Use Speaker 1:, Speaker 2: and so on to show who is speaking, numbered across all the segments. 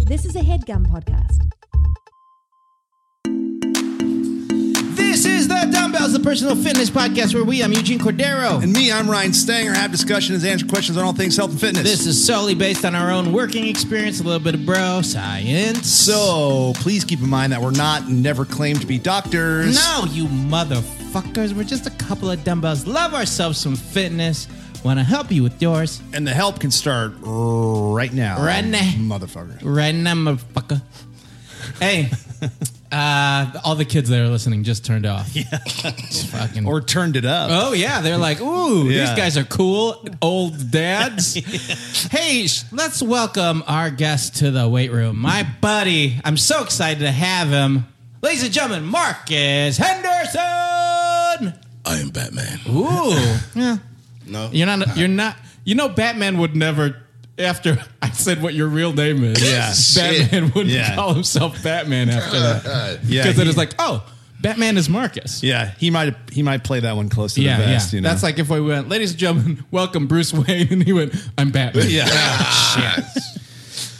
Speaker 1: This is a headgum podcast.
Speaker 2: This is the Dumbbells, the personal fitness podcast where we, I'm Eugene Cordero.
Speaker 3: And me, I'm Ryan Stanger. Have discussions, answer questions on all things health and fitness.
Speaker 2: this is solely based on our own working experience, a little bit of bro science.
Speaker 3: so please keep in mind that we're not never claimed to be doctors.
Speaker 2: no, you motherfuckers, we're just a couple of dumbbells. Love ourselves some fitness. Want to help you with yours.
Speaker 3: And the help can start right now.
Speaker 2: Right now.
Speaker 3: Motherfucker.
Speaker 2: Right now, motherfucker. Hey, uh, all the kids that are listening just turned off. Yeah. fucking.
Speaker 3: Or turned it up.
Speaker 2: Oh yeah, they're like, ooh,
Speaker 3: Yeah.
Speaker 2: these guys are cool old dads. Hey, sh- let's welcome our guest to the weight room, my buddy. I'm so excited to have him, ladies and gentlemen, Marcus Henderson.
Speaker 4: I am Batman.
Speaker 2: Ooh,
Speaker 4: No,
Speaker 2: you're not. You're not. You know, Batman would never. After I said what your real name is,
Speaker 3: Yeah.
Speaker 2: Batman wouldn't
Speaker 3: Yeah.
Speaker 2: call himself Batman after that.
Speaker 3: Yeah,
Speaker 2: because then
Speaker 3: he-
Speaker 2: it's like, oh, Batman is Marcus.
Speaker 3: Yeah, he might he might play that one close to the vest. You know?
Speaker 2: That's like if I went, ladies and gentlemen, welcome Bruce Wayne, and he went, I'm Batman.
Speaker 3: yeah,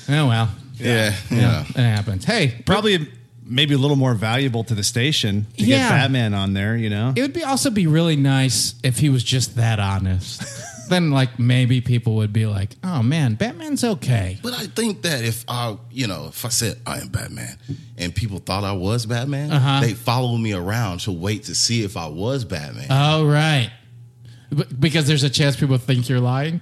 Speaker 2: Oh well,
Speaker 4: yeah, yeah.
Speaker 2: it happens. Hey,
Speaker 3: probably maybe a little more valuable to the station to
Speaker 2: Yeah.
Speaker 3: get Batman on there. You know,
Speaker 2: it would be also be really nice if he was just that honest. then like maybe people would be like, oh man, Batman's okay.
Speaker 4: But I think that if I, you know, if I said I am Batman and people thought I was Batman,
Speaker 2: Uh-huh.
Speaker 4: they follow me around to wait to see if I was Batman.
Speaker 2: All right, B- because there's a chance people think you're lying.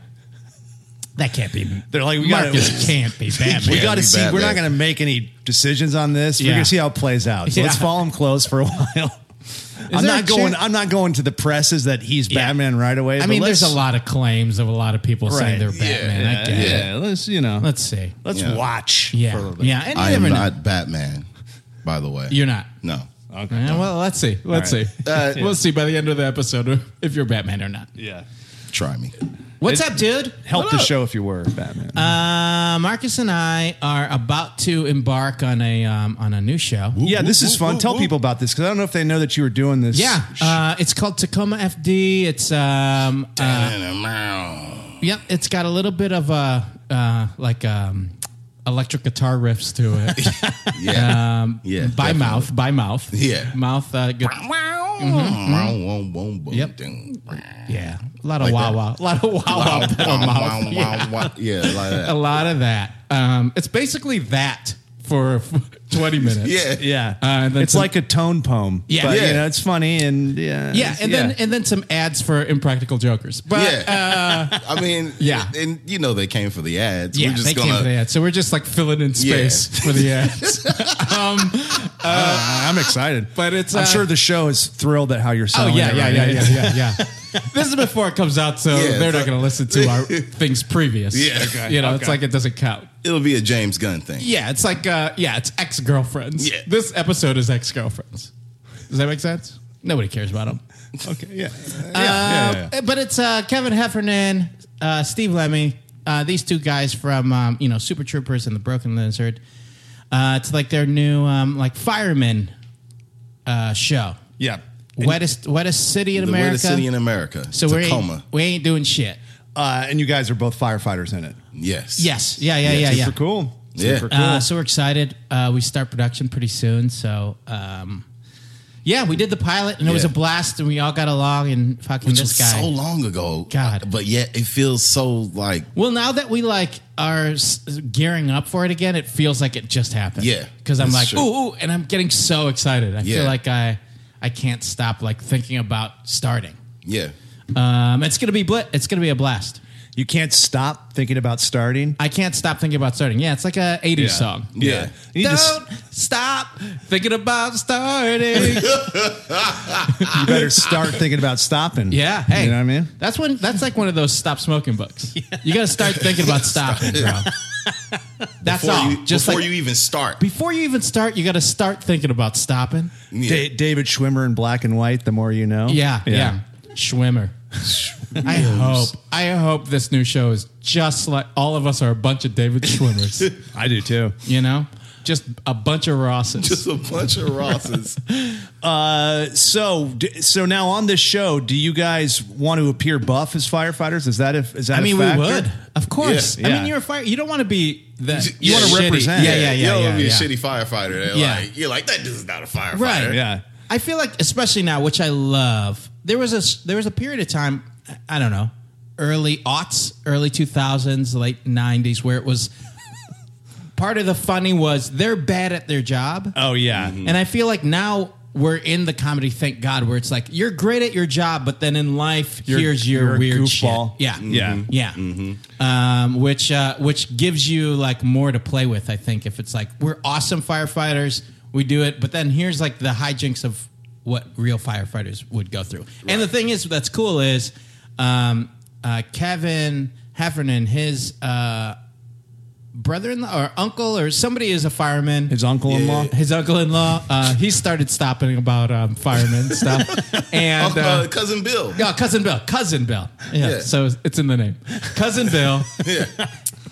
Speaker 2: That can't be.
Speaker 3: they're like we got
Speaker 2: Marcus
Speaker 3: to
Speaker 2: can't be Batman.
Speaker 3: we got to
Speaker 4: be
Speaker 3: see. We're not
Speaker 4: Batman.
Speaker 3: going to make any decisions on this. We're
Speaker 2: Yeah.
Speaker 3: going to see how it plays out. So let's
Speaker 2: Yeah.
Speaker 3: follow him close for a while. I'm
Speaker 2: there a
Speaker 3: not going.
Speaker 2: chan-
Speaker 3: I'm not going to the presses that he's
Speaker 2: Yeah.
Speaker 3: Batman right away.
Speaker 2: I
Speaker 3: but
Speaker 2: mean, there's
Speaker 3: let's-
Speaker 2: a lot of claims of a lot of people saying
Speaker 3: Right.
Speaker 2: they're
Speaker 3: Yeah,
Speaker 2: Batman. I
Speaker 3: Yeah,
Speaker 2: get it.
Speaker 3: yeah, let's you know.
Speaker 2: Let's see.
Speaker 3: Let's
Speaker 4: Yeah.
Speaker 3: watch. for a
Speaker 2: Yeah,
Speaker 3: little bit.
Speaker 2: yeah. And you
Speaker 4: I am
Speaker 2: never know.
Speaker 4: not Batman, by the way.
Speaker 2: You're not.
Speaker 4: No.
Speaker 3: Okay.
Speaker 2: Yeah, well, let's see. Let's
Speaker 3: right.
Speaker 2: see.
Speaker 4: Uh,
Speaker 2: we'll see by the end of the episode if you're Batman or not.
Speaker 3: Yeah.
Speaker 4: Try me.
Speaker 2: What's
Speaker 3: It-
Speaker 2: up, dude?
Speaker 3: Help
Speaker 2: What
Speaker 3: the
Speaker 2: up?
Speaker 3: show if you were Batman.
Speaker 2: Uh, Marcus and I are about to embark on a um, on a new show.
Speaker 3: yeah, this is fun. Tell people about this because I don't know if they know that you were doing this.
Speaker 2: Yeah, uh, it's called Tacoma FD. It's um, uh, yep, it's got a little bit of a uh, like um, electric guitar riffs to it
Speaker 4: Yeah. yeah.
Speaker 2: um, by
Speaker 4: definitely.
Speaker 2: mouth, by mouth,
Speaker 4: Yeah.
Speaker 2: mouth. Uh, gu- Mm-hmm.
Speaker 4: Wow, wow, wow, wow, ding.
Speaker 2: yeah, a lot of wah wah, a lot of wah wah, pedal
Speaker 4: Wow,
Speaker 2: mouth.
Speaker 4: wow, wow, wow. Yeah, like
Speaker 2: a
Speaker 4: that.
Speaker 2: lot of that. Um, it's basically that for 20 minutes.
Speaker 4: Yeah.
Speaker 3: Yeah.
Speaker 2: Uh, and then
Speaker 3: it's
Speaker 2: some-
Speaker 3: like a tone poem.
Speaker 2: Yeah.
Speaker 3: But,
Speaker 2: Yeah.
Speaker 3: you know, it's funny and yeah.
Speaker 2: Yeah, and then and then some ads for impractical jokers. But uh, yeah,
Speaker 4: yeah. I mean,
Speaker 2: yeah.
Speaker 4: And, you know, they came for the ads. We're just
Speaker 2: they
Speaker 4: gonna,
Speaker 2: came for the ads. So we're just like filling in space for the ads.
Speaker 3: Uh, I'm excited.
Speaker 2: But it's, uh,
Speaker 3: I'm sure the show is thrilled at how you're
Speaker 2: oh
Speaker 3: selling
Speaker 2: yeah,
Speaker 3: it
Speaker 2: yeah,
Speaker 3: right
Speaker 2: yeah,
Speaker 3: now.
Speaker 2: yeah, yeah, yeah. This is before it comes out, so
Speaker 4: Yeah,
Speaker 2: they're
Speaker 4: so-
Speaker 2: not going to listen to our things previous.
Speaker 4: Yeah. Okay,
Speaker 2: you know, it's
Speaker 3: okay.
Speaker 2: like it doesn't count.
Speaker 4: It'll be a James Gunn thing.
Speaker 2: Yeah, it's like uh, yeah, it's ex girlfriends.
Speaker 4: Yeah.
Speaker 2: This episode is ex girlfriends. Does that make sense? Nobody cares about them.
Speaker 3: Okay. Yeah. Yeah,
Speaker 2: Uh,
Speaker 3: yeah, yeah.
Speaker 2: But it's uh, Kevin Heffernan, uh, Steve Lemmy, uh, these two guys from um, you know Super Troopers and the Broken Lizard. Uh, it's like their new um, like fireman uh, show.
Speaker 3: Yeah. And,
Speaker 2: Wettest wettest city in
Speaker 4: The
Speaker 2: America.
Speaker 4: America. city in America.
Speaker 2: so we ain't,
Speaker 4: Tacoma.
Speaker 2: we ain't doing shit.
Speaker 3: uh, and you guys are both firefighters in it.
Speaker 4: Yes.
Speaker 2: Yes. Yeah. Yeah. Yeah.
Speaker 3: Super
Speaker 2: Yeah.
Speaker 3: cool.
Speaker 4: Yeah.
Speaker 3: Super cool.
Speaker 2: Uh, so we're excited. Uh, we start production pretty soon. So. Um, yeah, we did the pilot and it was a
Speaker 4: Yeah.
Speaker 2: blast, and we all got along. And fucking
Speaker 4: Which
Speaker 2: this
Speaker 4: was
Speaker 2: guy,
Speaker 4: so long ago.
Speaker 2: God.
Speaker 4: But yet it feels so like
Speaker 2: Well, now that we like are s- gearing up for it again, it feels like it just happened.
Speaker 4: Yeah,
Speaker 2: because I'm like,
Speaker 4: that's true.
Speaker 2: ooh, ooh, and I'm getting so excited. I feel
Speaker 4: Yeah.
Speaker 2: like I, I can't stop like thinking about starting.
Speaker 4: yeah.
Speaker 2: Um, it's gonna be bl- It's gonna be a blast.
Speaker 3: you can't stop thinking about starting.
Speaker 2: I can't stop thinking about starting. Yeah, it's like a '80s
Speaker 3: Yeah.
Speaker 2: song.
Speaker 4: Yeah.
Speaker 3: You
Speaker 2: Don't
Speaker 3: just-
Speaker 2: stop thinking about starting.
Speaker 3: you better start thinking about stopping.
Speaker 2: yeah, hey,
Speaker 3: You know what I mean?
Speaker 2: That's when. That's like one of those stop smoking books. You got to start thinking about stopping, bro. That's
Speaker 4: Before
Speaker 2: all.
Speaker 4: you
Speaker 2: just
Speaker 4: before
Speaker 2: like
Speaker 4: you even start.
Speaker 2: before you even start, you got to start thinking about stopping.
Speaker 3: Da- David Schwimmer in black and white, the more you know.
Speaker 2: Yeah, yeah. Schwimmer. I hope. I hope this new show is just like all of us are a bunch of David Schwimmers.
Speaker 3: I do too.
Speaker 2: you know, Just a bunch of Rosses.
Speaker 4: Just a bunch of Rosses.
Speaker 3: Uh, so d- so now on this show, do you guys want to appear buff as firefighters? Is that if is that?
Speaker 2: I
Speaker 3: a
Speaker 2: mean, we
Speaker 3: factor?
Speaker 2: would, of course.
Speaker 3: Yeah.
Speaker 2: I
Speaker 3: Yeah.
Speaker 2: mean, you're a fire. You don't want to be that.
Speaker 4: You wanna
Speaker 2: shitty.
Speaker 3: represent.
Speaker 2: Yeah, yeah, yeah.
Speaker 4: you don't
Speaker 2: yeah,
Speaker 4: wanna be
Speaker 2: yeah.
Speaker 4: a shitty firefighter. They're
Speaker 2: Yeah.
Speaker 4: Like, you're like that dude's not a firefighter.
Speaker 2: Right.
Speaker 3: Yeah.
Speaker 2: I feel like, especially now, which I love. There was a there was a period of time. I don't know, early aughts, early two thousands, late nineties, where it was part of the funny was they're bad at their job.
Speaker 3: Oh yeah.
Speaker 2: And I feel like now we're in the comedy, thank God, where it's like you're great at your job, but then in life,
Speaker 3: You're-
Speaker 2: here's your
Speaker 3: you're a
Speaker 2: weird
Speaker 3: goofball.
Speaker 2: shit. Yeah,
Speaker 3: Yeah. Mhm.
Speaker 2: yeah. Um, which uh, which gives you like more to play with. I think if it's like we're awesome firefighters, we do it, but then here's like the hijinks of what real firefighters would go through. And the thing is, that's cool is um, uh, Kevin Heffernan, his. Uh, brother-in-law or uncle or somebody is a fireman
Speaker 3: His uncle-in-law?
Speaker 2: his uncle-in-law uh, he started stopping about um, firemen stuff and
Speaker 4: Uncle,
Speaker 2: uh,
Speaker 4: uh, cousin Bill.
Speaker 2: yeah, cousin bill cousin bill yeah,
Speaker 4: Yeah.
Speaker 2: so it's in the name cousin bill
Speaker 4: Yeah.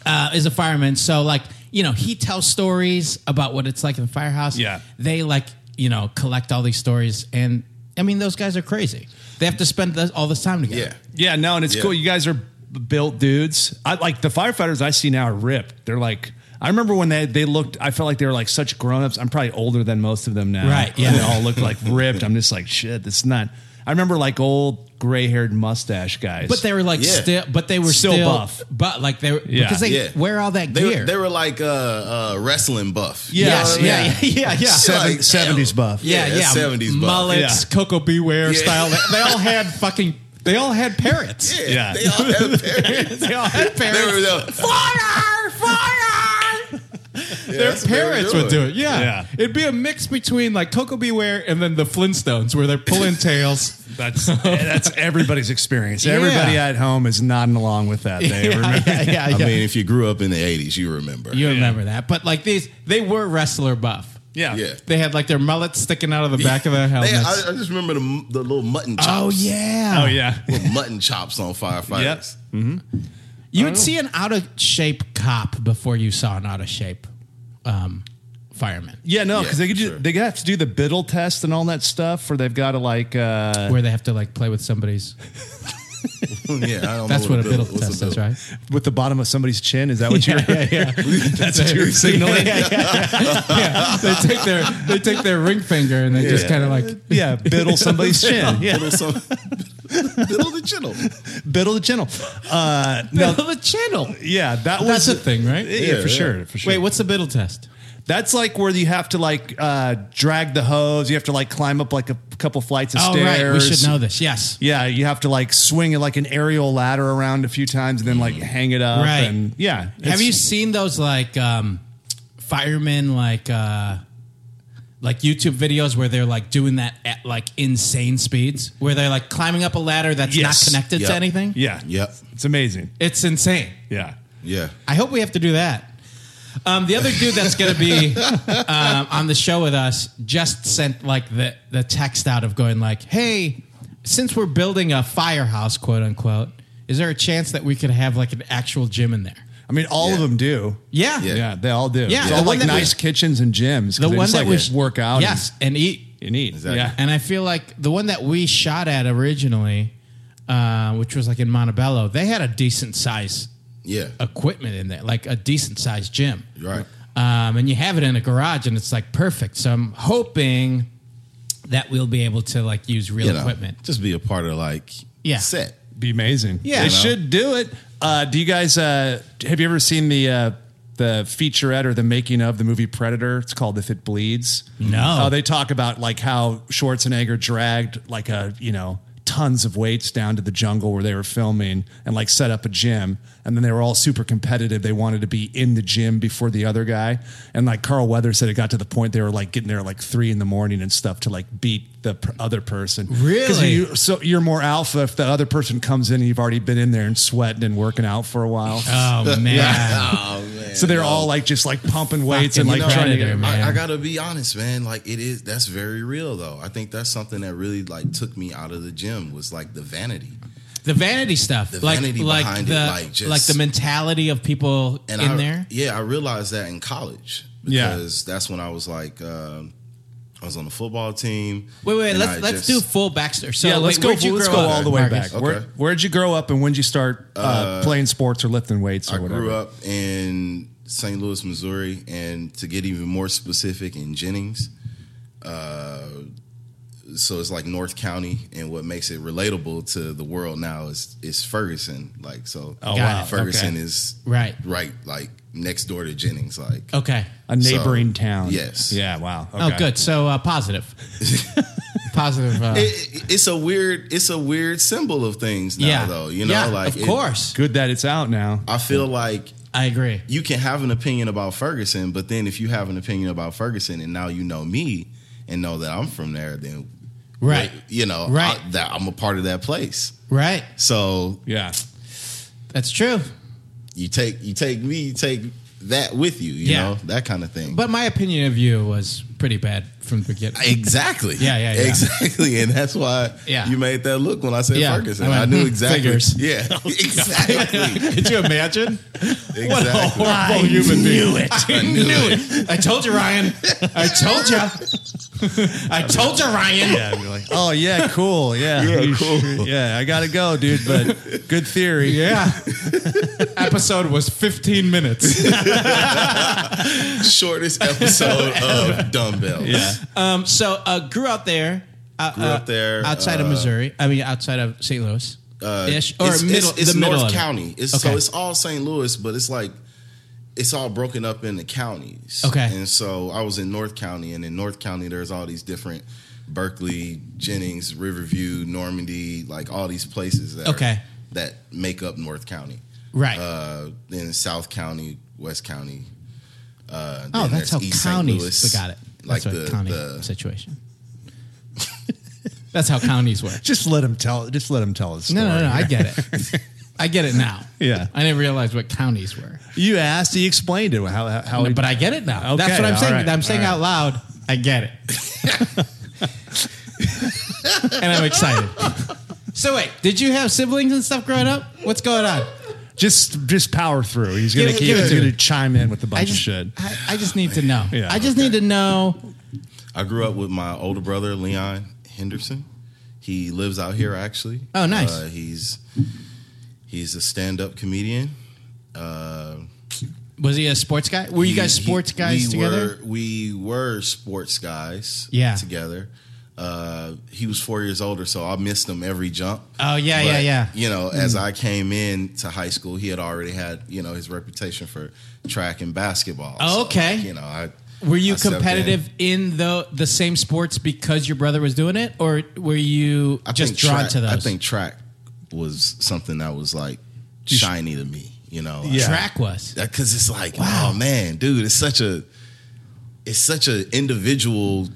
Speaker 2: uh, is a fireman so like you know he tells stories about what it's like in the firehouse
Speaker 3: Yeah.
Speaker 2: they like you know collect all these stories and i mean those guys are crazy they have to spend this, all this time together
Speaker 4: Yeah.
Speaker 3: Yeah, no, and it's
Speaker 4: Yeah.
Speaker 3: cool. You guys are built dudes. I like the firefighters I see now are ripped. They're like I remember when they, they looked I felt like they were like such grown-ups. I'm probably older than most of them now.
Speaker 2: Right, yeah.
Speaker 3: And they all look like ripped. I'm just like, shit, this is not I remember like old gray-haired mustache guys.
Speaker 2: but they were like
Speaker 4: Yeah.
Speaker 2: still but they were
Speaker 3: Still
Speaker 2: still,
Speaker 3: buff.
Speaker 2: but like they were
Speaker 3: Yeah.
Speaker 2: because they
Speaker 4: Yeah.
Speaker 2: wear all that
Speaker 4: They,
Speaker 2: gear
Speaker 4: were- they were like uh, uh, wrestling buff. You know
Speaker 2: Yes,
Speaker 4: what I mean?
Speaker 2: yeah, yeah, yeah, yeah.
Speaker 4: Seven-
Speaker 3: Seven-
Speaker 4: like,
Speaker 3: 70s
Speaker 4: damn.
Speaker 3: buff.
Speaker 2: yeah,
Speaker 4: Yeah,
Speaker 2: yeah.
Speaker 4: 70s buff.
Speaker 2: Mullets, Coco Beware
Speaker 4: Yeah.
Speaker 2: style. They, they all had fucking. They all had parrots.
Speaker 3: Yeah.
Speaker 4: They all have parents.
Speaker 2: They all had
Speaker 4: they were
Speaker 2: parrots.
Speaker 4: the
Speaker 2: Fire! Fire! Their parents would do it. Yeah.
Speaker 3: Yeah.
Speaker 2: it'd be a mix between like Coco Beware and then the Flintstones, where they're pulling tails.
Speaker 3: that's that's everybody's experience. Everybody
Speaker 2: Yeah.
Speaker 3: at home is nodding along with that. They remember
Speaker 2: yeah, yeah,
Speaker 4: I
Speaker 2: yeah.
Speaker 4: mean, if you grew up in the 80s, you remember.
Speaker 2: you remember that? But like these, they were wrestler buff.
Speaker 3: Yeah.
Speaker 4: Yeah.
Speaker 2: They had like their mullets sticking out of the back of their
Speaker 4: They-
Speaker 2: helmets.
Speaker 4: I, I just remember the, the little mutton chops.
Speaker 2: oh yeah.
Speaker 3: Oh yeah.
Speaker 4: Little mutton chops on firefighters.
Speaker 3: Yep.
Speaker 2: You
Speaker 3: Oh.
Speaker 2: would see an out of shape cop before you saw an out of shape um, fireman,
Speaker 3: Yeah, no,
Speaker 4: Yeah,
Speaker 3: because they could do,
Speaker 4: sure.
Speaker 3: they have to do the biddle test and all that stuff, or they've got to like uh,
Speaker 2: where they have to like play with somebody's.
Speaker 4: yeah, I don't
Speaker 2: That's
Speaker 4: know
Speaker 2: what a biddle
Speaker 4: what's
Speaker 2: test is,
Speaker 4: biddle.
Speaker 2: right?
Speaker 3: with the bottom of somebody's chin. Is that what you're? That's what you're signaling. Yeah,
Speaker 2: Yeah, they take their they take their ring finger and they just
Speaker 4: Yeah.
Speaker 2: kind of like
Speaker 3: biddle somebody's chin. Yeah,
Speaker 4: Biddle, some, biddle the channel.
Speaker 3: biddle the channel. Uh, no,
Speaker 2: the channel.
Speaker 3: yeah, that was
Speaker 2: That's a thing, right?
Speaker 3: Yeah, for sure, for sure.
Speaker 2: Wait, what's the biddle test?
Speaker 3: That's like where you have to like uh, drag the hose. You have to like climb up like a couple flights of
Speaker 2: Oh,
Speaker 3: stairs.
Speaker 2: right, we should know this. Yes,
Speaker 3: Yeah, you have to like swing it like an aerial ladder around a few times and then like hang it up.
Speaker 2: Right.
Speaker 3: And yeah.
Speaker 2: Have
Speaker 3: it's-
Speaker 2: you seen those like um, firemen like uh, like YouTube videos where they're like doing that at like insane speeds where they're like climbing up a ladder that's not
Speaker 3: Yes.
Speaker 2: connected
Speaker 4: Yep.
Speaker 2: to anything?
Speaker 3: Yeah.
Speaker 4: Yep.
Speaker 3: It's amazing.
Speaker 2: It's insane.
Speaker 3: Yeah.
Speaker 4: Yeah.
Speaker 2: I hope we have to do that. Um, the other dude that's going to be um, on the show with us just sent like the, the text out of going like, hey, since we're building a firehouse, quote unquote, is there a chance that we could have like an actual gym in there?
Speaker 3: I mean, all of
Speaker 4: Yeah.
Speaker 3: them do.
Speaker 2: Yeah.
Speaker 4: Yeah.
Speaker 3: Yeah, they all do.
Speaker 2: Yeah,
Speaker 3: it's
Speaker 2: the
Speaker 3: all
Speaker 2: one
Speaker 3: like
Speaker 2: that we-
Speaker 3: nice kitchens and gyms. 'cause
Speaker 2: The
Speaker 3: they
Speaker 2: one
Speaker 3: just,
Speaker 2: that
Speaker 3: like,
Speaker 2: we
Speaker 3: work out. and-
Speaker 2: Yes, and eat.
Speaker 3: and eat.
Speaker 4: Exactly.
Speaker 3: Yeah,
Speaker 2: And I feel like the one that we shot at originally, uh, which was like in Montebello, they had a decent size
Speaker 4: Yeah.
Speaker 2: equipment in there, like a decent size gym.
Speaker 4: Right.
Speaker 2: Um, and you have it in a garage and it's like perfect. So I'm hoping that we'll be able to like use real
Speaker 4: You know,
Speaker 2: equipment.
Speaker 4: Just be a part of like
Speaker 2: Yeah.
Speaker 4: set.
Speaker 3: be amazing.
Speaker 2: Yeah.
Speaker 3: they
Speaker 2: You know?
Speaker 3: should do it. Uh, do you guys uh, have you ever seen the uh, the featurette or the making of the movie Predator? It's called If It Bleeds.
Speaker 2: No.
Speaker 3: uh, they talk about like how Schwarzenegger dragged like a you know tons of weights down to the jungle where they were filming and like set up a gym and then they were all super competitive they wanted to be in the gym before the other guy and like carl weather said it got to the point they were like getting there at like three in the morning and stuff to like beat the pr- other person 'Cause
Speaker 2: Really?
Speaker 3: you, so you're more alpha if the other person comes in and you've already been in there and sweating and working out for a while.
Speaker 2: Oh man.
Speaker 4: Oh man.
Speaker 3: so they're all like just like pumping weights and like
Speaker 2: Fucking
Speaker 3: trying to
Speaker 2: predator,
Speaker 3: get.
Speaker 2: man.
Speaker 4: I, I gotta be honest, man. Like it is that's very real though. I think that's something that really like took me out of the gym was like the vanity.
Speaker 2: the vanity stuff,
Speaker 4: The
Speaker 2: like
Speaker 4: vanity
Speaker 2: like
Speaker 4: behind it,
Speaker 2: the
Speaker 4: like, just-
Speaker 2: like the mentality of people in
Speaker 4: I,
Speaker 2: there.
Speaker 4: Yeah, I realized that in college
Speaker 3: Yeah.
Speaker 4: because that's when I was like, um, I was on the football team.
Speaker 2: Wait, wait,
Speaker 4: and
Speaker 2: let's
Speaker 4: I
Speaker 2: let's
Speaker 4: just-
Speaker 2: do full Baxter. So
Speaker 3: yeah, let's
Speaker 2: wait,
Speaker 3: go.
Speaker 2: where'd you
Speaker 3: Let's
Speaker 2: grow
Speaker 3: go
Speaker 2: up,
Speaker 3: all the way
Speaker 2: Marcus?
Speaker 3: back. Where,
Speaker 4: Okay.
Speaker 3: where'd you grow up, and when'd you start uh, playing sports or lifting weights or
Speaker 4: I
Speaker 3: whatever?
Speaker 4: grew up in St. Louis, Missouri, and to get even more specific, in Jennings. Uh, so it's like North County, and what makes it relatable to the world now is is Ferguson. Like so,
Speaker 3: Oh, Got wow. it.
Speaker 4: Ferguson
Speaker 3: Okay.
Speaker 4: is
Speaker 2: Right.
Speaker 4: right, like next door to Jennings. Like
Speaker 3: Oh,
Speaker 2: Okay.
Speaker 3: a neighboring
Speaker 4: So,
Speaker 3: town.
Speaker 4: yes.
Speaker 3: Yeah. Wow.
Speaker 2: Oh, good. So uh, positive. positive. Uh,
Speaker 4: It- it's a weird, it's a weird symbol of things now,
Speaker 2: yeah.
Speaker 4: though. You know,
Speaker 2: Yeah,
Speaker 4: like
Speaker 2: of
Speaker 4: it-
Speaker 2: course.
Speaker 3: Good that it's out now.
Speaker 4: I feel like
Speaker 2: I agree.
Speaker 4: you can have an opinion about Ferguson, but then if you have an opinion about Ferguson and now you know me and know that I'm from there, then
Speaker 2: Right.
Speaker 4: you know,
Speaker 2: Right.
Speaker 4: I, that I'm a part of that place.
Speaker 2: Right.
Speaker 4: So
Speaker 3: Yeah.
Speaker 2: That's true.
Speaker 4: you take you take me, you take that with you, you
Speaker 2: Yeah.
Speaker 4: know, that kind of thing.
Speaker 2: But my opinion of you was pretty bad from the beginning.
Speaker 4: exactly,
Speaker 2: Yeah, yeah, yeah.
Speaker 4: exactly, and that's why
Speaker 2: Yeah.
Speaker 4: you made that look when I said
Speaker 2: Yeah.
Speaker 4: Ferguson.
Speaker 2: I went,
Speaker 4: I knew
Speaker 2: "Hmm,
Speaker 4: exactly.
Speaker 2: figures." Oh,
Speaker 4: Yeah, exactly,
Speaker 2: Could you imagine?
Speaker 4: exactly.
Speaker 2: What a horrible human being. I knew it. I told you, Ryan. I told you. I told you, Ryan.
Speaker 3: Yeah, you're like, oh yeah, cool, yeah, yeah,
Speaker 4: cool.
Speaker 3: yeah. I gotta go, dude. But good theory.
Speaker 2: Yeah. Episode was 15 minutes.
Speaker 4: Shortest episode of dumbbells.
Speaker 3: yeah.
Speaker 2: Um, so uh, grew up there. Uh,
Speaker 4: Grew up there,
Speaker 2: outside of
Speaker 4: uh,
Speaker 2: Missouri. I mean, outside of St. Louis.
Speaker 4: uh,
Speaker 2: ish or
Speaker 4: it's,
Speaker 2: middle.
Speaker 4: it's, it's
Speaker 2: the middle
Speaker 4: North
Speaker 2: of it.
Speaker 4: County. It's
Speaker 2: Okay.
Speaker 4: so it's all St. Louis, but it's like it's all broken up into counties.
Speaker 2: Okay.
Speaker 4: and so I was in North County, and in North County there's all these different Berkeley, Jennings, Riverview, Normandy, like all these places that are-
Speaker 2: Okay.
Speaker 4: that make up North County.
Speaker 2: Right.
Speaker 4: Uh, then South County, West County. Uh,
Speaker 2: oh,
Speaker 4: then
Speaker 2: that's
Speaker 4: there's
Speaker 2: how
Speaker 4: East St.
Speaker 2: counties.
Speaker 4: Louis,
Speaker 2: We got it.
Speaker 4: Like
Speaker 2: That's like
Speaker 4: the,
Speaker 2: county
Speaker 4: the
Speaker 2: situation. that's how counties work.
Speaker 3: Just let him tell. Just let him tell his story.
Speaker 2: No, no, no. I get it. I get it now.
Speaker 3: Yeah.
Speaker 2: I didn't realize what counties were,
Speaker 3: You asked. He explained it. How? How?
Speaker 2: but I get it now.
Speaker 3: Okay,
Speaker 2: That's what I'm
Speaker 3: all
Speaker 2: saying.
Speaker 3: right,
Speaker 2: I'm saying
Speaker 3: all right.
Speaker 2: out loud. I get it. and I'm excited. So wait, did you have siblings and stuff growing up? What's going on?
Speaker 3: just just power through. He's gonna
Speaker 2: Give it-
Speaker 3: keep.
Speaker 2: give it
Speaker 3: He's
Speaker 2: to
Speaker 3: gonna
Speaker 2: me.
Speaker 3: chime in with a bunch
Speaker 2: I just,
Speaker 3: of shit.
Speaker 2: I, I just need to know.
Speaker 3: Yeah,
Speaker 2: I just need to know.
Speaker 4: I grew up with my older brother Leon Henderson. He lives out here actually.
Speaker 2: Oh, nice.
Speaker 4: Uh, he's he's a stand-up comedian.
Speaker 2: Was he a sports guy? Were you
Speaker 4: He-
Speaker 2: guys
Speaker 4: he-
Speaker 2: sports guys
Speaker 4: we
Speaker 2: together?
Speaker 4: Were, we were sports guys.
Speaker 2: Yeah.
Speaker 4: together. Uh, he was four years older, so I missed him every jump.
Speaker 2: Oh, yeah, yeah, yeah. Mm.
Speaker 4: You know, as I came in to high school, he had already had you know his reputation for track and basketball.
Speaker 2: Oh,
Speaker 4: So,
Speaker 2: okay.
Speaker 4: you know, I
Speaker 2: Were you
Speaker 4: I stepped in.
Speaker 2: competitive in the the same sports because your brother was doing it, or were you
Speaker 4: I
Speaker 2: just
Speaker 4: think
Speaker 2: drawn
Speaker 4: track-
Speaker 2: to those?
Speaker 4: I think track was something that was like shiny to me, you know.
Speaker 3: Yeah.
Speaker 2: track was.
Speaker 4: Because it's like, oh man, dude, it's such a, it's such an individual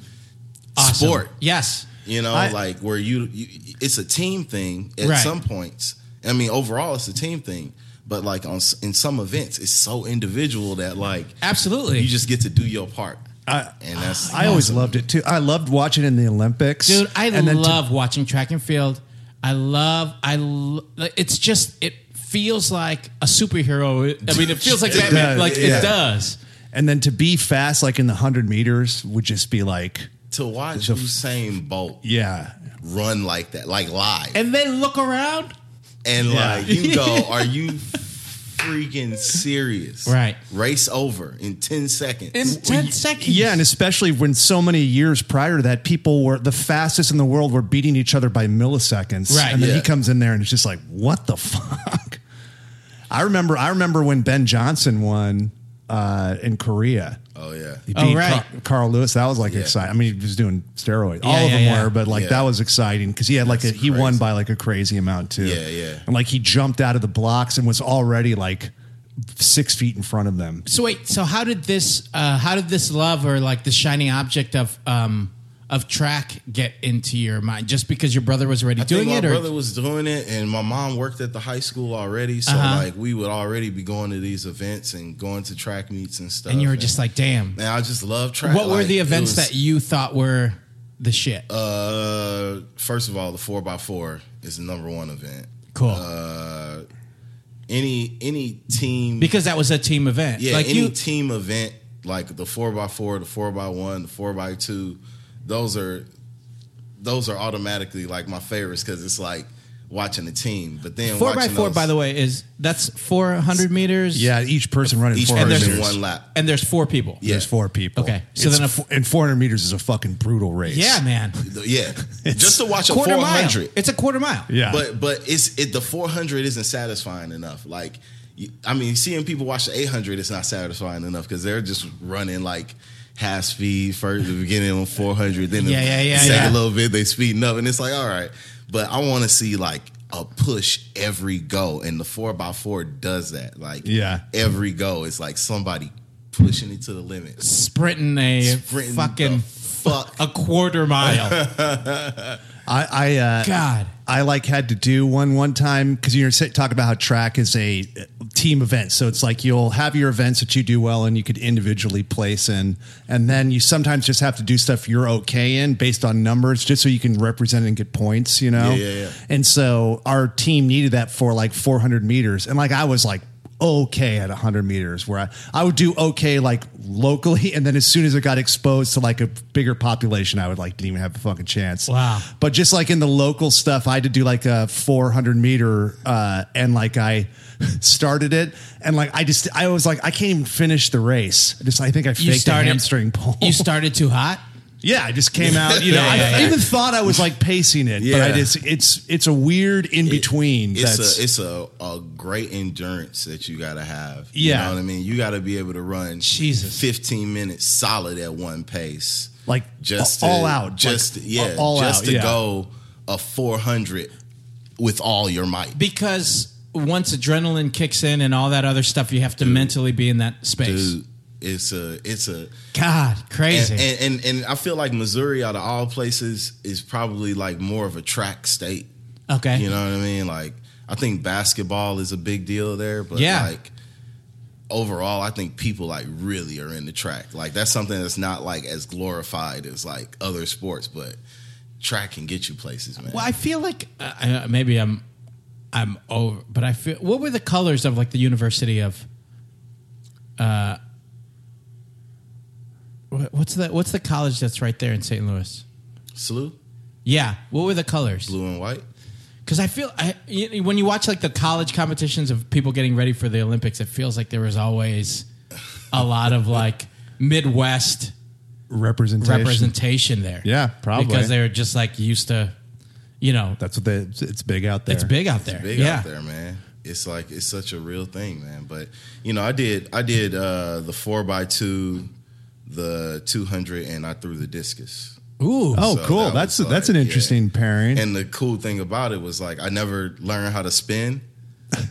Speaker 2: Awesome.
Speaker 4: sport,
Speaker 2: Yes.
Speaker 4: you know,
Speaker 3: I-
Speaker 4: like where you, you, it's a team thing at
Speaker 2: Right.
Speaker 4: some points. I mean, overall, it's a team thing, but like on s- in some events, it's so individual that like
Speaker 2: Absolutely.
Speaker 4: you just get to do your part,
Speaker 3: I-
Speaker 4: and that's
Speaker 3: I always loved it too. I loved watching in the Olympics,
Speaker 2: Dude, I
Speaker 3: And then to-
Speaker 2: love watching track and field. I love I lo- like, it's just it feels like a superhero. I mean, it feels like
Speaker 3: It
Speaker 2: Batman
Speaker 3: does,
Speaker 2: like
Speaker 3: yeah.
Speaker 2: it does.
Speaker 3: and then to be fast, like in the hundred meters, would just be like,
Speaker 4: to watch Usain Bolt
Speaker 3: yeah,
Speaker 4: run like that, like live.
Speaker 2: And then look around.
Speaker 4: and
Speaker 3: Yeah.
Speaker 4: like you go, are you freaking serious?
Speaker 2: Right.
Speaker 4: Race over in ten seconds.
Speaker 2: In 10 seconds.
Speaker 3: Yeah, and especially when so many years prior to that, people were the fastest in the world were beating each other by milliseconds.
Speaker 2: Right.
Speaker 3: And then he
Speaker 4: Yeah.
Speaker 3: comes in there and it's just like, what the fuck? I remember I remember when Ben Johnson won uh, in Korea.
Speaker 4: oh yeah.
Speaker 3: He
Speaker 2: Oh,
Speaker 3: beat
Speaker 2: right.
Speaker 3: Car- Carl Lewis. That was like
Speaker 4: Yeah.
Speaker 3: exciting. I mean, he was doing steroids. All
Speaker 2: Yeah,
Speaker 3: of
Speaker 2: yeah,
Speaker 3: them
Speaker 2: yeah.
Speaker 3: were, but like
Speaker 4: Yeah.
Speaker 3: that was exciting because he had like a,
Speaker 4: That's
Speaker 3: he won
Speaker 4: crazy.
Speaker 3: by like a crazy amount too.
Speaker 4: Yeah, yeah.
Speaker 3: And like he jumped out of the blocks and was already like six feet in front of them.
Speaker 2: So wait, so how did this uh how did this love or like the shining object of um of track get into your mind just because your brother was already
Speaker 4: I
Speaker 2: doing
Speaker 4: think my
Speaker 2: it or
Speaker 4: brother was doing it, and my mom worked at the high school already, so
Speaker 2: Uh-huh.
Speaker 4: like we would already be going to these events and going to track meets and stuff.
Speaker 2: and you were just like, "Damn."
Speaker 4: man, I just love track.
Speaker 2: What were
Speaker 4: Like,
Speaker 2: the
Speaker 4: it
Speaker 2: events
Speaker 4: was-
Speaker 2: that you thought were the shit?
Speaker 4: Uh, first of all, the four x four is the number one event.
Speaker 2: Cool.
Speaker 3: um,
Speaker 4: Any any team
Speaker 2: because that was a team event.
Speaker 4: Yeah,
Speaker 2: like
Speaker 4: any
Speaker 2: you.
Speaker 4: team event like the four x four, the four x one, the four x two, those are those are automatically like my favorites because it's like watching a team. But then
Speaker 2: Four by
Speaker 4: watching
Speaker 2: four,
Speaker 4: those-
Speaker 2: by the way, is that's four hundred meters.
Speaker 3: Yeah, each person running
Speaker 4: each
Speaker 3: 400
Speaker 4: person
Speaker 3: meters.
Speaker 4: one lap.
Speaker 2: and there's four people.
Speaker 4: Yeah.
Speaker 3: There's four people.
Speaker 2: Okay, so
Speaker 3: It's
Speaker 2: then a
Speaker 3: f- and 400 meters is a fucking brutal race.
Speaker 2: yeah, man.
Speaker 4: yeah, just to watch a four
Speaker 2: Quarter mile.
Speaker 4: hundred.
Speaker 2: It's a quarter mile.
Speaker 3: Yeah.
Speaker 4: But but it's it the 400 isn't satisfying enough. Like you- I mean, seeing people watch the 800 is not satisfying enough because they're just running like half speed first the beginning on 400, then
Speaker 2: Yeah,
Speaker 4: the
Speaker 2: yeah, yeah,
Speaker 4: second
Speaker 2: yeah.
Speaker 4: little bit they speeding up, and it's like all right. But I want to see like a push every go, and the four x four does that. Like
Speaker 3: Yeah.
Speaker 4: every go is like somebody pushing it to the limit,
Speaker 2: Sprinting a
Speaker 4: sprinting
Speaker 2: fucking
Speaker 4: the fuck.
Speaker 2: a quarter mile.
Speaker 3: I, I uh,
Speaker 2: God.
Speaker 3: I like had to do one one time because you're sa- talking about how track is a uh, team event, so it's like you'll have your events that you do well and you could individually place in, and then you sometimes just have to do stuff you're okay in based on numbers, just so you can represent and get points, you know.
Speaker 4: Yeah, yeah, yeah.
Speaker 3: And so our team needed that for like 400 meters, and like I was like okay at 100 meters where I, I would do okay like locally and then as soon as it got exposed to like a bigger population i would like didn't even have a fucking chance
Speaker 2: Wow.
Speaker 3: but just like in the local stuff, I had to do like a 400 meter, uh, and like I started it, and like I just I was like I can't even finish the race. I just I think I faked
Speaker 2: You started
Speaker 3: a hamstring pull.
Speaker 2: You started too hot.
Speaker 3: yeah, I just came out. You know,
Speaker 2: Yeah, yeah,
Speaker 3: I
Speaker 2: yeah.
Speaker 3: even thought I was like pacing it, but I
Speaker 4: Yeah.
Speaker 3: just it's it's a weird in between.
Speaker 4: it's
Speaker 3: that's
Speaker 4: a it's a, a great endurance that you gotta have.
Speaker 3: Yeah.
Speaker 4: You know what I mean? You gotta be able to run
Speaker 2: Jesus.
Speaker 4: 15 minutes solid at one pace.
Speaker 3: like
Speaker 4: Just
Speaker 3: all
Speaker 4: to-
Speaker 3: out,
Speaker 4: Just
Speaker 3: like,
Speaker 4: yeah,
Speaker 3: all
Speaker 4: just
Speaker 3: out,
Speaker 4: to
Speaker 3: yeah.
Speaker 4: go a 400 with all your might.
Speaker 2: because once adrenaline kicks in and all that other stuff, you have to mentally be in that space.
Speaker 4: Dude, it's a it's a
Speaker 2: God, crazy.
Speaker 4: and, and and and I feel like Missouri out of all places is probably like more of a track state.
Speaker 2: okay.
Speaker 4: You know what I mean? Like I think basketball is a big deal there, but
Speaker 2: Yeah.
Speaker 4: like overall, I think people like really are into track. Like that's something that's not like as glorified as like other sports, but track can get you places, man.
Speaker 2: well, I feel like uh, uh, maybe I'm I'm over, but I feel. What were the colors of like the University of? Uh, wha- what's the what's the college that's right there in St. Louis?
Speaker 4: Salute,
Speaker 2: Yeah, what were the colors?
Speaker 4: blue and white.
Speaker 2: Because I feel I, you- when you watch like the college competitions of people getting ready for the Olympics, it feels like there was always a lot of like Midwest
Speaker 3: representation.
Speaker 2: representation there.
Speaker 3: Yeah, probably.
Speaker 2: because they were just like used to, you know,
Speaker 3: That's what they. It's, it's big out there.
Speaker 2: it's big out there.
Speaker 4: big
Speaker 2: yeah,
Speaker 4: out there, man. It's like it's such a real thing, man. But you know, I did I did uh the four by two, the two hundred, and I threw the discus.
Speaker 2: ooh,
Speaker 3: Oh,
Speaker 4: So
Speaker 3: cool.
Speaker 4: that
Speaker 3: that's
Speaker 4: was
Speaker 3: that's
Speaker 4: like,
Speaker 3: an
Speaker 4: yeah.
Speaker 3: interesting pairing.
Speaker 4: And the cool thing about it was like I never learned how to spin.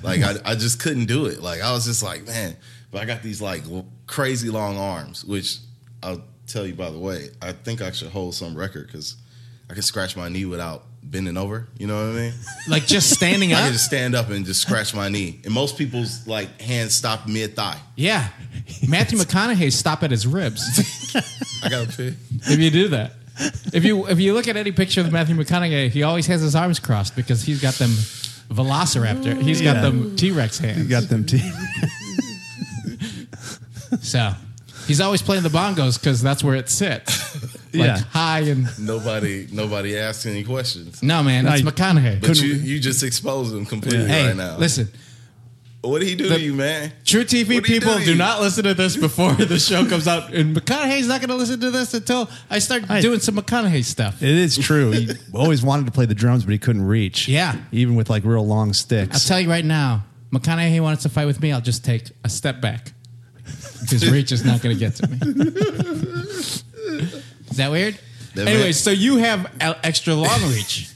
Speaker 4: Like I, I just couldn't do it. Like I was just like, man, but I got these like l- crazy long arms, which I'll tell you by the way, I think I should hold some record because I can scratch my knee without bending over. You know what I mean?
Speaker 2: like just standing
Speaker 4: I
Speaker 2: up.
Speaker 4: can just stand up and just scratch my knee. And most people's like hands stop mid thigh.
Speaker 2: yeah, Matthew McConaughey stopped at his ribs.
Speaker 4: I got a pick.
Speaker 2: if you do that, if you if you look at any picture of Matthew McConaughey, he always has his arms crossed because he's got them Velociraptor. He's got
Speaker 3: Yeah.
Speaker 2: them T Rex hands.
Speaker 3: You got them team.
Speaker 2: So he's always playing the bongos because that's where it sits. Like
Speaker 3: Yeah.
Speaker 2: high and
Speaker 4: Nobody nobody asked any questions.
Speaker 2: no man, it's
Speaker 3: I-
Speaker 2: McConaughey.
Speaker 4: But you, you just exposed him completely
Speaker 2: hey,
Speaker 4: right now.
Speaker 2: listen,
Speaker 4: What did he do to you, man?
Speaker 2: True TV
Speaker 4: What do you
Speaker 2: people
Speaker 4: do?
Speaker 2: do not listen to this before the show comes out, and McConaughey's not going to listen to this until I start
Speaker 3: I-
Speaker 2: doing some McConaughey stuff.
Speaker 3: It is true. He always wanted to play the drums, but he couldn't reach.
Speaker 2: Yeah.
Speaker 3: Even with like real long
Speaker 2: I'll
Speaker 3: sticks.
Speaker 2: tell you right now, McConaughey wants to fight with me. I'll just take a step back. His reach is not going to get to me. is that weird?
Speaker 4: That
Speaker 2: anyway,
Speaker 4: man-
Speaker 2: so you have uh, extra long reach.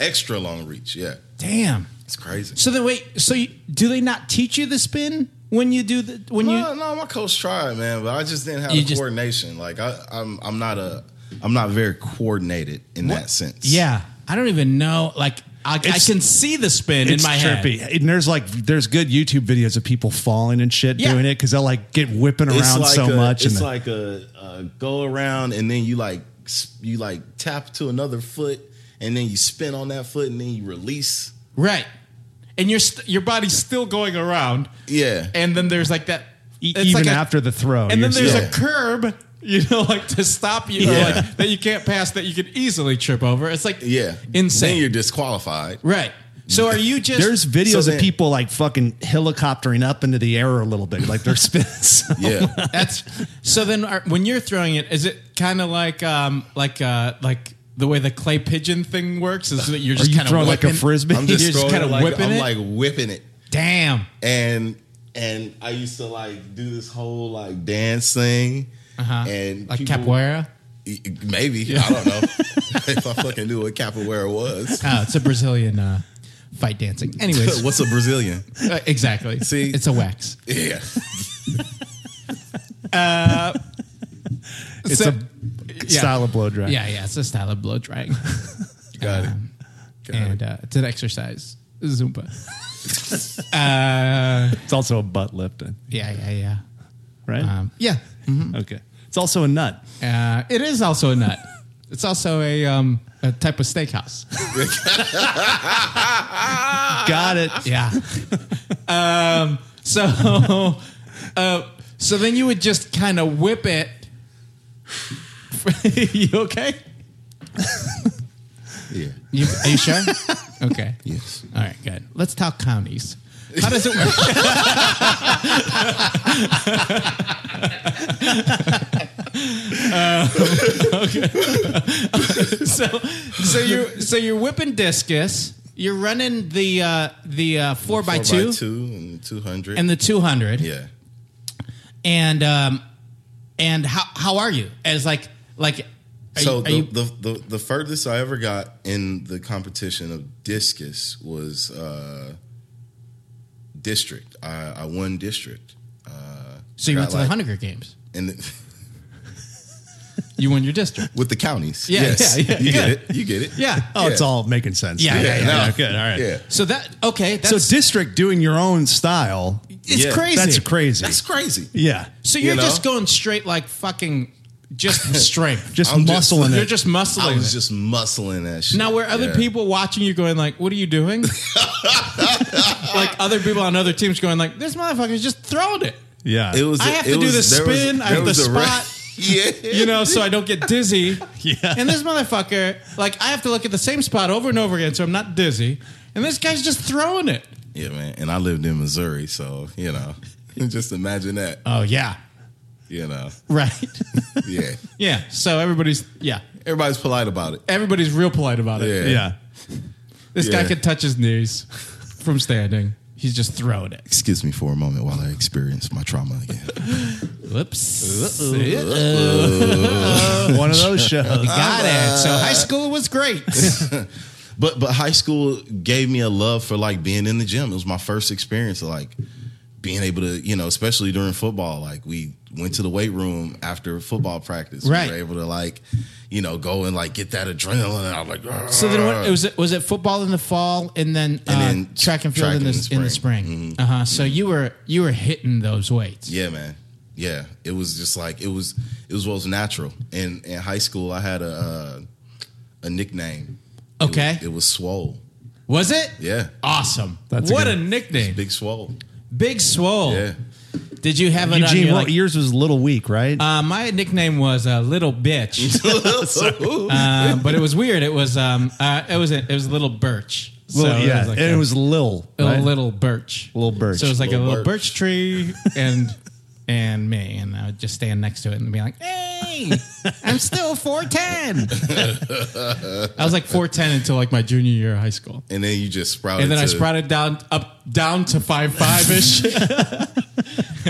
Speaker 4: Extra long reach, yeah.
Speaker 2: Damn.
Speaker 4: It's crazy.
Speaker 2: So then, wait. So you, do they not teach you the spin when you do the when
Speaker 4: no, no, my coach tried, man, but I just didn't have
Speaker 2: You
Speaker 4: the
Speaker 2: just-
Speaker 4: coordination. Like I, I'm, I'm not a, I'm not very coordinated in that sense.
Speaker 2: you? Yeah, I don't even know. Like I, I
Speaker 3: It's-
Speaker 2: can see the spin in
Speaker 3: it's
Speaker 2: my
Speaker 3: trippy.
Speaker 2: head.
Speaker 3: And there's like there's good YouTube videos of people falling and shit
Speaker 2: Yeah.
Speaker 3: doing it because they'll like get whipping around so
Speaker 4: a,
Speaker 3: much.
Speaker 4: It's
Speaker 3: and the-
Speaker 4: like a, a go around, and then you like s- you like tap to another foot, and then you spin on that foot, and then you release.
Speaker 2: Right. and your st- your body's still going around.
Speaker 4: Yeah.
Speaker 2: And then there's like that
Speaker 5: E-
Speaker 2: it's
Speaker 5: even
Speaker 2: like a-
Speaker 5: after the throw.
Speaker 2: And then
Speaker 5: you're
Speaker 2: there's
Speaker 5: still-
Speaker 2: a curb, you know, like to stop you, or,
Speaker 4: Yeah.
Speaker 2: like that you can't pass that you could easily trip over. It's like
Speaker 4: Yeah. Then
Speaker 2: insane.
Speaker 4: you're disqualified.
Speaker 2: right. So are you just
Speaker 5: There's videos
Speaker 4: So
Speaker 5: of
Speaker 4: then-
Speaker 5: people like fucking helicoptering up into the air a little bit, like they're spins.
Speaker 4: Yeah.
Speaker 2: That's so. Then are, when you're throwing it, is it kind of like um like uh like the way the clay pigeon thing works? Is that you're
Speaker 5: Are
Speaker 2: just
Speaker 5: you
Speaker 2: kind
Speaker 5: throwing
Speaker 2: of
Speaker 5: like a frisbee?
Speaker 4: I'm just,
Speaker 2: You're just
Speaker 4: throwing
Speaker 2: kinda
Speaker 4: it like,
Speaker 2: whipping
Speaker 4: I'm
Speaker 2: it?
Speaker 4: like whipping it.
Speaker 2: Damn.
Speaker 4: and and I used to like do this whole like dance thing,
Speaker 2: Uh-huh.
Speaker 4: and
Speaker 2: like
Speaker 4: people-
Speaker 2: capoeira.
Speaker 4: Y- y- Maybe I don't know if I fucking knew what capoeira was.
Speaker 2: Oh, it's a Brazilian uh, fight dancing. Anyways,
Speaker 4: What's a Brazilian?
Speaker 2: uh, exactly.
Speaker 4: See?
Speaker 2: it's a wax.
Speaker 4: Yeah,
Speaker 5: It's
Speaker 2: So-
Speaker 5: a style of blow dry.
Speaker 2: Yeah, yeah. It's a style of blow drying, Um,
Speaker 4: got it.
Speaker 2: and uh, it's an exercise. Zumba.
Speaker 5: It's also a butt lifting,
Speaker 2: Yeah, yeah, yeah.
Speaker 5: right?
Speaker 2: Um, yeah,
Speaker 5: okay. It's also a nut.
Speaker 2: uh, it is also a nut. It's also a um, a type of steakhouse.
Speaker 5: Got it.
Speaker 2: Yeah. um, so, uh, so then you would just kind of whip it. you okay?
Speaker 4: Yeah.
Speaker 2: You, are you sure? Okay.
Speaker 4: Yes.
Speaker 2: All right. Good. Let's talk counties. How does it work? so so you so you're whipping discus. You're running the uh, the uh, four, by,
Speaker 4: Four
Speaker 2: two
Speaker 4: by two and two hundred.
Speaker 2: and the two hundred.
Speaker 4: yeah,
Speaker 2: And um, and how how are you as like like are
Speaker 4: so
Speaker 2: you,
Speaker 4: the,
Speaker 2: are you-
Speaker 4: the, the the furthest I ever got in the competition of discus was uh, district. I, I won district. Uh,
Speaker 2: so you
Speaker 4: I
Speaker 2: went to the
Speaker 4: got, like,
Speaker 2: Hunger Games.
Speaker 4: and the-
Speaker 2: You won your district.
Speaker 4: with the counties.
Speaker 2: Yeah,
Speaker 4: yes.
Speaker 2: yeah, yeah,
Speaker 4: you get
Speaker 2: good.
Speaker 4: it. You get it.
Speaker 2: Yeah.
Speaker 5: Oh, it's
Speaker 4: Yeah.
Speaker 5: all making sense.
Speaker 2: Yeah, yeah, yeah.
Speaker 5: Good. All right.
Speaker 4: Yeah.
Speaker 2: So that okay.
Speaker 5: So
Speaker 2: That's,
Speaker 5: district doing your own style.
Speaker 2: it's
Speaker 4: Yeah.
Speaker 2: crazy.
Speaker 5: That's crazy.
Speaker 4: That's crazy.
Speaker 5: yeah.
Speaker 2: so you're
Speaker 4: you know?
Speaker 2: just going straight like fucking just strength.
Speaker 5: Just
Speaker 4: I'm just-
Speaker 5: muscling
Speaker 2: you're
Speaker 5: it.
Speaker 2: just muscling.
Speaker 4: I was
Speaker 2: it.
Speaker 4: just muscling that shit.
Speaker 2: now, where other
Speaker 4: Yeah.
Speaker 2: people watching you going like, "What are you doing?" like other people on other teams going like, "This motherfucker's just throwing it."
Speaker 5: yeah.
Speaker 4: it was.
Speaker 2: I have to do the
Speaker 4: there was-
Speaker 2: spin, I
Speaker 4: there
Speaker 2: have the
Speaker 4: was a ra-
Speaker 2: spot.
Speaker 4: yeah,
Speaker 2: you know, so I don't get dizzy.
Speaker 5: Yeah.
Speaker 2: And this motherfucker, like, I have to look at the same spot over and over again, so I'm not dizzy. And this guy's just throwing it.
Speaker 4: yeah, man. And I lived in Missouri, so you know, just imagine that.
Speaker 2: Oh yeah,
Speaker 4: You know,
Speaker 2: right.
Speaker 4: yeah.
Speaker 2: yeah. So everybody's yeah,
Speaker 4: Everybody's polite about it.
Speaker 2: everybody's real polite about it.
Speaker 4: Yeah,
Speaker 5: yeah.
Speaker 2: This guy
Speaker 4: Yeah.
Speaker 2: could touch his knees from standing. He's just throwing it.
Speaker 4: Excuse me for a moment while I experience my trauma again.
Speaker 2: Whoops.
Speaker 5: One of those shows.
Speaker 2: Got it. So high school was great.
Speaker 4: But but high school gave me a love for like being in the gym. It was my first experience of like being able to, you know, especially during football. Like we went to the weight room after football practice.
Speaker 2: Right.
Speaker 4: We were able to like, you know, go and like get that adrenaline out. Like
Speaker 2: so then, what,
Speaker 4: "Argh."
Speaker 2: was it was it football in the fall, and then, uh,
Speaker 4: And then
Speaker 2: track and field
Speaker 4: track
Speaker 2: in the
Speaker 4: in
Speaker 2: in
Speaker 4: the
Speaker 2: the, spring.
Speaker 4: spring. Mm-hmm.
Speaker 2: Uh huh. So you were you were hitting those weights.
Speaker 4: Yeah, man. Yeah, it was just like it was. It was what was natural. And in high school, I had a uh, a nickname. It was-
Speaker 2: Okay.
Speaker 4: it was, Swole.
Speaker 2: Was it?
Speaker 4: Yeah,
Speaker 2: Awesome.
Speaker 5: That's a
Speaker 2: what
Speaker 5: good-
Speaker 2: a nickname. Big,
Speaker 4: Big Swole.
Speaker 2: Swole.
Speaker 4: Yeah.
Speaker 2: Did you have an
Speaker 5: Eugene,
Speaker 2: Eugene,
Speaker 5: what, yours was Little Week, right?
Speaker 2: uh, my nickname was uh, Little Bitch,
Speaker 4: Ooh.
Speaker 2: um, but it was weird. It was um, uh, it was a, it was Little Birch.
Speaker 5: Little- yeah.
Speaker 2: like
Speaker 5: and
Speaker 2: a-
Speaker 5: it was Lil.
Speaker 2: a
Speaker 5: right?
Speaker 2: little birch.
Speaker 5: Little birch.
Speaker 2: So it was like a
Speaker 4: Little
Speaker 2: little birch,
Speaker 4: birch.
Speaker 2: tree and and me, and I would just stand next to it and be like, "Hey, I'm still 410." I was like 410 until like my junior year of high school,
Speaker 4: and then you just sprouted.
Speaker 2: and then I
Speaker 4: to-
Speaker 2: sprouted down up down to five five ish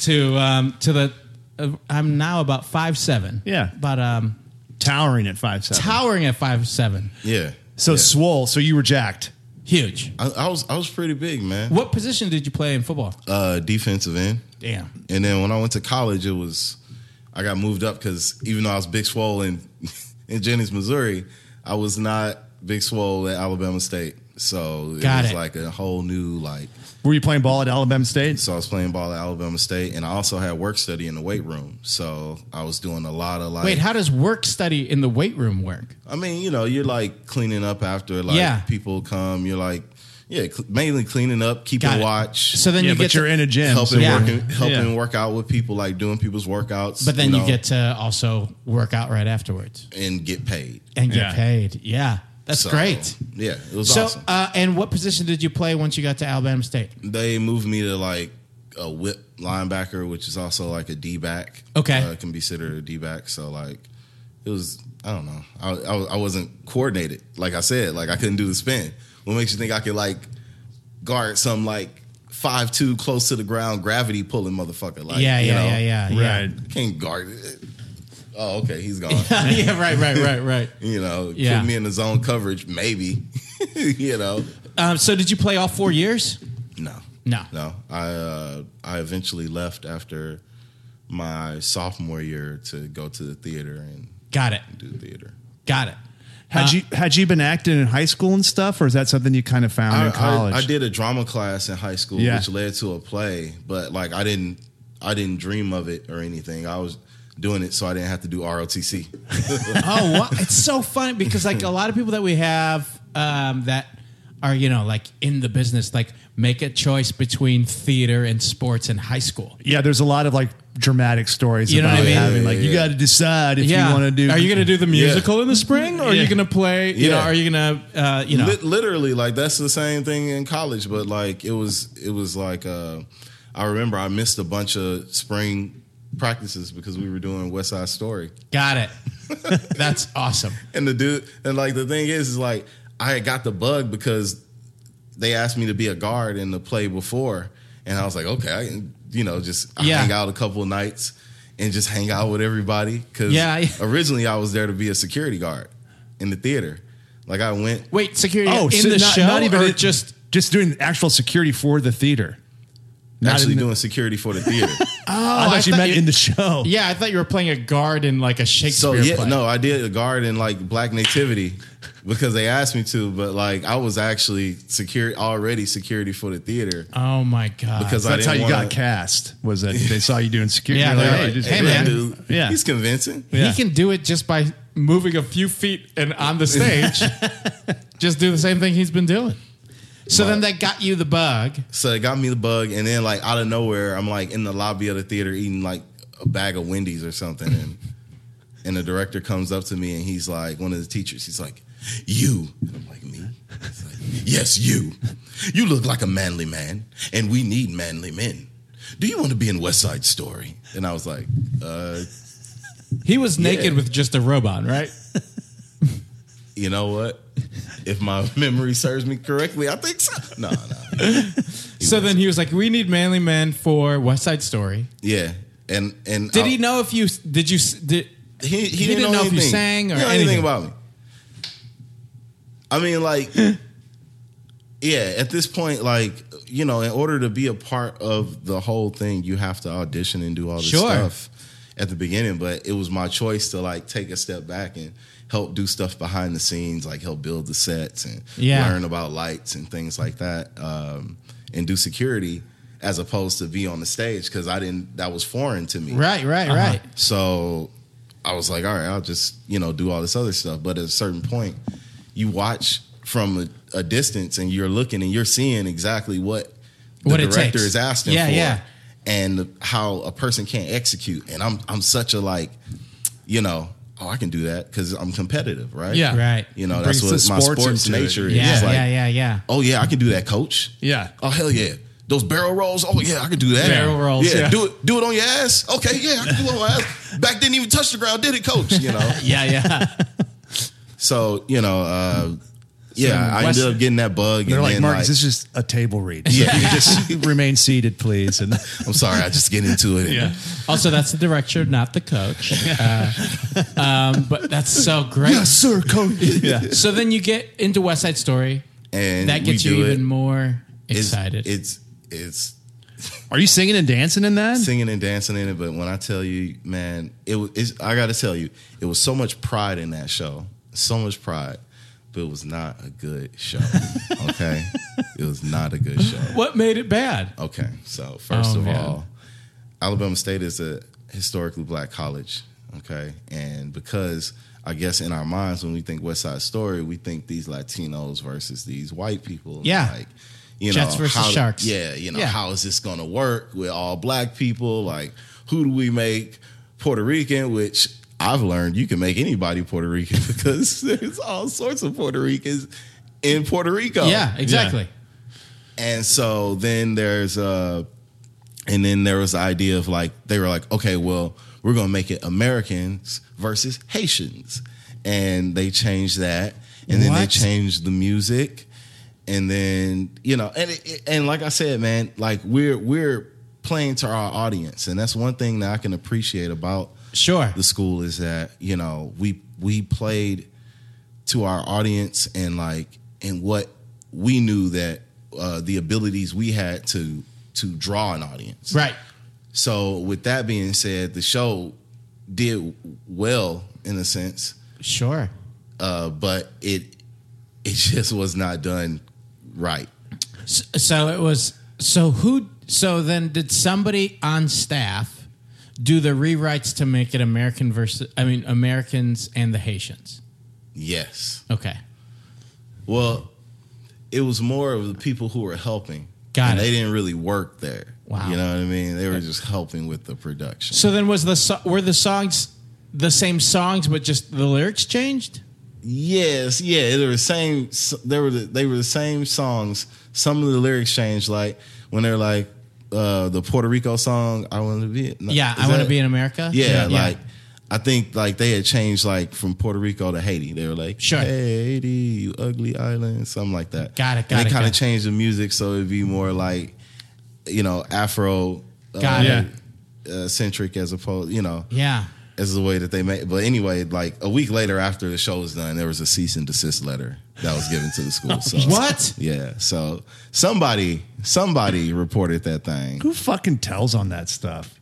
Speaker 2: to um to the. Uh, I'm now about five seven.
Speaker 5: Yeah.
Speaker 2: but um,
Speaker 5: Towering at five seven.
Speaker 2: towering at five seven,
Speaker 4: Yeah.
Speaker 5: so
Speaker 4: yeah.
Speaker 5: swole. So you were jacked.
Speaker 2: huge.
Speaker 4: I, I was I was pretty big, man.
Speaker 2: What position did you play in football?
Speaker 4: Uh, defensive end.
Speaker 2: Damn.
Speaker 4: And then when I went to college, it was I got moved up because even though I was Big Swole in, in Jennings, Missouri, I was not Big Swole at Alabama State. So it
Speaker 2: Got
Speaker 4: was
Speaker 2: it.
Speaker 4: like a whole new like.
Speaker 5: Were you playing ball at Alabama State?
Speaker 4: So I was playing ball at Alabama State, and I also had work study in the weight room. So I was doing a lot of like.
Speaker 2: Wait, how does work study in the weight room work?
Speaker 4: I mean, you know, you're like cleaning up after like
Speaker 2: Yeah.
Speaker 4: people come. You're like Yeah, cl- mainly cleaning up, keeping
Speaker 2: Got it.
Speaker 4: watch.
Speaker 2: So then
Speaker 5: yeah,
Speaker 2: you
Speaker 5: but
Speaker 2: get
Speaker 5: you're
Speaker 2: to,
Speaker 5: in a gym. so
Speaker 4: helping
Speaker 2: Yeah.
Speaker 4: working, helping
Speaker 5: Yeah.
Speaker 4: work out with people, like doing people's workouts.
Speaker 2: but then you,
Speaker 4: know,
Speaker 2: get to also work out right afterwards
Speaker 4: and get paid.
Speaker 2: and get
Speaker 5: Yeah.
Speaker 2: paid. Yeah, that's
Speaker 4: So,
Speaker 2: great.
Speaker 4: Yeah, it was
Speaker 2: So,
Speaker 4: awesome.
Speaker 2: uh, and what position did you play once you got to Alabama State?
Speaker 4: they moved me to like a whip linebacker, which is also like a D back.
Speaker 2: Okay.
Speaker 4: uh, can be considered a D back. So like, it was I don't know. I, I was- I wasn't coordinated. Like I said, like I couldn't do the spin. What makes you think I could like guard some like five two close to the ground gravity pulling motherfucker? Like
Speaker 2: yeah,
Speaker 4: you
Speaker 2: yeah,
Speaker 4: know,
Speaker 2: yeah, yeah, yeah.
Speaker 5: Right.
Speaker 4: Can't guard it. Oh, okay, he's gone.
Speaker 2: yeah, right, right, right, right.
Speaker 4: you know,
Speaker 2: Yeah.
Speaker 4: put me in the zone coverage, maybe. you know,
Speaker 2: Um, so, did you play all four years?
Speaker 4: no,
Speaker 2: No.
Speaker 4: no. I uh, I eventually left after my sophomore year to go to the theater and
Speaker 2: Got it.
Speaker 4: do theater.
Speaker 2: Got it.
Speaker 5: Had
Speaker 2: Uh,
Speaker 5: you had you been acting in high school and stuff, or is that something you kind of found
Speaker 4: I,
Speaker 5: in
Speaker 4: I-
Speaker 5: college?
Speaker 4: I, did a drama class in high school,
Speaker 5: Yeah.
Speaker 4: which led to a play, but like I didn't I didn't dream of it or anything. I was doing it so I didn't have to do ROTC.
Speaker 2: oh, wow. it's so funny because like a lot of people that we have um, that are you know like in the business like make a choice between theater and sports in high school.
Speaker 5: Yeah, there's a lot of like dramatic stories
Speaker 2: You know
Speaker 5: about
Speaker 2: what I mean?
Speaker 5: having
Speaker 2: Yeah,
Speaker 5: like you got to decide if you want to do.
Speaker 2: Are you going to do the musical in the spring, or are
Speaker 5: Yeah.
Speaker 2: you going to play? You know,
Speaker 4: Yeah.
Speaker 2: are you going to uh, you know?
Speaker 4: Lit- literally like that's the same thing in college but like it was it was like uh i remember i missed a bunch of spring practices because we were doing west side story
Speaker 2: got it. That's awesome.
Speaker 4: and the dude and like the thing is is like i had got the bug because they asked me to be a guard in the play before and i was like okay I, can, you know just I
Speaker 2: Yeah.
Speaker 4: hang out a couple of nights and just hang out with everybody because
Speaker 2: Yeah.
Speaker 4: originally i was there to be a security guard in the theater like i went
Speaker 2: Wait, security
Speaker 5: Oh,
Speaker 2: in
Speaker 5: so
Speaker 2: the
Speaker 5: not,
Speaker 2: show,
Speaker 5: not even
Speaker 2: or
Speaker 5: it-
Speaker 2: just
Speaker 5: just doing actual security for the theater. Not
Speaker 4: actually
Speaker 5: in the-
Speaker 4: doing security for the theater
Speaker 5: Oh, I thought you
Speaker 2: Oh, thought
Speaker 5: meant
Speaker 2: you-
Speaker 5: in the show.
Speaker 2: yeah. I thought you were playing a guard in like a
Speaker 4: So
Speaker 2: Shakespeare
Speaker 4: yeah,
Speaker 2: play.
Speaker 4: no, I did a guard in like Black Nativity because they asked me to, but like I was actually secure already security for the theater
Speaker 2: Oh my god.
Speaker 4: because I
Speaker 5: that's
Speaker 4: didn't
Speaker 5: how you
Speaker 4: wanna,
Speaker 5: got cast. Was that they saw you doing security?
Speaker 2: Yeah,
Speaker 5: They're
Speaker 2: they're
Speaker 5: like,
Speaker 2: like,
Speaker 5: just-
Speaker 2: hey, man.
Speaker 4: that dude,
Speaker 5: Yeah.
Speaker 4: he's convincing.
Speaker 5: Yeah.
Speaker 2: He can do it just by moving a few feet and on the stage. just do the same thing he's been doing. So then that got you the bug.
Speaker 4: So it got me the bug, and then like out of nowhere, I'm like in the lobby of the theater eating like a bag of Wendy's or something, and and the director comes up to me and he's like, one of the teachers, he's like, you, and I'm like, me, He's like, yes, you, you look like a manly man, and we need manly men. Do you want to be in West Side Story? And I was like, uh,
Speaker 2: He was naked
Speaker 4: Yeah.
Speaker 2: with just a robe on, right?
Speaker 4: you know what? If my memory serves me correctly, I think so. No, no,
Speaker 2: so then he was like, "We need manly men for West Side Story."
Speaker 4: yeah, and and
Speaker 2: Did
Speaker 4: I-
Speaker 2: he know if you did you did
Speaker 4: he, he,
Speaker 2: He
Speaker 4: didn't, know,
Speaker 2: if you
Speaker 4: anything.
Speaker 2: sang or
Speaker 4: He didn't know
Speaker 2: anything.
Speaker 4: about me. I mean, like, yeah. At this point, like, you know, in order to be a part of the whole thing, you have to audition and do all this
Speaker 2: Sure.
Speaker 4: stuff at the beginning. But it was my choice to like take a step back and help do stuff behind the scenes, like help build the sets and
Speaker 2: Yeah.
Speaker 4: learn about lights and things like that, um, and do security as opposed to be on the stage because I didn't. That was foreign to me.
Speaker 2: right, right, right.
Speaker 4: Uh-huh. So I was like, all right, I'll just, you know, do all this other stuff. But at a certain point, you watch from a, a distance and you're looking and you're seeing exactly what the
Speaker 2: What it
Speaker 4: director
Speaker 2: takes.
Speaker 4: is asking
Speaker 2: Yeah,
Speaker 4: for
Speaker 2: yeah.
Speaker 4: and how a person can't execute. And I'm I'm such a like, you know, oh, I can do that because I'm competitive, right?
Speaker 5: Yeah.
Speaker 2: Right.
Speaker 4: You know, that's what
Speaker 5: Brings the
Speaker 4: my
Speaker 5: sports
Speaker 4: sports
Speaker 5: into it.
Speaker 4: nature is.
Speaker 2: Yeah,
Speaker 4: It's like,
Speaker 2: yeah, yeah, yeah.
Speaker 4: Oh yeah, I can do that, coach.
Speaker 5: Yeah.
Speaker 4: Oh hell yeah. Those barrel rolls, oh yeah, I can do that.
Speaker 2: Barrel rolls, yeah.
Speaker 4: do it, do it on your ass. Okay, yeah, I can do it on my ass. Back didn't even touch the ground, did it, coach? You know.
Speaker 2: Yeah, yeah.
Speaker 4: So you know, uh, yeah, I
Speaker 5: West-
Speaker 4: ended up getting that bug.
Speaker 5: They're
Speaker 4: and
Speaker 5: like,
Speaker 4: then,
Speaker 5: Marcus, this is just a table read. So
Speaker 4: Yeah.
Speaker 5: you just remain seated, please. And
Speaker 4: I'm sorry, I just get into it.
Speaker 5: yeah,
Speaker 2: also, that's the director, not the coach. Uh, um, but that's so great.
Speaker 5: sir, coach. Yeah,
Speaker 2: So then you get into West Side Story.
Speaker 4: and
Speaker 2: that gets
Speaker 4: we
Speaker 2: you
Speaker 4: do
Speaker 2: even
Speaker 4: it.
Speaker 2: more
Speaker 4: It's-
Speaker 2: excited.
Speaker 4: It's it's
Speaker 5: are you singing and dancing in that?
Speaker 4: singing and dancing in it, but when I tell you, man, it was. It's, I got to tell you, it was so much pride in that show, so much pride, but it was not a good show. Okay, it was not a good show.
Speaker 2: what made it bad?
Speaker 4: Okay, so first
Speaker 2: Oh,
Speaker 4: of
Speaker 2: man.
Speaker 4: all, Alabama State is a historically black college. Okay, and because I guess in our minds when we think West Side Story, we think these Latinos versus these white people.
Speaker 2: Yeah.
Speaker 4: Like, you
Speaker 2: Jets
Speaker 4: know,
Speaker 2: versus
Speaker 4: how-
Speaker 2: Sharks.
Speaker 4: Yeah, you know,
Speaker 2: Yeah.
Speaker 4: how is this gonna work with all black people? Like, who do we make Puerto Rican? Which I've learned you can make anybody Puerto Rican because there's all sorts of Puerto Ricans in Puerto Rico.
Speaker 2: yeah, exactly.
Speaker 4: And so then there's uh and then there was the idea of like they were like, okay, well, we're gonna make it Americans versus Haitians. And they changed that. And then they
Speaker 2: What?
Speaker 4: changed the music. And then, you know, and it- it, and like I said, man, like we're we're playing to our audience. And that's one thing that I can appreciate about
Speaker 2: Sure.
Speaker 4: the school is that you know we we played to our audience and like and what we knew that uh, the abilities we had to to draw an audience
Speaker 2: Right.
Speaker 4: so with that being said the show did well in a sense
Speaker 2: Sure.
Speaker 4: uh, but it it just was not done right
Speaker 2: S- So it was. So who? So then, did somebody on staff do the rewrites to make it American versus? I mean, Americans and the Haitians.
Speaker 4: yes
Speaker 2: Okay.
Speaker 4: Well, it was more of the people who were helping.
Speaker 2: Got
Speaker 4: and
Speaker 2: it.
Speaker 4: They didn't really work there.
Speaker 2: Wow.
Speaker 4: You know what I mean? They were just helping with the production.
Speaker 2: So then, was the so- were the songs the same songs, but just the lyrics changed?
Speaker 4: Yes, yeah, they were the same. They were the, they were the same songs. Some of the lyrics changed, like when they're like uh, the Puerto Rico song, "I Want to Be." no,
Speaker 2: Yeah,
Speaker 4: is
Speaker 2: I want to
Speaker 4: that-
Speaker 2: be in America.
Speaker 4: Yeah, like I think like they had changed like from Puerto Rico to Haiti. They were like,
Speaker 2: Sure.
Speaker 4: Haiti, you ugly island," something like that.
Speaker 2: Got it, got
Speaker 4: and
Speaker 2: it,
Speaker 4: They
Speaker 2: got
Speaker 4: kind of
Speaker 2: it.
Speaker 4: changed the music so it'd be more like, you know, Afro.
Speaker 2: Got
Speaker 5: it.
Speaker 4: Uh, centric as opposed, you know,
Speaker 2: yeah.
Speaker 4: as the way that they make. But anyway, like a week later after the show was done, there was a cease and desist letter that was given to the school. So
Speaker 2: What?
Speaker 4: Yeah. So somebody, somebody reported that thing.
Speaker 5: Who fucking tells on that stuff?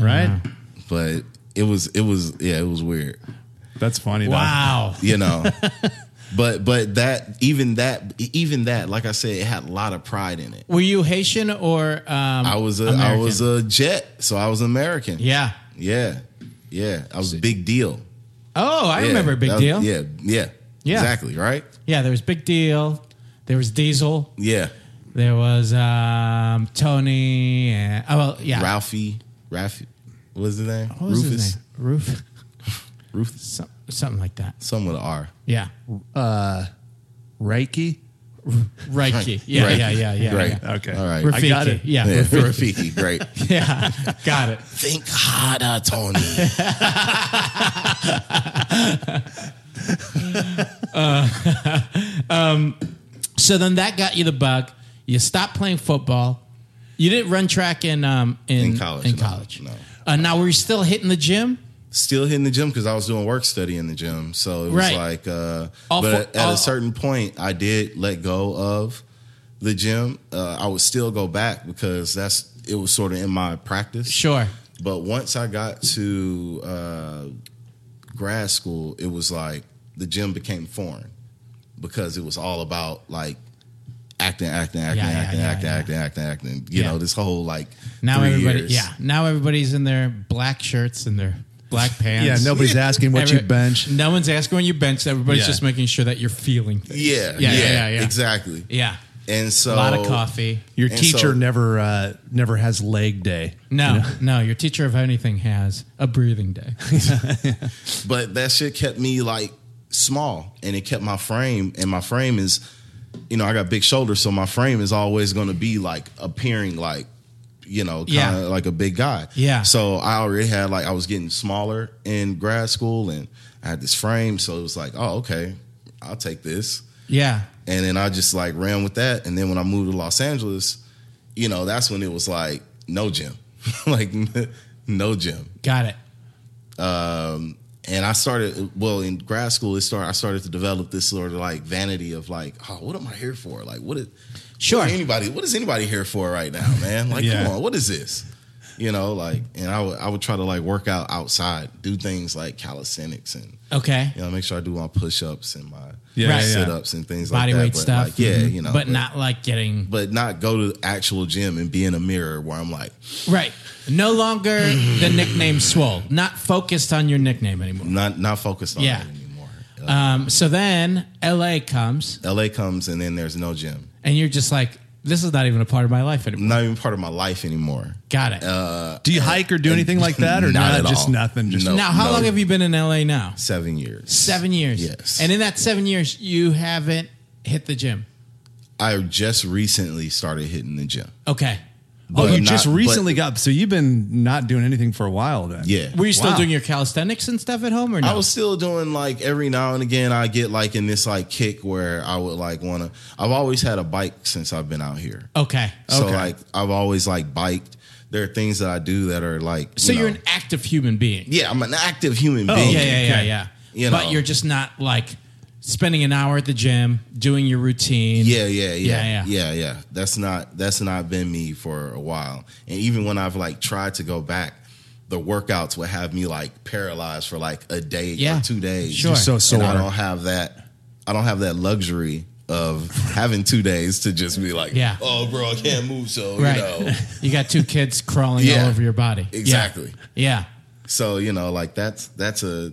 Speaker 5: Right?
Speaker 4: but it was it was yeah it was weird
Speaker 5: That's funny. though.
Speaker 2: Wow.
Speaker 4: you know but but that even that even that like i said it had a lot of pride in it
Speaker 2: Were you Haitian or? Um,
Speaker 4: i was a I
Speaker 2: American?
Speaker 4: was a jet so i was american
Speaker 2: Yeah.
Speaker 4: yeah yeah i was a big deal
Speaker 2: Oh, I
Speaker 4: Yeah,
Speaker 2: remember Big
Speaker 4: that was-
Speaker 2: Deal.
Speaker 4: yeah yeah
Speaker 2: Yeah.
Speaker 4: exactly right
Speaker 2: Yeah, there was Big Deal. There was Diesel.
Speaker 4: yeah
Speaker 2: There was um, Tony. And, oh, well, yeah.
Speaker 4: ralphie ralphie what was his name
Speaker 2: What was
Speaker 4: rufus
Speaker 2: his name? Rufus.
Speaker 4: rufus
Speaker 2: Some, something like that.
Speaker 4: some with an r
Speaker 2: Yeah.
Speaker 5: Reiki?
Speaker 2: Reiki. Yeah,
Speaker 4: Right.
Speaker 2: yeah, yeah, yeah.
Speaker 4: Right.
Speaker 2: yeah.
Speaker 5: Okay.
Speaker 4: all right
Speaker 2: Rafiki.
Speaker 5: I got it.
Speaker 2: Yeah.
Speaker 4: yeah,
Speaker 2: Rafiki.
Speaker 4: Rafiki, great.
Speaker 2: Yeah. got it.
Speaker 4: Think harder, Tony.
Speaker 2: So then that got you the bug. You stopped playing football. You didn't run track in um in,
Speaker 4: In college,
Speaker 2: In
Speaker 4: no,
Speaker 2: college.
Speaker 4: no.
Speaker 2: Uh, now were you still hitting the gym?
Speaker 4: still hitting the gym because I was doing work study in the gym. So it was
Speaker 2: Right.
Speaker 4: like, uh,
Speaker 2: All
Speaker 4: but
Speaker 2: fo-
Speaker 4: at
Speaker 2: all-
Speaker 4: a certain point, I did let go of the gym. Uh, I would still go back because that's it was sort of in my practice.
Speaker 2: Sure.
Speaker 4: But once I got to uh, grad school, it was like the gym became foreign because it was all about like acting, acting, acting,
Speaker 2: Yeah, yeah,
Speaker 4: acting,
Speaker 2: yeah,
Speaker 4: acting,
Speaker 2: yeah.
Speaker 4: acting, acting, acting. You
Speaker 2: Yeah.
Speaker 4: know, this whole like
Speaker 2: Now
Speaker 4: three
Speaker 2: everybody
Speaker 4: years.
Speaker 2: yeah. Now everybody's in their black shirts and their black pants.
Speaker 5: Yeah, nobody's asking what you
Speaker 2: Every-
Speaker 5: bench.
Speaker 2: No one's asking when you bench. Everybody's
Speaker 5: Yeah.
Speaker 2: just making sure that you're feeling things.
Speaker 4: Yeah,
Speaker 2: Yeah,
Speaker 4: yeah,
Speaker 2: yeah, yeah, yeah.
Speaker 4: exactly.
Speaker 2: Yeah.
Speaker 4: And so
Speaker 2: A lot of coffee.
Speaker 5: Your
Speaker 4: And
Speaker 5: teacher
Speaker 4: so-
Speaker 5: never uh, never has leg day.
Speaker 2: No, no, your teacher of anything has a breathing day.
Speaker 4: but that shit kept me like small and it kept my frame and my frame is you know i got big shoulders so my frame is always going to be like appearing like you know kind of
Speaker 2: Yeah.
Speaker 4: like a big guy
Speaker 2: Yeah.
Speaker 4: so i already had like i was getting smaller in grad school and i had this frame so it was like oh okay i'll take this
Speaker 2: yeah.
Speaker 4: and then I just like ran with that. And then when I moved to Los Angeles, you know, that's when it was like no gym, like no gym.
Speaker 2: Got it.
Speaker 4: And I started well in grad school. It started. I started to develop this sort of like vanity of like, oh, what am I here for? Like, what is
Speaker 2: Sure.
Speaker 4: what anybody? What is anybody here for right now, man? Like,
Speaker 5: Yeah.
Speaker 4: come on, what is this? You know, like, and I would I would try to like work out outside, do things like calisthenics and
Speaker 2: Okay.
Speaker 4: you know make sure I do my push ups and my
Speaker 5: Yeah, Right.
Speaker 4: sit ups and things
Speaker 2: Body
Speaker 4: like that.
Speaker 2: weight
Speaker 4: but
Speaker 2: stuff. Mm-hmm.
Speaker 4: like, yeah, you know,
Speaker 2: But not like getting
Speaker 4: but not go to the actual gym and be in a mirror where I'm like
Speaker 2: Right. No longer
Speaker 4: Mm-hmm.
Speaker 2: the nickname Swole. Not focused on your nickname anymore.
Speaker 4: not not focused on
Speaker 2: Yeah.
Speaker 4: it anymore.
Speaker 2: Um, so then LA comes
Speaker 4: LA comes and then there's no gym.
Speaker 2: and you're just like, this is not even a part of my life anymore.
Speaker 4: Not even part of my life anymore.
Speaker 2: Got it.
Speaker 4: Uh,
Speaker 5: Do you hike or do anything like that, or
Speaker 4: Not
Speaker 5: not?
Speaker 4: at
Speaker 5: just
Speaker 4: all.
Speaker 5: nothing. Just
Speaker 4: No.
Speaker 2: now, how
Speaker 4: no.
Speaker 2: long have you been in LA now?
Speaker 4: Seven years.
Speaker 2: Seven years.
Speaker 4: Yes.
Speaker 2: And in that seven years, you haven't hit the gym.
Speaker 4: I just recently started hitting the gym.
Speaker 2: Okay.
Speaker 5: Oh,
Speaker 4: But
Speaker 5: you
Speaker 4: not-
Speaker 5: just
Speaker 4: but-
Speaker 5: recently got so you've been not doing anything for a while then.
Speaker 4: Yeah.
Speaker 2: Were you still
Speaker 5: Wow.
Speaker 2: doing your calisthenics and stuff at home or no?
Speaker 4: I was still doing like every now and again I get like in this like kick where I would like wanna I've always had a bike since I've been out here.
Speaker 2: okay.
Speaker 4: So
Speaker 2: okay.
Speaker 4: like I've always like biked. There are things that I do that are like
Speaker 2: so
Speaker 4: you
Speaker 2: you're
Speaker 4: know-
Speaker 2: an active human being.
Speaker 4: Yeah, I'm an active human being.
Speaker 2: Oh, yeah, yeah, yeah, yeah.
Speaker 4: You
Speaker 2: but
Speaker 4: know.
Speaker 2: you're just not like spending an hour at the gym doing your routine.
Speaker 4: Yeah, yeah,
Speaker 2: Yeah,
Speaker 4: yeah, yeah,
Speaker 2: yeah.
Speaker 4: yeah, That's not that's not been me for a while. And even when I've like tried to go back, the workouts would have me like paralyzed for like a day
Speaker 2: Yeah.
Speaker 4: or two days.
Speaker 2: Sure. You're so
Speaker 4: And I
Speaker 5: sore.
Speaker 4: don't have that. I don't have that luxury of having two days to just be like,
Speaker 2: Yeah.
Speaker 4: oh, bro, I can't move, so
Speaker 2: Right.
Speaker 4: you know.
Speaker 2: You got two kids crawling
Speaker 4: Yeah.
Speaker 2: all over your body. Yeah.
Speaker 4: Exactly.
Speaker 2: Yeah.
Speaker 4: So you know, like that's that's a.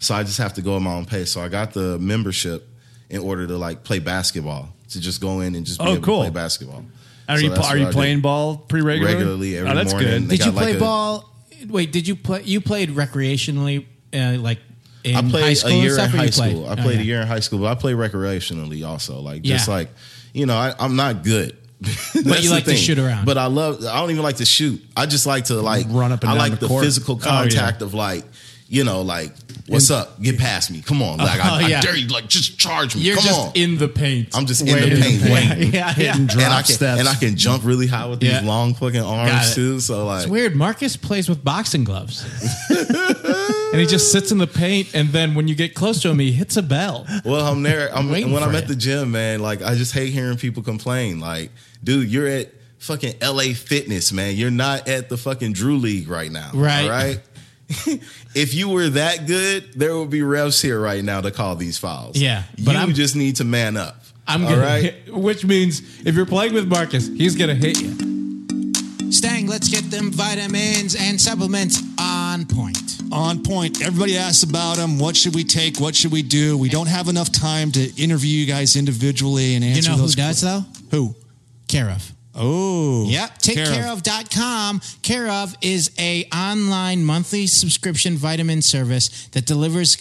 Speaker 4: So I just have to go at my own pace. So I got the membership in order to like play basketball to just go in and just be
Speaker 5: Oh,
Speaker 4: able
Speaker 5: cool.
Speaker 4: to play basketball.
Speaker 5: Are
Speaker 4: So
Speaker 5: you
Speaker 4: that's
Speaker 5: are
Speaker 4: what
Speaker 5: you
Speaker 4: I do.
Speaker 5: playing ball pretty regularly?
Speaker 4: Regularly every
Speaker 5: oh, that's
Speaker 4: morning.
Speaker 5: Good.
Speaker 4: They
Speaker 2: Did you
Speaker 4: got, like,
Speaker 2: play
Speaker 4: a-
Speaker 2: ball? Wait, did you play? You played recreationally, uh, like in
Speaker 4: I played
Speaker 2: high school
Speaker 4: a
Speaker 2: and
Speaker 4: year
Speaker 2: stuff, or
Speaker 4: in
Speaker 2: you
Speaker 4: high
Speaker 2: played-
Speaker 4: school. I
Speaker 2: Oh,
Speaker 4: played
Speaker 2: yeah.
Speaker 4: a year in high school, but I play recreationally also. Like just
Speaker 2: Yeah.
Speaker 4: like you know, I, I'm not good.
Speaker 2: But you like to shoot around.
Speaker 4: But I love. I don't even like to shoot. I just like to like
Speaker 5: Run up and
Speaker 4: I
Speaker 5: down
Speaker 4: like
Speaker 5: the
Speaker 4: the,
Speaker 5: court.
Speaker 4: physical
Speaker 5: Oh, yeah.
Speaker 4: contact of like you know like what's up? Get past me. Come on. Like I,
Speaker 2: Oh, yeah.
Speaker 4: I dare you. Like just charge me.
Speaker 2: You're
Speaker 4: Come
Speaker 2: just
Speaker 4: on.
Speaker 2: in the paint.
Speaker 4: I'm just in the paint
Speaker 2: Yeah,
Speaker 4: waiting.
Speaker 2: yeah.
Speaker 5: Hitting drop
Speaker 4: and I can,
Speaker 5: steps.
Speaker 4: And I can jump really high with these
Speaker 2: Yeah.
Speaker 4: long fucking
Speaker 2: Got it.
Speaker 4: arms too. So like,
Speaker 2: It's weird. Marcus plays with boxing gloves, and he just sits in the paint. And then when you get close to him, he hits a bell.
Speaker 4: well, I'm there. I'm
Speaker 2: Waiting
Speaker 4: when
Speaker 2: for
Speaker 4: I'm at
Speaker 2: you.
Speaker 4: the gym, man. Like, I just hate hearing people complain. Like, dude, you're at fucking LA Fitness, man. You're not at the fucking Drew League right now,
Speaker 2: Right.
Speaker 4: all Right. if you were that good, there would be refs here right now to call these fouls.
Speaker 2: Yeah, but
Speaker 4: but you
Speaker 2: I'm-
Speaker 4: just need to man up.
Speaker 2: I'm
Speaker 4: all
Speaker 2: gonna
Speaker 4: right?
Speaker 2: hit, which means if you're playing with Marcus, he's gonna hit you. Stang, let's get them vitamins and supplements on point.
Speaker 6: on point. Everybody asks about them. What should we take? What should we do? We don't have enough time to interview you guys individually and
Speaker 7: You
Speaker 6: answer
Speaker 7: know who
Speaker 6: those.
Speaker 7: does though?
Speaker 6: Who?
Speaker 7: Care of.
Speaker 6: Oh,
Speaker 7: Yep. TakeCareOf.com. Care of is a online monthly subscription vitamin service that delivers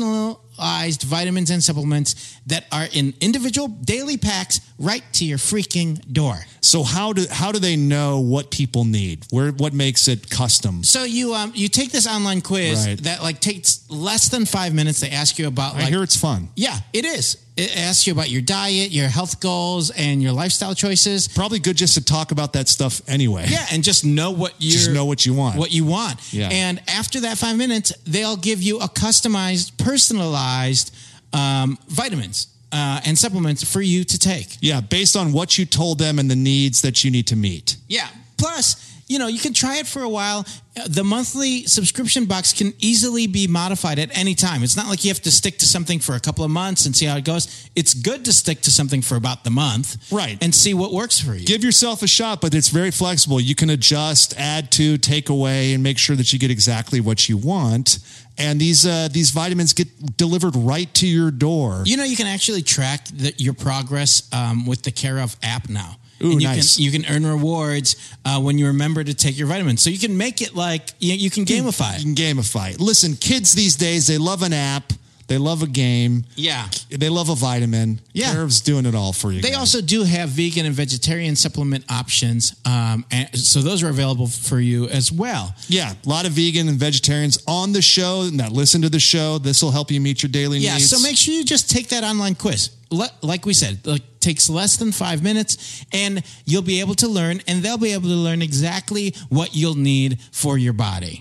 Speaker 7: personalized vitamins and supplements that are in individual daily packs right to your freaking door.
Speaker 6: So how do how do they know what people need? Where what makes it custom?
Speaker 7: So you um you take this online quiz
Speaker 6: Right.
Speaker 7: that like takes less than five minutes. They ask you about
Speaker 6: I
Speaker 7: like
Speaker 6: hear it's fun.
Speaker 7: yeah it is. It asks you about your diet, your health goals, and your lifestyle choices.
Speaker 6: Probably good just to talk about that stuff anyway.
Speaker 7: Yeah, and just know what you
Speaker 6: Just know what you want.
Speaker 7: What you want.
Speaker 6: Yeah.
Speaker 7: And after that five minutes, they'll give you a customized, personalized um, vitamins uh, and supplements for you to take.
Speaker 6: Yeah, based on what you told them and the needs that you need to meet.
Speaker 7: Yeah. Plus, you know, you can try it for a while. Uh, The monthly subscription box can easily be modified at any time. It's not like you have to stick to something for a couple of months and see how it goes. It's good to stick to something for about the month,
Speaker 6: Right.
Speaker 7: And see what works for you.
Speaker 6: Give yourself a shot, but it's very flexible. You can adjust, add to, take away, and make sure that you get exactly what you want. And these uh, these vitamins get delivered right to your door.
Speaker 7: You know, you can actually track the, your progress um, with the Care of app now.
Speaker 6: Ooh,
Speaker 7: and you
Speaker 6: nice.
Speaker 7: Can, you can earn rewards uh, when you remember to take your vitamins. So you can make it like you, you
Speaker 6: Hmm.
Speaker 7: can gamify. it.
Speaker 6: You can gamify. it. Listen, kids these days they love an app, they love a game,
Speaker 7: Yeah.
Speaker 6: they love a vitamin.
Speaker 7: Yeah.
Speaker 6: Curve's doing it all for you.
Speaker 7: They
Speaker 6: guys.
Speaker 7: also do have vegan and vegetarian supplement options. Um, and so those are available for you as well.
Speaker 6: yeah, a lot of vegan and vegetarians on the show that listen to the show. This will help you meet your daily
Speaker 7: Yeah,
Speaker 6: needs.
Speaker 7: so make sure you just take that online quiz. Le- Like we said, it takes less than five minutes, and you'll be able to learn, and they'll be able to learn exactly what you'll need for your body.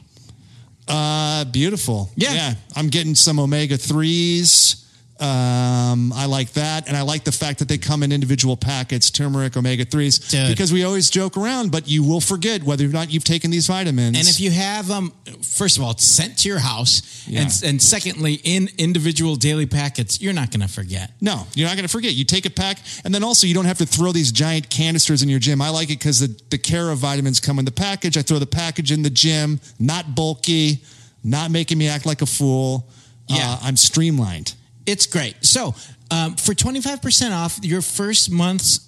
Speaker 6: Uh, beautiful.
Speaker 7: Yeah.
Speaker 6: I'm getting some omega threes. Um, I like that, and I like the fact that they come in individual packets, turmeric, omega threes,
Speaker 7: Dude.
Speaker 6: because we always joke around, but you will forget whether or not you've taken these vitamins.
Speaker 7: And if you have um, first of all, it's sent to your house,
Speaker 6: Yeah.
Speaker 7: and and secondly, in individual daily packets, you're not going to forget.
Speaker 6: No, you're not going to forget. You take a pack, and then also you don't have to throw these giant canisters in your gym. I like it because the, the care of vitamins come in the package. I throw the package in the gym, not bulky, not making me act like a fool.
Speaker 7: Yeah.
Speaker 6: Uh, I'm streamlined.
Speaker 7: It's great. So, um, for 25% off your first month's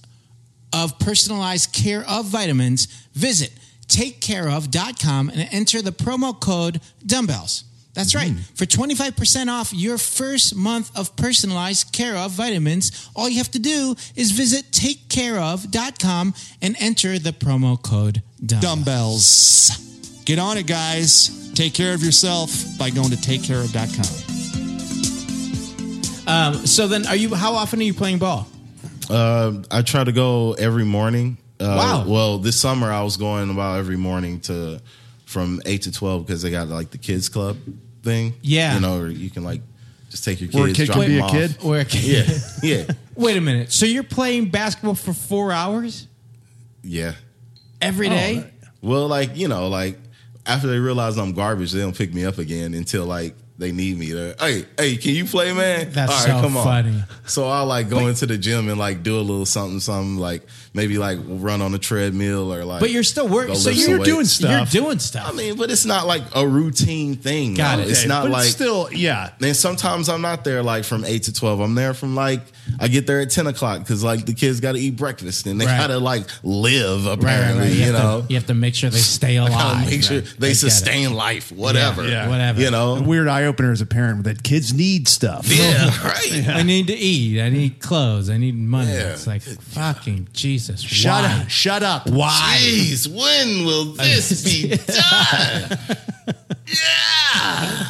Speaker 7: of personalized care of vitamins, visit takecareof.com and enter the promo code dumbbells. That's right. For 25% off your first month of personalized care of vitamins, all you have to do is visit takecareof.com and enter the promo code dumbbells.
Speaker 6: Dumbbells. Get on it, guys. Take care of yourself by going to takecareof.com.
Speaker 2: Um, so then, are you? How often are you playing ball?
Speaker 4: Um, I try to go every morning. Uh,
Speaker 2: Wow.
Speaker 4: Well, this summer I was going about every morning to from eight to twelve because they got like the kids club thing.
Speaker 2: Yeah.
Speaker 4: You know, or you can like just take your kids.
Speaker 3: Where a kid
Speaker 4: drop
Speaker 3: can be
Speaker 4: them
Speaker 3: a
Speaker 4: off.
Speaker 3: kid?
Speaker 2: Or
Speaker 4: Yeah. Yeah.
Speaker 2: Wait a minute. So you're playing basketball for four hours
Speaker 4: yeah.
Speaker 2: every
Speaker 7: Oh.
Speaker 2: day?
Speaker 4: Well, like you know, like after they realize I'm garbage, they don't pick me up again until like they need me. They're, hey, hey, can you play, man?
Speaker 2: That's so funny.
Speaker 4: So I like go into the gym and like do a little something, something like maybe like run on a treadmill or like.
Speaker 2: But you're still working.
Speaker 4: go
Speaker 2: So
Speaker 4: lift some
Speaker 2: you're
Speaker 4: weights.
Speaker 2: doing
Speaker 5: stuff.
Speaker 2: You're doing stuff.
Speaker 4: I mean, but it's not like a routine thing.
Speaker 2: Got
Speaker 4: no.
Speaker 2: it.
Speaker 4: It's
Speaker 5: Okay,
Speaker 4: not
Speaker 5: but
Speaker 4: like
Speaker 5: it's still yeah.
Speaker 4: and sometimes I'm not there like from eight to twelve. I'm there from like I get there at ten o'clock because like the kids got to eat breakfast and they
Speaker 2: Right.
Speaker 4: gotta like live
Speaker 2: Right, right,
Speaker 4: apparently.
Speaker 2: right.
Speaker 4: You,
Speaker 2: have
Speaker 4: know,
Speaker 2: to, you have to make sure they stay alive.
Speaker 4: gotta make sure
Speaker 2: Right.
Speaker 4: they
Speaker 2: I get it.
Speaker 4: sustain life, whatever.
Speaker 5: yeah.
Speaker 2: Whatever.
Speaker 4: You know,
Speaker 5: A weird eye opener as a parent that kids need stuff.
Speaker 4: yeah, right.
Speaker 2: I need to eat. I need clothes. I need money.
Speaker 4: Yeah.
Speaker 2: It's like fucking Jesus.
Speaker 5: Shut
Speaker 2: why?
Speaker 5: up! Shut up!
Speaker 2: Why?
Speaker 4: Jeez, when will this be done? yeah.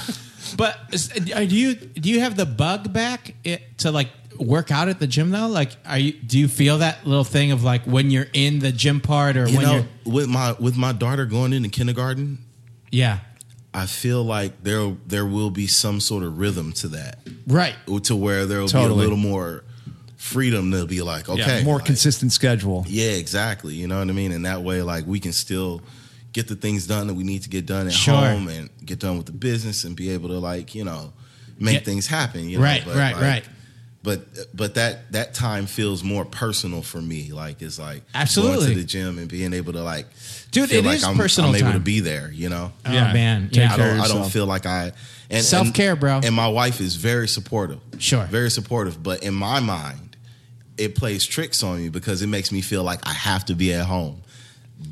Speaker 2: But is- are- do you do you have the bug back it, to like work out at the gym though? Like, are you do you feel that little thing of like when you're in the gym part or
Speaker 4: You
Speaker 2: when
Speaker 4: know,
Speaker 2: you're
Speaker 4: with my with my daughter going into kindergarten,
Speaker 2: yeah
Speaker 4: I feel like there there will be some sort of rhythm to that,
Speaker 2: right
Speaker 4: to where there will be a
Speaker 5: Totally.
Speaker 4: little more freedom to be like,
Speaker 5: Yeah,
Speaker 4: okay,
Speaker 5: more
Speaker 4: like,
Speaker 5: consistent schedule.
Speaker 4: Yeah, exactly. You know what I mean. And that way, like, we can still get the things done that we need to get done at
Speaker 2: Sure.
Speaker 4: home and get done with the business and be able to like you know make
Speaker 2: Yeah.
Speaker 4: things happen. You know?
Speaker 2: Right, right,
Speaker 4: like,
Speaker 2: right.
Speaker 4: But but that that time feels more personal for me. Like it's like going
Speaker 2: Absolutely.
Speaker 4: to the gym and being able to like,
Speaker 2: Dude,
Speaker 4: feel
Speaker 2: it
Speaker 4: like
Speaker 2: is
Speaker 4: I'm,
Speaker 2: personal
Speaker 4: I'm able to
Speaker 2: time.
Speaker 4: be there. You know.
Speaker 2: oh man
Speaker 5: Take
Speaker 2: yeah
Speaker 4: I
Speaker 5: care
Speaker 4: don't,
Speaker 5: of
Speaker 4: I don't
Speaker 5: yourself.
Speaker 4: feel like I and
Speaker 2: Self-care,
Speaker 4: and-
Speaker 2: bro.
Speaker 4: And my wife is very supportive.
Speaker 2: Sure.
Speaker 4: very supportive. But in my mind, it plays tricks on me because it makes me feel like I have to be at home.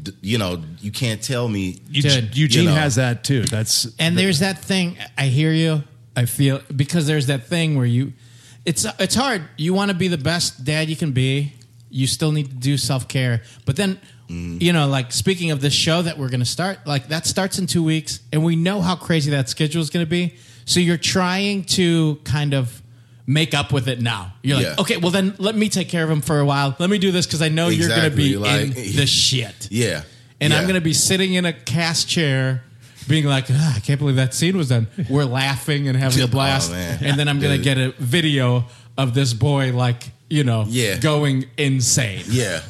Speaker 4: D- you know, you can't tell me.
Speaker 5: Eugene,
Speaker 2: Dude,
Speaker 5: Eugene
Speaker 4: you know.
Speaker 5: has that too. That's
Speaker 2: and there's that thing I hear you I feel because there's that thing where you it's it's hard you want to be the best dad you can be you still need to do self care but then you know like speaking of this show that we're gonna start like that starts in two weeks and we know how crazy that schedule is gonna be so you're trying to kind of make up with it now you're like
Speaker 4: Yeah.
Speaker 2: okay well then let me take care of him for a while let me do this because I know you're gonna
Speaker 4: Exactly,
Speaker 2: be
Speaker 4: like-
Speaker 2: in the shit
Speaker 4: yeah,
Speaker 2: and I'm
Speaker 4: yeah.
Speaker 2: going to be sitting in a cast chair being like, "Ah, I can't believe that scene was done. We're laughing and having a
Speaker 4: Oh,
Speaker 2: blast.
Speaker 4: man.
Speaker 2: and then I'm going to get
Speaker 4: Dude.
Speaker 2: a video of this boy, like, you know,
Speaker 4: Yeah.
Speaker 2: going insane.
Speaker 4: Yeah,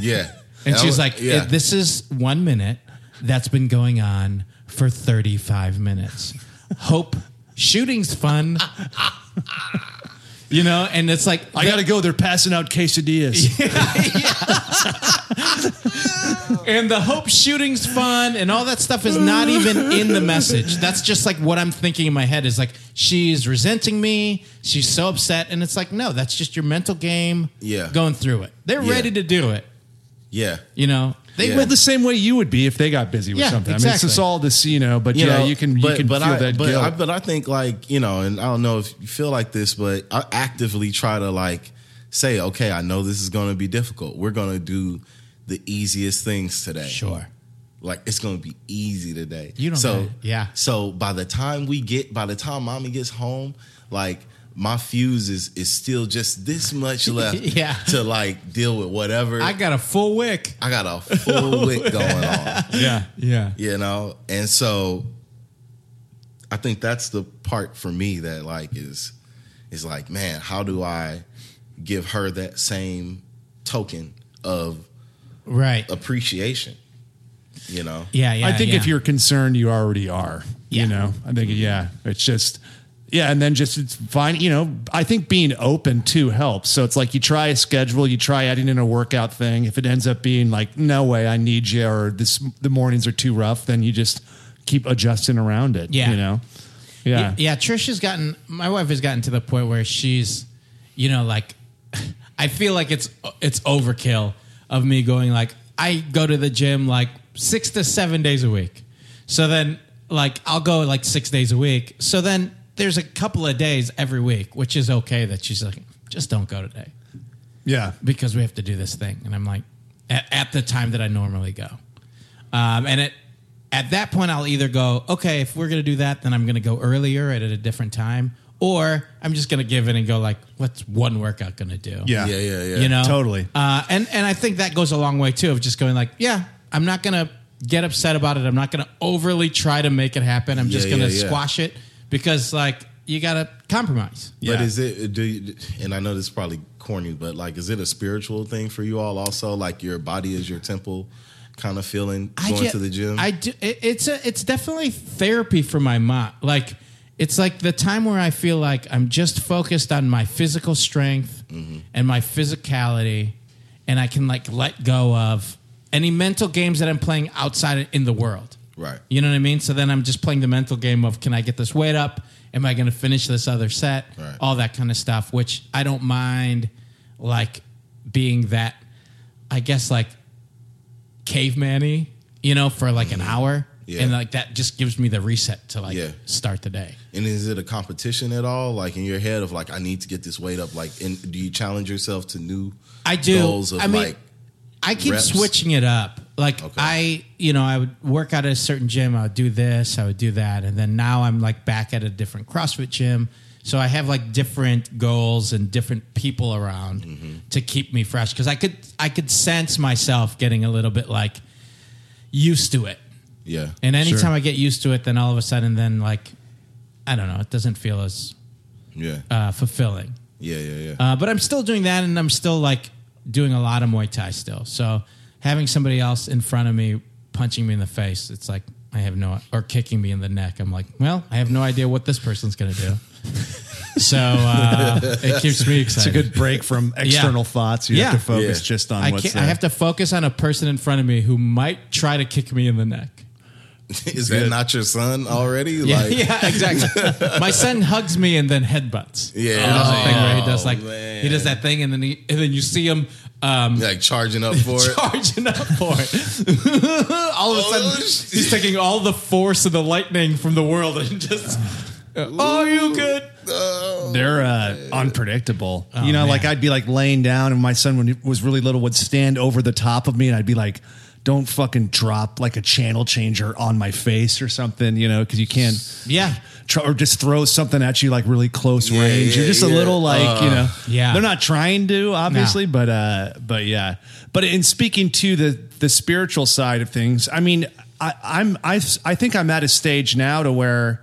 Speaker 4: yeah.
Speaker 2: And
Speaker 4: I
Speaker 2: she's
Speaker 4: was-
Speaker 2: like,
Speaker 4: yeah.
Speaker 2: this is one minute that's been going on for 35 minutes. Hope shooting's fun. You know, and it's like
Speaker 5: I gotta go. They're passing out quesadillas.
Speaker 2: and the hope shooting's fun and all that stuff is not even in the message. That's just like what I'm thinking in my head is like she's resenting me, she's so upset, and it's like no, that's just your mental game.
Speaker 4: Yeah.
Speaker 2: going through it. They're
Speaker 4: Yeah.
Speaker 2: ready to do it.
Speaker 4: yeah.
Speaker 2: You know, they
Speaker 4: Yeah.
Speaker 5: Well, the same way you would be if they got busy with
Speaker 2: Yeah,
Speaker 5: something. I mean, it's
Speaker 2: exactly.
Speaker 5: just all this, you know. But
Speaker 4: You
Speaker 5: yeah,
Speaker 4: know,
Speaker 5: you can you can feel
Speaker 4: I,
Speaker 5: that
Speaker 4: but
Speaker 5: guilt.
Speaker 4: I, but I think like you know, and I don't know if you feel like this, but I actively try to like say, okay, I know this is going to be difficult. We're going to do the easiest things today.
Speaker 2: sure.
Speaker 4: Like it's gonna be easy today.
Speaker 2: You don't
Speaker 4: So
Speaker 2: gotta- yeah.
Speaker 4: So by the time we get, by the time mommy gets home, like my fuse is is still just this much left.
Speaker 2: Yeah.
Speaker 4: To like deal with whatever.
Speaker 2: I got a full wick.
Speaker 4: I got a full wick going on.
Speaker 5: yeah,
Speaker 2: Yeah.
Speaker 4: You know, and so I think that's the part for me that like is It's like, man, how do I give her that same token of
Speaker 7: Right.
Speaker 4: appreciation? You know?
Speaker 7: Yeah, yeah.
Speaker 5: I think if
Speaker 7: yeah.
Speaker 5: you're concerned, you already are.
Speaker 7: Yeah.
Speaker 5: You know, I think yeah, it's just yeah, and then just it's fine. You know, I think being open too helps. So it's like you try a schedule, you try adding in a workout thing. If it ends up being like no way, I need you, or this the mornings are too rough, then you just keep adjusting around it.
Speaker 7: Yeah.
Speaker 5: You know. Yeah.
Speaker 7: yeah. Trish has gotten, my wife has gotten to the point where she's,
Speaker 2: you know, like I feel like it's it's overkill of me going like I go to the gym like six to seven days a week. So then like I'll go like six days a week. So then there's a couple of days every week, which is okay that she's like, just don't go today
Speaker 5: Yeah.
Speaker 2: because we have to do this thing. And I'm like, at, at the time that I normally go. Um, and it, at that point, I'll either go, okay, if we're going to do that, then I'm going to go earlier at a different time, or I'm just going to give in and go, like, what's one workout going to do?
Speaker 5: Yeah.
Speaker 4: Yeah, yeah, yeah.
Speaker 2: You know?
Speaker 5: Totally.
Speaker 2: Uh, and, and I think that goes a long way, too, of just going, like, yeah, I'm not going to get upset about it. I'm not going to overly try to make it happen. I'm just
Speaker 4: Yeah,
Speaker 2: going to
Speaker 4: yeah, yeah.
Speaker 2: squash it because, like, you got to compromise.
Speaker 4: But
Speaker 5: Yeah.
Speaker 4: is it do you, and I know this is probably corny, but like is it a spiritual thing for you all also? Like your body is your temple kind of feeling going
Speaker 2: get-
Speaker 4: to the gym?
Speaker 2: I do. It, it's a. It's definitely therapy for my mind. Like it's like the time where I feel like I'm just focused on my physical strength
Speaker 4: Mm-hmm.
Speaker 2: and my physicality, and I can like let go of any mental games that I'm playing outside in the world.
Speaker 4: Right.
Speaker 2: You know what I mean. So then I'm just playing the mental game of can I get this weight up? Am I going to finish this other set?
Speaker 4: Right.
Speaker 2: All that kind of stuff, which I don't mind, like being that. I guess like caveman-y, you know, for like an hour.
Speaker 4: Mm-hmm. Yeah.
Speaker 2: And like that just gives me the reset to like
Speaker 4: Yeah.
Speaker 2: start the day.
Speaker 4: And is it a competition at all? Like in your head of like I need to get this weight up. Like, and do you challenge yourself to new
Speaker 2: I do.
Speaker 4: goals of
Speaker 2: I mean,
Speaker 4: like
Speaker 2: I keep
Speaker 4: reps?
Speaker 2: switching it up. Like
Speaker 4: Okay.
Speaker 2: I, you know, I would work out at a certain gym. I would do this. I would do that. And then now I'm like back at a different CrossFit gym. So I have like different goals and different people around
Speaker 4: Mm-hmm.
Speaker 2: to keep me fresh because I could I could sense myself getting a little bit like used to it.
Speaker 4: yeah?
Speaker 2: And anytime I get used to it, then all of a sudden, then like, I don't know, it doesn't feel as
Speaker 4: yeah,
Speaker 2: uh, fulfilling.
Speaker 4: yeah, yeah, yeah.
Speaker 2: Uh, but I'm still doing that, and I'm still like doing a lot of Muay Thai still. So having somebody else in front of me punching me in the face, it's like I have no, or kicking me in the neck. I'm like, well, I have no idea what this person's gonna do. so uh, it keeps me
Speaker 5: It's a
Speaker 2: excited.
Speaker 5: good break from external thoughts. You
Speaker 2: Yeah.
Speaker 5: have to focus
Speaker 4: Yeah.
Speaker 5: just on
Speaker 2: I
Speaker 5: what's
Speaker 2: can't.
Speaker 5: there.
Speaker 2: I have to focus on a person in front of me who might try to kick me in the neck.
Speaker 4: is that not your son already?
Speaker 2: Yeah,
Speaker 4: like,
Speaker 2: yeah, exactly. My son hugs me and then headbutts.
Speaker 4: Yeah.
Speaker 2: he does a thing where he does
Speaker 4: Oh,
Speaker 2: like
Speaker 4: man.
Speaker 2: he does that thing, and then he and then you see him um,
Speaker 4: like charging up for it.
Speaker 2: charging up for it. all of a
Speaker 4: Oh,
Speaker 2: sudden,
Speaker 4: shit.
Speaker 2: he's taking all the force of the lightning from the world and just. oh, you good?
Speaker 4: Oh.
Speaker 5: They're uh, unpredictable. you know,
Speaker 2: man.
Speaker 5: like I'd be like laying down, and my son, when he was really little, would stand over the top of me, and I'd be like, "Don't fucking drop like a channel changer on my face or something," you know, because you can,
Speaker 2: Yeah,
Speaker 5: try, or just throw something at you like really close
Speaker 4: Yeah,
Speaker 5: range.
Speaker 4: yeah,
Speaker 5: You're just a
Speaker 4: yeah.
Speaker 5: little like, you know,
Speaker 2: yeah.
Speaker 5: They're not trying to, obviously, but uh, but yeah. But in speaking to the the spiritual side of things, I mean, I, I'm I I think I'm at a stage now to where.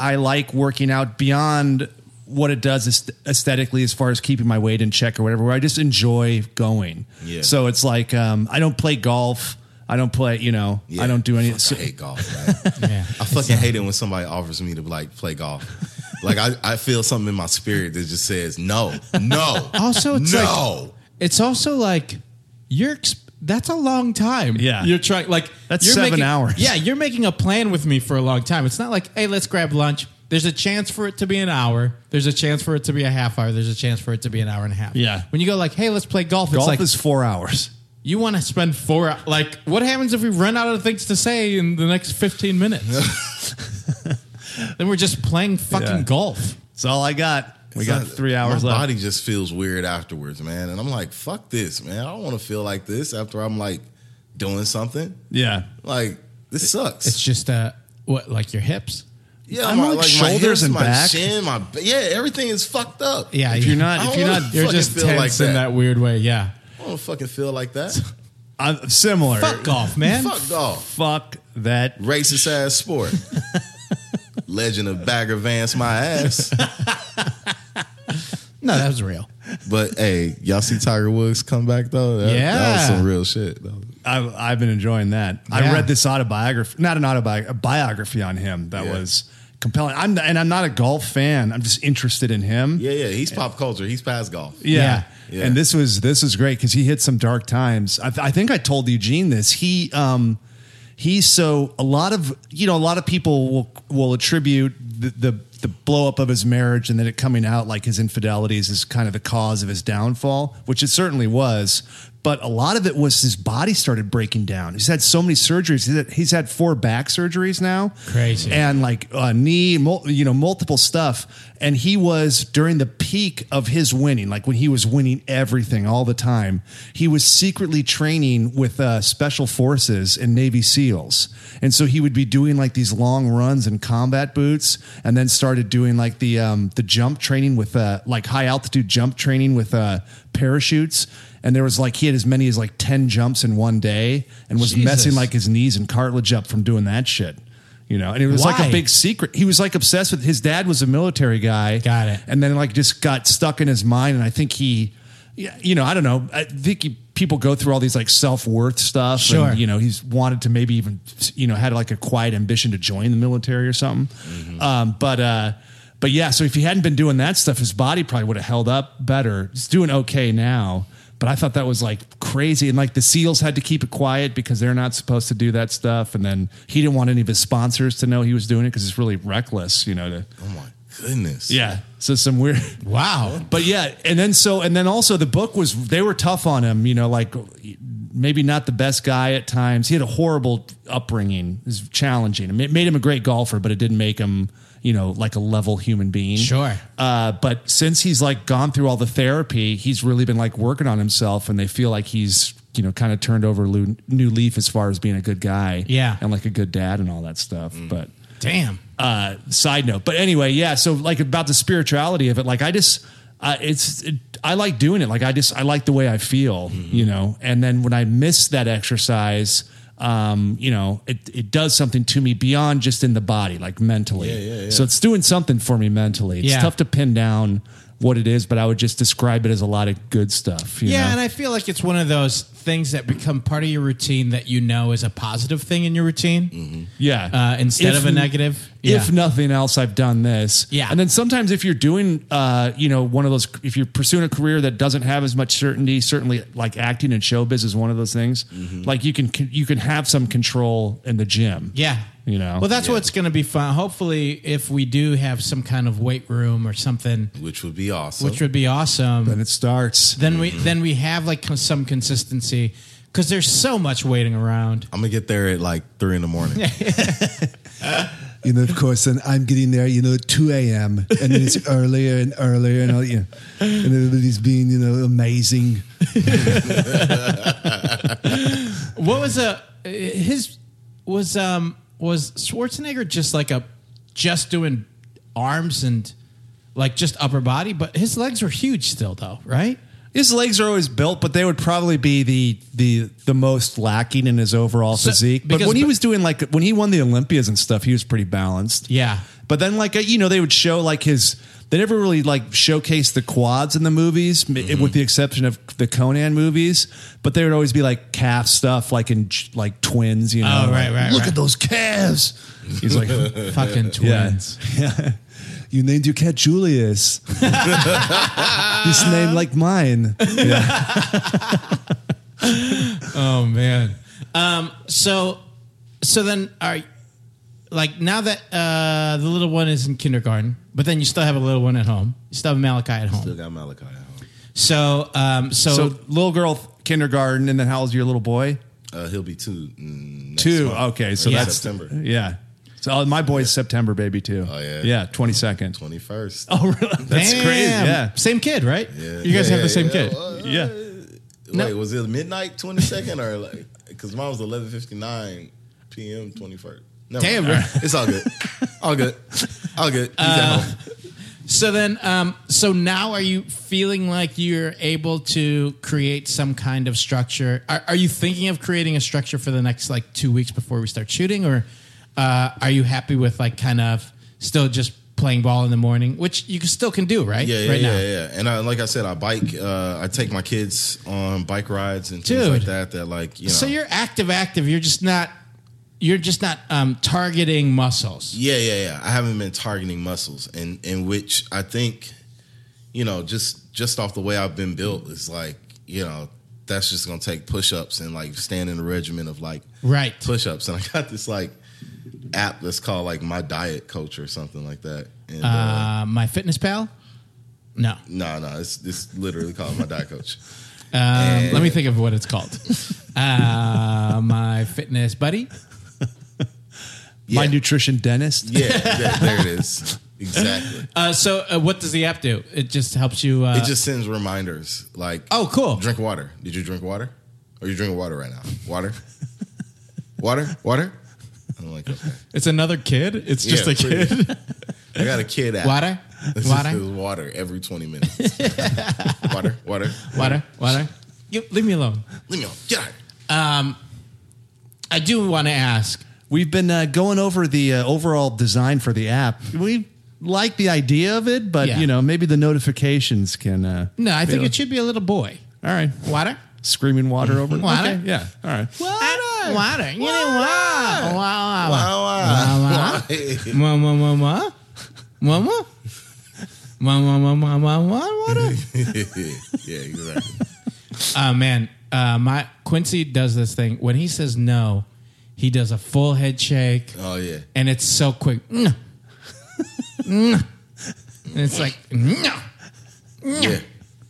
Speaker 5: I like working out beyond what it does aest- aesthetically as far as keeping my weight in check or whatever, where I just enjoy going.
Speaker 4: Yeah.
Speaker 5: So it's like, um, I don't play golf. I don't play, you know, I don't do any.
Speaker 4: Fuck,
Speaker 5: so-
Speaker 4: I hate golf. man. I fucking hate it when somebody offers me to like play golf. like I, I feel something in my spirit that just says no, no.
Speaker 2: Also, it's like-
Speaker 4: no.
Speaker 2: it's also like you're. Exp- that's a long time.
Speaker 5: Yeah.
Speaker 2: you're trying like
Speaker 5: That's
Speaker 2: you're
Speaker 5: seven
Speaker 2: making-
Speaker 5: hours.
Speaker 2: Yeah, you're making a plan with me for a long time. It's not like, hey, let's grab lunch. There's a chance for it to be an hour. There's a chance for it to be a half hour. There's a chance for it to be an hour and a half.
Speaker 5: Yeah.
Speaker 2: When you go like, hey, let's play golf.
Speaker 5: golf
Speaker 2: it's like
Speaker 5: is four hours.
Speaker 2: you want to spend four. hou- Like, what happens if we run out of things to say in the next 15 minutes? then we're just playing fucking
Speaker 5: Yeah.
Speaker 2: golf.
Speaker 5: It's all I got. We got
Speaker 4: Son,
Speaker 5: three hours
Speaker 4: my
Speaker 5: left.
Speaker 4: body just feels weird afterwards, man. And I'm like, fuck this, man. I don't want to feel like this after I'm like doing something.
Speaker 5: Yeah.
Speaker 4: Like this sucks.
Speaker 2: It's just uh, what like your hips.
Speaker 4: yeah,
Speaker 5: I'm like shoulders and
Speaker 4: my
Speaker 5: back.
Speaker 4: shin, my yeah, everything is fucked up.
Speaker 2: Yeah,
Speaker 5: If you're not,
Speaker 4: I
Speaker 5: if you're
Speaker 4: wanna
Speaker 5: not,
Speaker 2: you're
Speaker 4: fucking
Speaker 2: just
Speaker 4: feel like
Speaker 2: tense in
Speaker 4: that.
Speaker 2: that weird way. Yeah.
Speaker 4: I don't fucking feel like that.
Speaker 5: I'm similar.
Speaker 2: Fuck golf, man.
Speaker 4: Fuck golf.
Speaker 5: Fuck that.
Speaker 4: Racist ass sport. Legend of Bagger Vance, my ass.
Speaker 2: No, that was real.
Speaker 4: But hey, y'all see Tiger Woods come back though? That, that was
Speaker 2: Yeah.
Speaker 4: some real shit. though.
Speaker 5: I've, I've been enjoying that.
Speaker 2: Yeah.
Speaker 5: I read this autobiography, not an autobiography, a biography on him that
Speaker 4: Yeah.
Speaker 5: was compelling. I'm and I'm not a golf fan. I'm just interested in him.
Speaker 4: Yeah, yeah, he's pop culture. He's past golf.
Speaker 5: Yeah.
Speaker 4: Yeah.
Speaker 5: And this was this was great because he hit some dark times. I, I think I told Eugene this. He um he's so a lot of you know a lot of people will will attribute the the, the blow up of his marriage and then it coming out like his infidelities is kind of the cause of his downfall, which it certainly was. But a lot of it was his body started breaking down. He's had so many surgeries. He's had, he's had four back surgeries now.
Speaker 2: Crazy.
Speaker 5: And and like uh, knee, mul- you know, multiple stuff. And he was during the peak of his winning, like when he was winning everything all the time. He was secretly training with uh, special forces and Navy SEALs, and so he would be doing like these long runs in combat boots, and then started doing like the um, the jump training with uh, like high altitude jump training with uh, parachutes. And there was like he had as many as like ten jumps in one day, and was
Speaker 2: Jesus.
Speaker 5: messing like his knees and cartilage up from doing that shit. You know, and it was like
Speaker 2: Why?
Speaker 5: a big secret. He was like obsessed with his dad was a military guy.
Speaker 2: Got it.
Speaker 5: And then like just got stuck in his mind. And I think he, yeah, you know, I don't know. I think he, people go through all these like self worth stuff.
Speaker 2: Sure.
Speaker 5: And, you know, he's wanted to maybe even, you know, had like a quiet ambition to join the military or something. Um, but, uh, but yeah, so if he hadn't been doing that stuff, his body probably would have held up better. He's doing okay now. But I thought that was like crazy. And like the SEALs had to keep it quiet because they're not supposed to do that stuff. And then he didn't want any of his sponsors to know he was doing it because it's really reckless, you know. To,
Speaker 4: Oh my goodness.
Speaker 5: yeah. So some weird.
Speaker 2: Wow.
Speaker 5: But yeah, and then so and then also the book was they were tough on him, you know, like maybe not the best guy at times. He had a horrible upbringing. It was challenging. It ma- made him a great golfer, but it didn't make him, you know, like a level human being.
Speaker 2: Sure.
Speaker 5: Uh, but since he's like gone through all the therapy, he's really been like working on himself, and they feel like he's you know kind of turned over a lu- new leaf as far as being a good guy,
Speaker 2: Yeah.
Speaker 5: and like a good dad and all that stuff. But
Speaker 2: Damn.
Speaker 5: uh, side note. But anyway, yeah. So like about the spirituality of it, like I just, uh, it's, it, I like doing it. Like I just, I like the way I feel,
Speaker 2: Mm-hmm.
Speaker 5: you know. And then when I miss that exercise, um, you know, it it does something to me beyond just in the body, like mentally. So it's doing something for me mentally. It's
Speaker 2: Yeah.
Speaker 5: tough to pin down what it is, but I would just describe it as a lot of good stuff. You
Speaker 2: Yeah,
Speaker 5: know?
Speaker 2: and I feel like it's one of those things that become part of your routine that you know is a positive thing in your routine.
Speaker 4: Mm-hmm.
Speaker 5: Yeah.
Speaker 2: Uh, instead of a negative?
Speaker 5: If
Speaker 2: Yeah.
Speaker 5: nothing else, I've done this.
Speaker 2: Yeah.
Speaker 5: And then sometimes if you're doing, uh, you know, one of those, if you're pursuing a career that doesn't have as much certainty, certainly like acting and showbiz is one of those things.
Speaker 4: Mm-hmm.
Speaker 5: Like you can, you can have some control in the gym.
Speaker 2: Yeah.
Speaker 5: You know?
Speaker 2: Well, that's what's going to be fun. Hopefully, if we do have some kind of weight room or something,
Speaker 4: Which would be awesome.
Speaker 2: which would be awesome,
Speaker 5: And it starts.
Speaker 2: then
Speaker 4: Mm-hmm.
Speaker 2: we then we have like con- some consistency because there's so much waiting around.
Speaker 4: I'm gonna get there at like three in the morning.
Speaker 8: You know, of course, and I'm getting there, you know, at 2 a.m. And then it's earlier and earlier and all, you know, and everybody's being, you know, amazing.
Speaker 2: What was a his was um was Schwarzenegger just like a just doing arms and like just upper body, but his legs were huge still though, right?
Speaker 5: His legs are always built, but they would probably be the the the most lacking in his overall
Speaker 2: So-
Speaker 5: physique. But
Speaker 2: because-
Speaker 5: when he was doing like when he won the Olympias and stuff, he was pretty balanced.
Speaker 2: Yeah.
Speaker 5: But then, like, uh, you know, they would show like his. They never really like showcased the quads in the movies, m
Speaker 2: Mm-hmm.
Speaker 5: with the exception of the Conan movies. But they would always be like calf stuff, like in like twins. You know,
Speaker 2: Oh, right,
Speaker 5: like,
Speaker 2: right,
Speaker 5: Look
Speaker 2: right.
Speaker 5: at those calves. He's like,
Speaker 2: Fucking
Speaker 5: yeah,
Speaker 2: twins.
Speaker 5: yeah.
Speaker 8: You named your cat Julius. His name like mine.
Speaker 2: Oh man. Um. So, so then are like now that uh the little one is in kindergarten, but then you still have a little one at home. You still have Malachi at
Speaker 4: Still
Speaker 2: home.
Speaker 4: got Malachi at home.
Speaker 2: So, um, so,
Speaker 5: So little girl kindergarten, and then how's your little boy?
Speaker 4: Uh, he'll be two. mm, next
Speaker 5: Two.
Speaker 4: month.
Speaker 5: Okay, so
Speaker 4: Or
Speaker 5: that's
Speaker 4: September
Speaker 5: Yeah. So uh, my boy's September baby too.
Speaker 4: Oh, yeah.
Speaker 5: Yeah, twenty second.
Speaker 4: 21st.
Speaker 5: Oh really? That's
Speaker 2: Damn.
Speaker 5: crazy. Yeah.
Speaker 2: Same kid, right?
Speaker 4: Yeah.
Speaker 2: You guys
Speaker 4: Yeah,
Speaker 2: have the same
Speaker 4: yeah, yeah.
Speaker 2: kid.
Speaker 4: Uh,
Speaker 5: Yeah.
Speaker 4: Wait, was it midnight 22nd or like? Because mine was 11:59 p.m. 21st. Never
Speaker 2: Damn,
Speaker 4: mind.
Speaker 2: bro.
Speaker 4: it's all good. All good. All good.
Speaker 2: Uh,
Speaker 4: He's at home.
Speaker 2: So then, um, so now are you feeling like you're able to create some kind of structure? Are, are you thinking of creating a structure for the next like two weeks before we start shooting, or uh, are you happy with like kind of still just playing ball in the morning, which you still can do, right?
Speaker 4: Yeah, yeah,
Speaker 2: right
Speaker 4: yeah,
Speaker 2: now.
Speaker 4: yeah. And I, like I said, I bike. Uh, I take my kids on bike rides and things like
Speaker 2: Dude.
Speaker 4: that. That like you know.
Speaker 2: So you're active, active. You're just not. You're just not um, targeting muscles.
Speaker 4: Yeah, yeah, yeah. I haven't been targeting muscles, and in which I think, you know, just just off the way I've been built, it's like you know that's just gonna take push ups and like stand in a regimen of like
Speaker 2: Right.
Speaker 4: push ups. And I got this like app that's called like my diet coach or something like that. And uh,
Speaker 2: Uh, my fitness pal. No.
Speaker 4: no, no, it's it's literally called my diet coach.
Speaker 2: Um, let me think of what it's called. uh, my fitness buddy.
Speaker 5: My
Speaker 4: Yeah.
Speaker 5: nutrition dentist.
Speaker 4: Yeah, yeah, there it is. Exactly.
Speaker 2: Uh, so uh, what does the app do? It just helps you. Uh,
Speaker 4: It just sends reminders like
Speaker 2: Oh, cool.
Speaker 4: Drink water. Did you drink water? Are you drinking water right now? Water? water? Water? I'm like, okay.
Speaker 2: it's another kid. It's just
Speaker 4: Yeah,
Speaker 2: a
Speaker 4: pretty
Speaker 2: kid.
Speaker 4: I got a kid app.
Speaker 2: Water?
Speaker 4: It's just
Speaker 2: Water?
Speaker 4: water every 20 minutes. water, water,
Speaker 2: water. Water. You, leave me alone.
Speaker 4: Leave me alone. Get out. of here.
Speaker 2: I do want to ask.
Speaker 5: We've been uh, going over the uh, overall design for the app. We like the idea of it, but
Speaker 2: Yeah.
Speaker 5: you know, maybe the notifications can. Uh,
Speaker 2: No, I think it should be a little boy.
Speaker 5: all right,
Speaker 2: Water.
Speaker 5: screaming water over.
Speaker 2: Water?
Speaker 5: Okay, yeah, all right.
Speaker 2: Water. Water. You know, water. Water.
Speaker 4: Wow, wow.
Speaker 2: Mwah, mwah, mwah, mwah. Mwah, mwah. Mwah, mwah, mwah, mwah, mwah, mwah, water.
Speaker 4: yeah, exactly.
Speaker 2: Oh man, uh, my Quincy does this thing when he says no, he does a full head shake,
Speaker 4: Oh, yeah.
Speaker 2: and it's so quick. No, no, and it's like no.
Speaker 4: Yeah.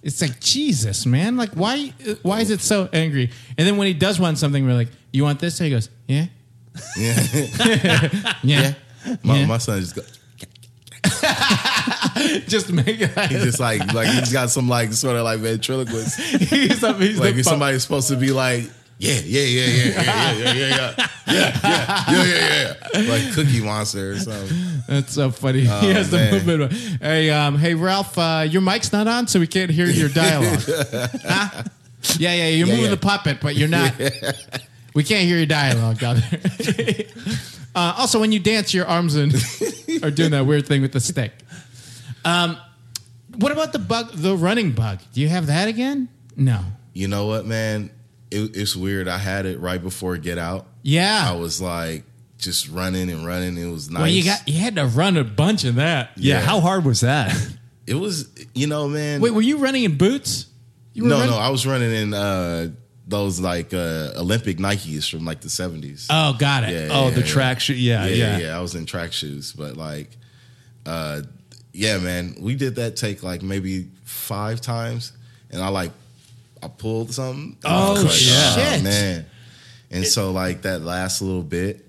Speaker 2: It's like Jesus, man. Like why? Why is it so angry? And then when he does want something, we're like, "You want this?" And he goes, "Yeah, yeah,
Speaker 4: My,
Speaker 2: Yeah.
Speaker 4: my son just go,
Speaker 2: yeah." Just make it.
Speaker 4: he's just like, like he's got some like sort of like ventriloquist.
Speaker 2: he's up, he's
Speaker 4: Like
Speaker 2: the
Speaker 4: if
Speaker 2: fu-
Speaker 4: somebody's supposed to be like, yeah, yeah, yeah, yeah, yeah, yeah, yeah, yeah, yeah, yeah, yeah, yeah, yeah, yeah, like Cookie Monster or something.
Speaker 2: That's so funny. he has
Speaker 4: man.
Speaker 2: the movement. one. Hey, um, hey, Ralph, uh, your mic's not on, so we can't hear your dialogue. Huh? Yeah, yeah, you're moving
Speaker 4: yeah.
Speaker 2: the puppet, but you're not. We can't hear your dialogue out there. uh, also, when you dance, your arms and are doing that weird thing with the stick. Um, what about the bug, the running bug? Do you have that again? No.
Speaker 4: You know what, man? It, it's weird. I had it right before Get Out.
Speaker 2: Yeah.
Speaker 4: I was like just running and running. It was nice.
Speaker 2: well, Ah. you got you had to run a bunch of that.
Speaker 5: Yeah,
Speaker 4: Yeah.
Speaker 5: how hard was that?
Speaker 4: it was you know, man.
Speaker 2: Wait, were you running in boots? You were
Speaker 4: no,
Speaker 2: running-
Speaker 4: no, I was running in uh those like uh Olympic Nikes from like the seventies.
Speaker 2: Oh, got it.
Speaker 4: Yeah,
Speaker 5: Oh,
Speaker 4: yeah,
Speaker 5: the
Speaker 4: yeah.
Speaker 5: track shoe. Yeah,
Speaker 4: yeah,
Speaker 5: yeah.
Speaker 4: yeah, yeah. I was in track shoes, but like, uh, yeah, man, we did that take like maybe five times, and I like, I pulled something. and I was
Speaker 2: Oh,
Speaker 4: like,
Speaker 2: shit.
Speaker 4: man! And so like that last little bit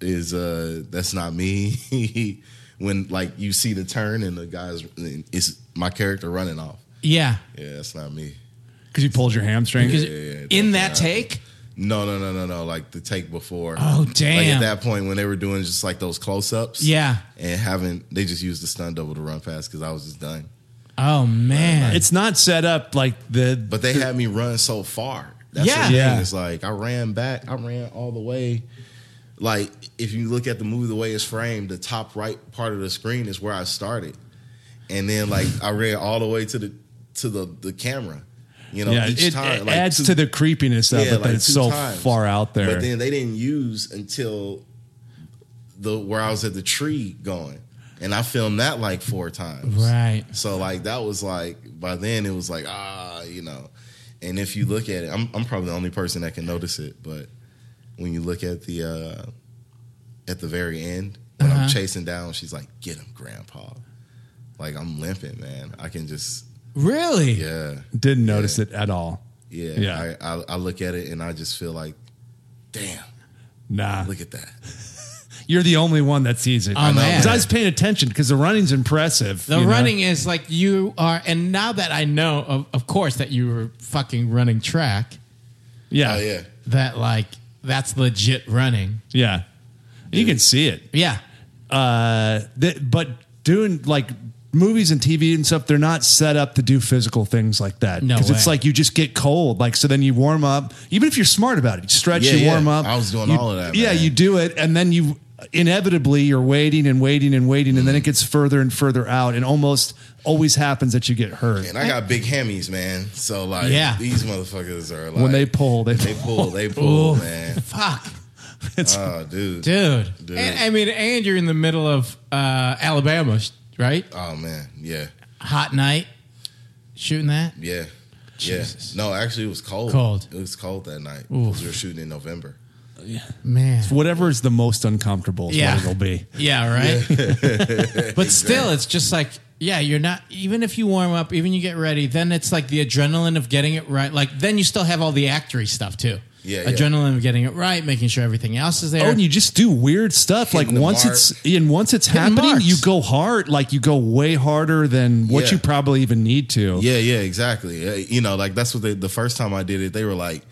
Speaker 4: is uh, that's not me. when like you see the turn and the guys, it's my character running off.
Speaker 2: Yeah.
Speaker 4: Yeah, that's not me.
Speaker 5: Because you pulled your hamstring.
Speaker 2: Because in
Speaker 4: definitely
Speaker 2: that
Speaker 4: not.
Speaker 2: take,
Speaker 4: No, no, no, no, no. Like the take before.
Speaker 2: Oh,
Speaker 4: Like
Speaker 2: damn.
Speaker 4: at that point when they were doing just like those close ups.
Speaker 2: Yeah.
Speaker 4: And having they just used the stun double to run past because I was just done.
Speaker 2: oh man,
Speaker 5: it's not set up like the.
Speaker 4: But they had me run so far. That's
Speaker 2: Yeah.
Speaker 4: the thing.
Speaker 5: Yeah.
Speaker 4: It's like I ran back. I ran all the way. Like if you look at the movie the way it's framed, the top right part of the screen is where I started. And then like I ran all the way to the to the the camera. You know,
Speaker 5: yeah,
Speaker 4: each
Speaker 5: it,
Speaker 4: time
Speaker 5: it
Speaker 4: like,
Speaker 5: adds
Speaker 4: two-
Speaker 5: to the creepiness of it that
Speaker 4: like
Speaker 5: it's
Speaker 4: two
Speaker 5: so
Speaker 4: times.
Speaker 5: far out there.
Speaker 4: But then they didn't use until the where I was at the tree going, and I filmed that like four times.
Speaker 2: Right.
Speaker 4: So like that was like by then it was like ah you know, and if you look at it, I'm I'm probably the only person that can notice it, but when you look at the uh at the very end when
Speaker 5: Uh-huh.
Speaker 4: I'm chasing down, she's like get him, Grandpa. Like I'm limping, man. I can just
Speaker 2: really.
Speaker 4: yeah.
Speaker 5: Didn't notice it at all.
Speaker 4: Yeah,
Speaker 5: Yeah.
Speaker 4: I, I, I look at it and I just feel like, damn,
Speaker 5: Nah,
Speaker 4: look at that.
Speaker 5: you're the only one that sees it.
Speaker 2: Oh, man.
Speaker 5: Because I was paying attention because the running's impressive.
Speaker 2: The
Speaker 5: you know?
Speaker 2: running is like you are, and now that I know, of, of course, that you were fucking running track.
Speaker 5: Yeah,
Speaker 4: Oh yeah,
Speaker 2: That like that's legit running.
Speaker 5: yeah. You can see it.
Speaker 2: Yeah,
Speaker 5: uh, th- but doing like movies and TV and stuff, they're not set up to do physical things like that.
Speaker 2: No
Speaker 5: it's
Speaker 2: way.
Speaker 5: like you just get cold. Like so, then you warm up. Even if you're smart about it, you stretch,
Speaker 4: Yeah,
Speaker 5: you
Speaker 4: yeah.
Speaker 5: warm up.
Speaker 4: I was doing
Speaker 5: You-
Speaker 4: all of that,
Speaker 5: Yeah,
Speaker 4: man.
Speaker 5: you do it, and then you inevitably you're waiting and waiting and waiting, and then it gets further and further out, and almost always happens that you get hurt.
Speaker 4: And I got big hammies, man. So like,
Speaker 2: Yeah.
Speaker 4: these motherfuckers are like
Speaker 5: When they pull, they
Speaker 4: they pull, they pull, man.
Speaker 2: Fuck.
Speaker 4: Oh, dude.
Speaker 2: Dude.
Speaker 4: Dude.
Speaker 2: And, I mean, and you're in the middle of uh, Alabama, sh- right?
Speaker 4: Oh man, yeah,
Speaker 2: Hot night. Shooting that?
Speaker 4: yeah,
Speaker 2: Jesus.
Speaker 4: yeah. No, actually, it was cold.
Speaker 2: Cold.
Speaker 4: It was cold that night. 'cause We were shooting in November.
Speaker 2: Man.
Speaker 5: whatever is the most uncomfortable is
Speaker 2: Yeah.
Speaker 5: what it'll be.
Speaker 2: Yeah, right? but still, it's just like, yeah, you're not, even if you warm up, even you get ready, then it's like the adrenaline of getting it right. Like, then you still have all the actory stuff, too.
Speaker 4: Yeah, yeah.
Speaker 2: Adrenaline of getting it right, making sure everything else is there.
Speaker 5: Oh, and you just do weird stuff. Like
Speaker 4: Hitting the
Speaker 5: once
Speaker 4: mark.
Speaker 5: it's and once it's happening,
Speaker 2: marks.
Speaker 5: you go hard. Like you go way harder than what
Speaker 4: Yeah.
Speaker 5: you probably even need to.
Speaker 4: Yeah, yeah, exactly. Uh, You know, like that's what they, the first time I did it, they were like,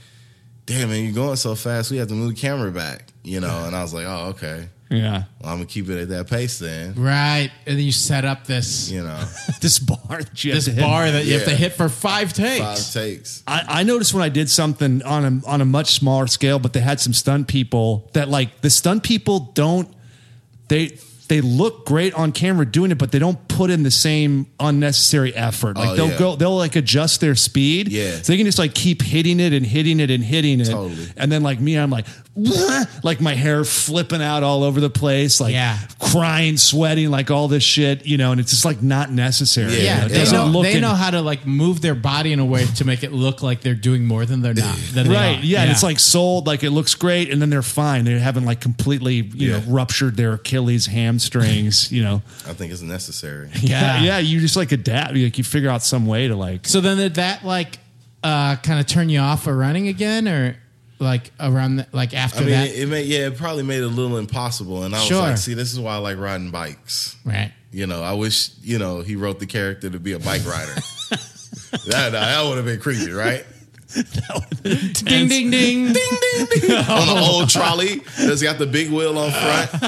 Speaker 4: "Damn, man, you're going so fast. We have to move the camera back." You know, and I was like, "Oh, okay.
Speaker 5: Yeah.
Speaker 4: Well, I'm gonna keep it at that pace then."
Speaker 2: right. And then you set up this.
Speaker 4: You know,
Speaker 5: This bar that you have
Speaker 2: This
Speaker 5: to hit.
Speaker 2: bar that you have to
Speaker 4: Yeah.
Speaker 2: hit for five takes.
Speaker 4: five takes.
Speaker 5: I, I noticed when I did something on a on a much smaller scale, but they had some stunt people that like the stunt people don't they they look great on camera doing it, but they don't put in the same unnecessary effort. Like
Speaker 4: Oh,
Speaker 5: they'll
Speaker 4: yeah.
Speaker 5: go they'll like adjust their speed.
Speaker 4: Yeah.
Speaker 5: So they can just like keep hitting it and hitting it and hitting it.
Speaker 4: Totally.
Speaker 5: And then like me, I'm like like my hair flipping out all over the place, like
Speaker 2: Yeah.
Speaker 5: crying, sweating, like all this shit, you know, and it's just like not necessary.
Speaker 4: Yeah,
Speaker 5: you know,
Speaker 2: Yeah,
Speaker 5: it
Speaker 2: they
Speaker 5: doesn't
Speaker 2: know,
Speaker 5: look
Speaker 2: they
Speaker 5: in-
Speaker 2: know how to like move their body in a way to make it look like they're doing more than they're not. Than they
Speaker 5: Right.
Speaker 2: are.
Speaker 5: Yeah. And it's like sold, like it looks great. And then they're fine. They haven't like completely, you know,
Speaker 4: Yeah.
Speaker 5: ruptured their Achilles hamstrings, you know.
Speaker 4: I think it's necessary.
Speaker 2: Yeah.
Speaker 5: Yeah. You just like adapt. Like you figure out some way to like,
Speaker 2: So then did that like uh, kind of turn you off of running again, or like around the, like after
Speaker 4: I mean,
Speaker 2: that?
Speaker 4: it, it made yeah, it probably made it a little impossible. And I was
Speaker 2: Sure.
Speaker 4: like, see, this is why I like riding bikes.
Speaker 2: right.
Speaker 4: You know, I wish you know he wrote the character to be a bike rider. that that would have been creepy, right?
Speaker 2: Ding ding ding ding ding ding.
Speaker 4: On an old trolley that's got the big wheel on front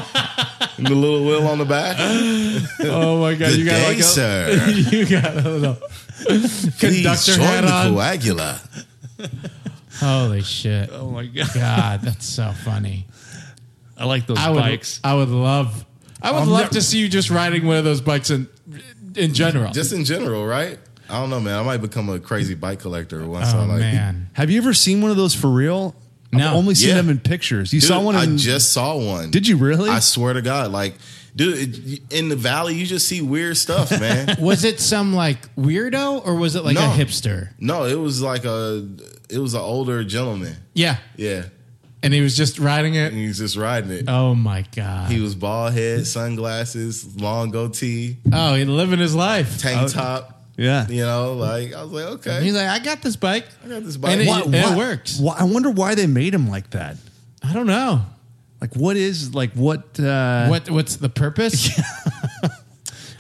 Speaker 4: and the little wheel on the back.
Speaker 2: Oh my god!
Speaker 4: Good
Speaker 2: you got
Speaker 4: day,
Speaker 2: like a,
Speaker 4: sir.
Speaker 2: you got a little conductor
Speaker 4: Please join
Speaker 2: hat
Speaker 4: the
Speaker 2: on.
Speaker 4: coagula.
Speaker 2: Holy shit!
Speaker 5: oh my God.
Speaker 2: God, that's so funny.
Speaker 5: I like those
Speaker 2: I would
Speaker 5: bikes.
Speaker 2: I would love I would love to see you just riding one of those bikes in in general.
Speaker 4: Just in general, right? I don't know, man. I might become a crazy bike collector once I
Speaker 2: oh
Speaker 4: like.
Speaker 2: man.
Speaker 5: Have you ever seen one of those for real?
Speaker 2: No.
Speaker 5: I've only seen
Speaker 4: Yeah.
Speaker 5: them in pictures. You
Speaker 4: Dude,
Speaker 5: saw one
Speaker 4: I
Speaker 5: in,
Speaker 4: just saw one.
Speaker 5: Did you really?
Speaker 4: I swear to God, like, dude, it, in the valley, you just see weird stuff, man.
Speaker 2: Was it some like weirdo or was it like
Speaker 4: No.
Speaker 2: a hipster?
Speaker 4: no, it was like a, it was an older gentleman.
Speaker 2: Yeah.
Speaker 4: Yeah,
Speaker 2: And he was just riding
Speaker 4: and
Speaker 2: it.
Speaker 4: he's just riding it.
Speaker 2: Oh my god.
Speaker 4: He was bald head, sunglasses, long goatee,
Speaker 2: Oh, he's living his life. Oh.
Speaker 4: tank top.
Speaker 5: yeah.
Speaker 4: You know, like I was like, okay,
Speaker 2: He's like, I got this bike.
Speaker 4: I got this bike.
Speaker 2: And it-
Speaker 4: Why-
Speaker 2: and it works.
Speaker 5: Why, I wonder why they made them like that.
Speaker 2: I don't know.
Speaker 5: Like what is like what uh
Speaker 2: What what's the purpose? I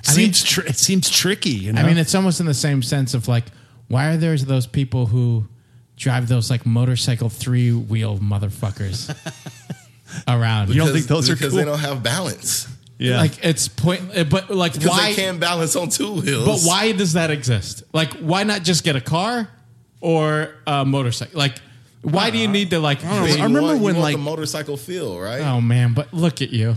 Speaker 2: mean-
Speaker 5: seems tr- it seems tricky, you know?
Speaker 2: I mean, it's almost in the same sense of like, why are there those people who drive those like motorcycle three wheel motherfuckers around?
Speaker 5: You don't think those are
Speaker 4: because
Speaker 5: cool?
Speaker 4: they don't have balance.
Speaker 5: yeah.
Speaker 2: Like it's point, eh, but like
Speaker 4: Because
Speaker 2: why?
Speaker 4: they can't balance on two wheels.
Speaker 2: But why does that exist? Like, why not just get a car or a motorcycle? Like, why do you need to like?
Speaker 4: I,
Speaker 5: I remember
Speaker 4: want, you
Speaker 5: when,
Speaker 4: want
Speaker 5: like-
Speaker 4: the motorcycle feel, right?
Speaker 2: Oh man, but look at you!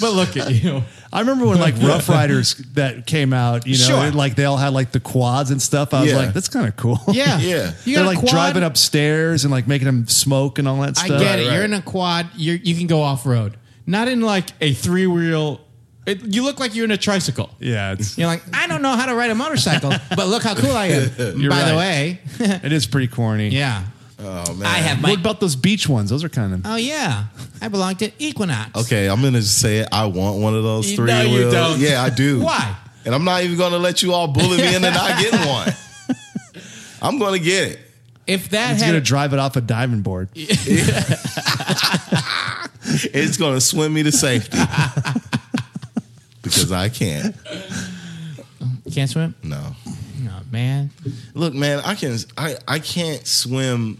Speaker 2: but look at you!
Speaker 5: I remember when like Rough Riders that came out, you know,
Speaker 2: Sure.
Speaker 5: and, like they all had like the quads and stuff. I was
Speaker 4: Yeah.
Speaker 5: like, that's kind of cool.
Speaker 2: Yeah,
Speaker 4: Yeah.
Speaker 2: You got
Speaker 5: They're
Speaker 2: a
Speaker 5: like
Speaker 2: quad?
Speaker 5: driving upstairs and like making them smoke and all that
Speaker 2: I
Speaker 5: stuff.
Speaker 2: get it.
Speaker 4: right.
Speaker 2: You're in a quad. You you can go off road. Not in like a three wheel. You look like you're in a tricycle.
Speaker 5: Yeah, it's,
Speaker 2: You're like, I don't know how to ride a motorcycle, but look how cool I am.
Speaker 5: You're
Speaker 2: By the
Speaker 5: right.
Speaker 2: way,
Speaker 5: it is pretty corny.
Speaker 2: yeah,
Speaker 4: Oh man,
Speaker 2: I have
Speaker 5: What
Speaker 2: my.
Speaker 5: about those beach ones? Those are kind of.
Speaker 2: Oh yeah, I belong to Equinox.
Speaker 4: Okay, I'm gonna just say it. I want one of those
Speaker 2: You-
Speaker 4: three
Speaker 2: no, you
Speaker 4: wheels.
Speaker 2: don't.
Speaker 4: Yeah, I do.
Speaker 2: Why?
Speaker 4: And I'm not even gonna let you all bully me into not getting one. I'm gonna get it.
Speaker 2: If that
Speaker 5: It's
Speaker 2: had
Speaker 5: gonna drive it off a diving board.
Speaker 4: It's gonna swim me to safety because I can't.
Speaker 2: can't swim,
Speaker 4: No,
Speaker 2: oh, man.
Speaker 4: look, man, I can. I I can't swim